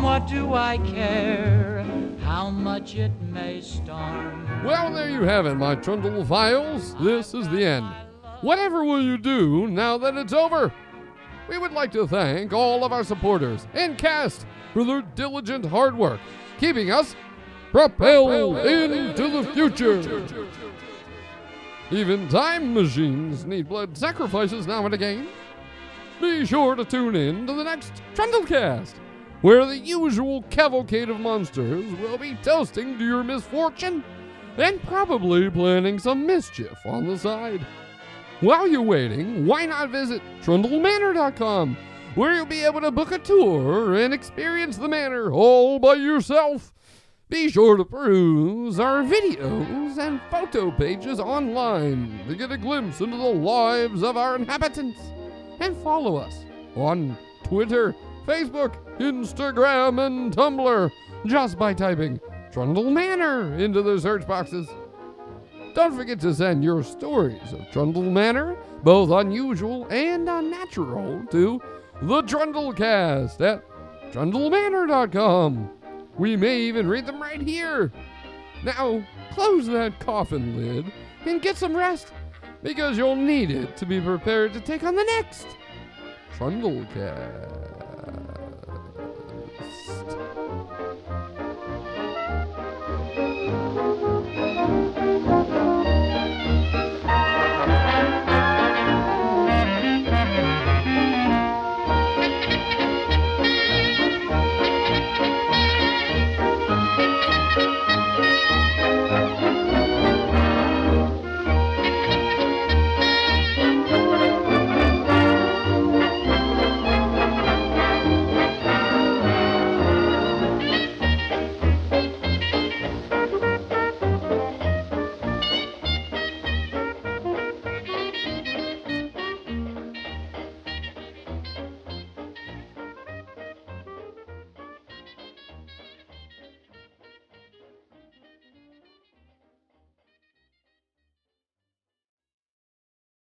S18: What do I care how much it may storm?
S1: Well, there you have it, my Trundle Files. This is the end. Whatever will you do now that it's over? We would like to thank all of our supporters and cast for their diligent hard work, keeping us propelled into the future. Even time machines need blood sacrifices now and again. Be sure to tune in to the next Trundlecast, where the usual cavalcade of monsters will be toasting to your misfortune and probably planning some mischief on the side. While you're waiting, why not visit trundlemanor.com, where you'll be able to book a tour and experience the manor all by yourself. Be sure to peruse our videos and photo pages online to get a glimpse into the lives of our inhabitants. And follow us on Twitter, Facebook, Instagram, and Tumblr just by typing Trundle Manor into the search boxes. Don't forget to send your stories of Trundle Manor, both unusual and unnatural, to the Trundlecast at trundlemanor.com. We may even read them right here. Now, close that coffin lid and get some rest because you'll need it to be prepared to take on the next Trundlecast.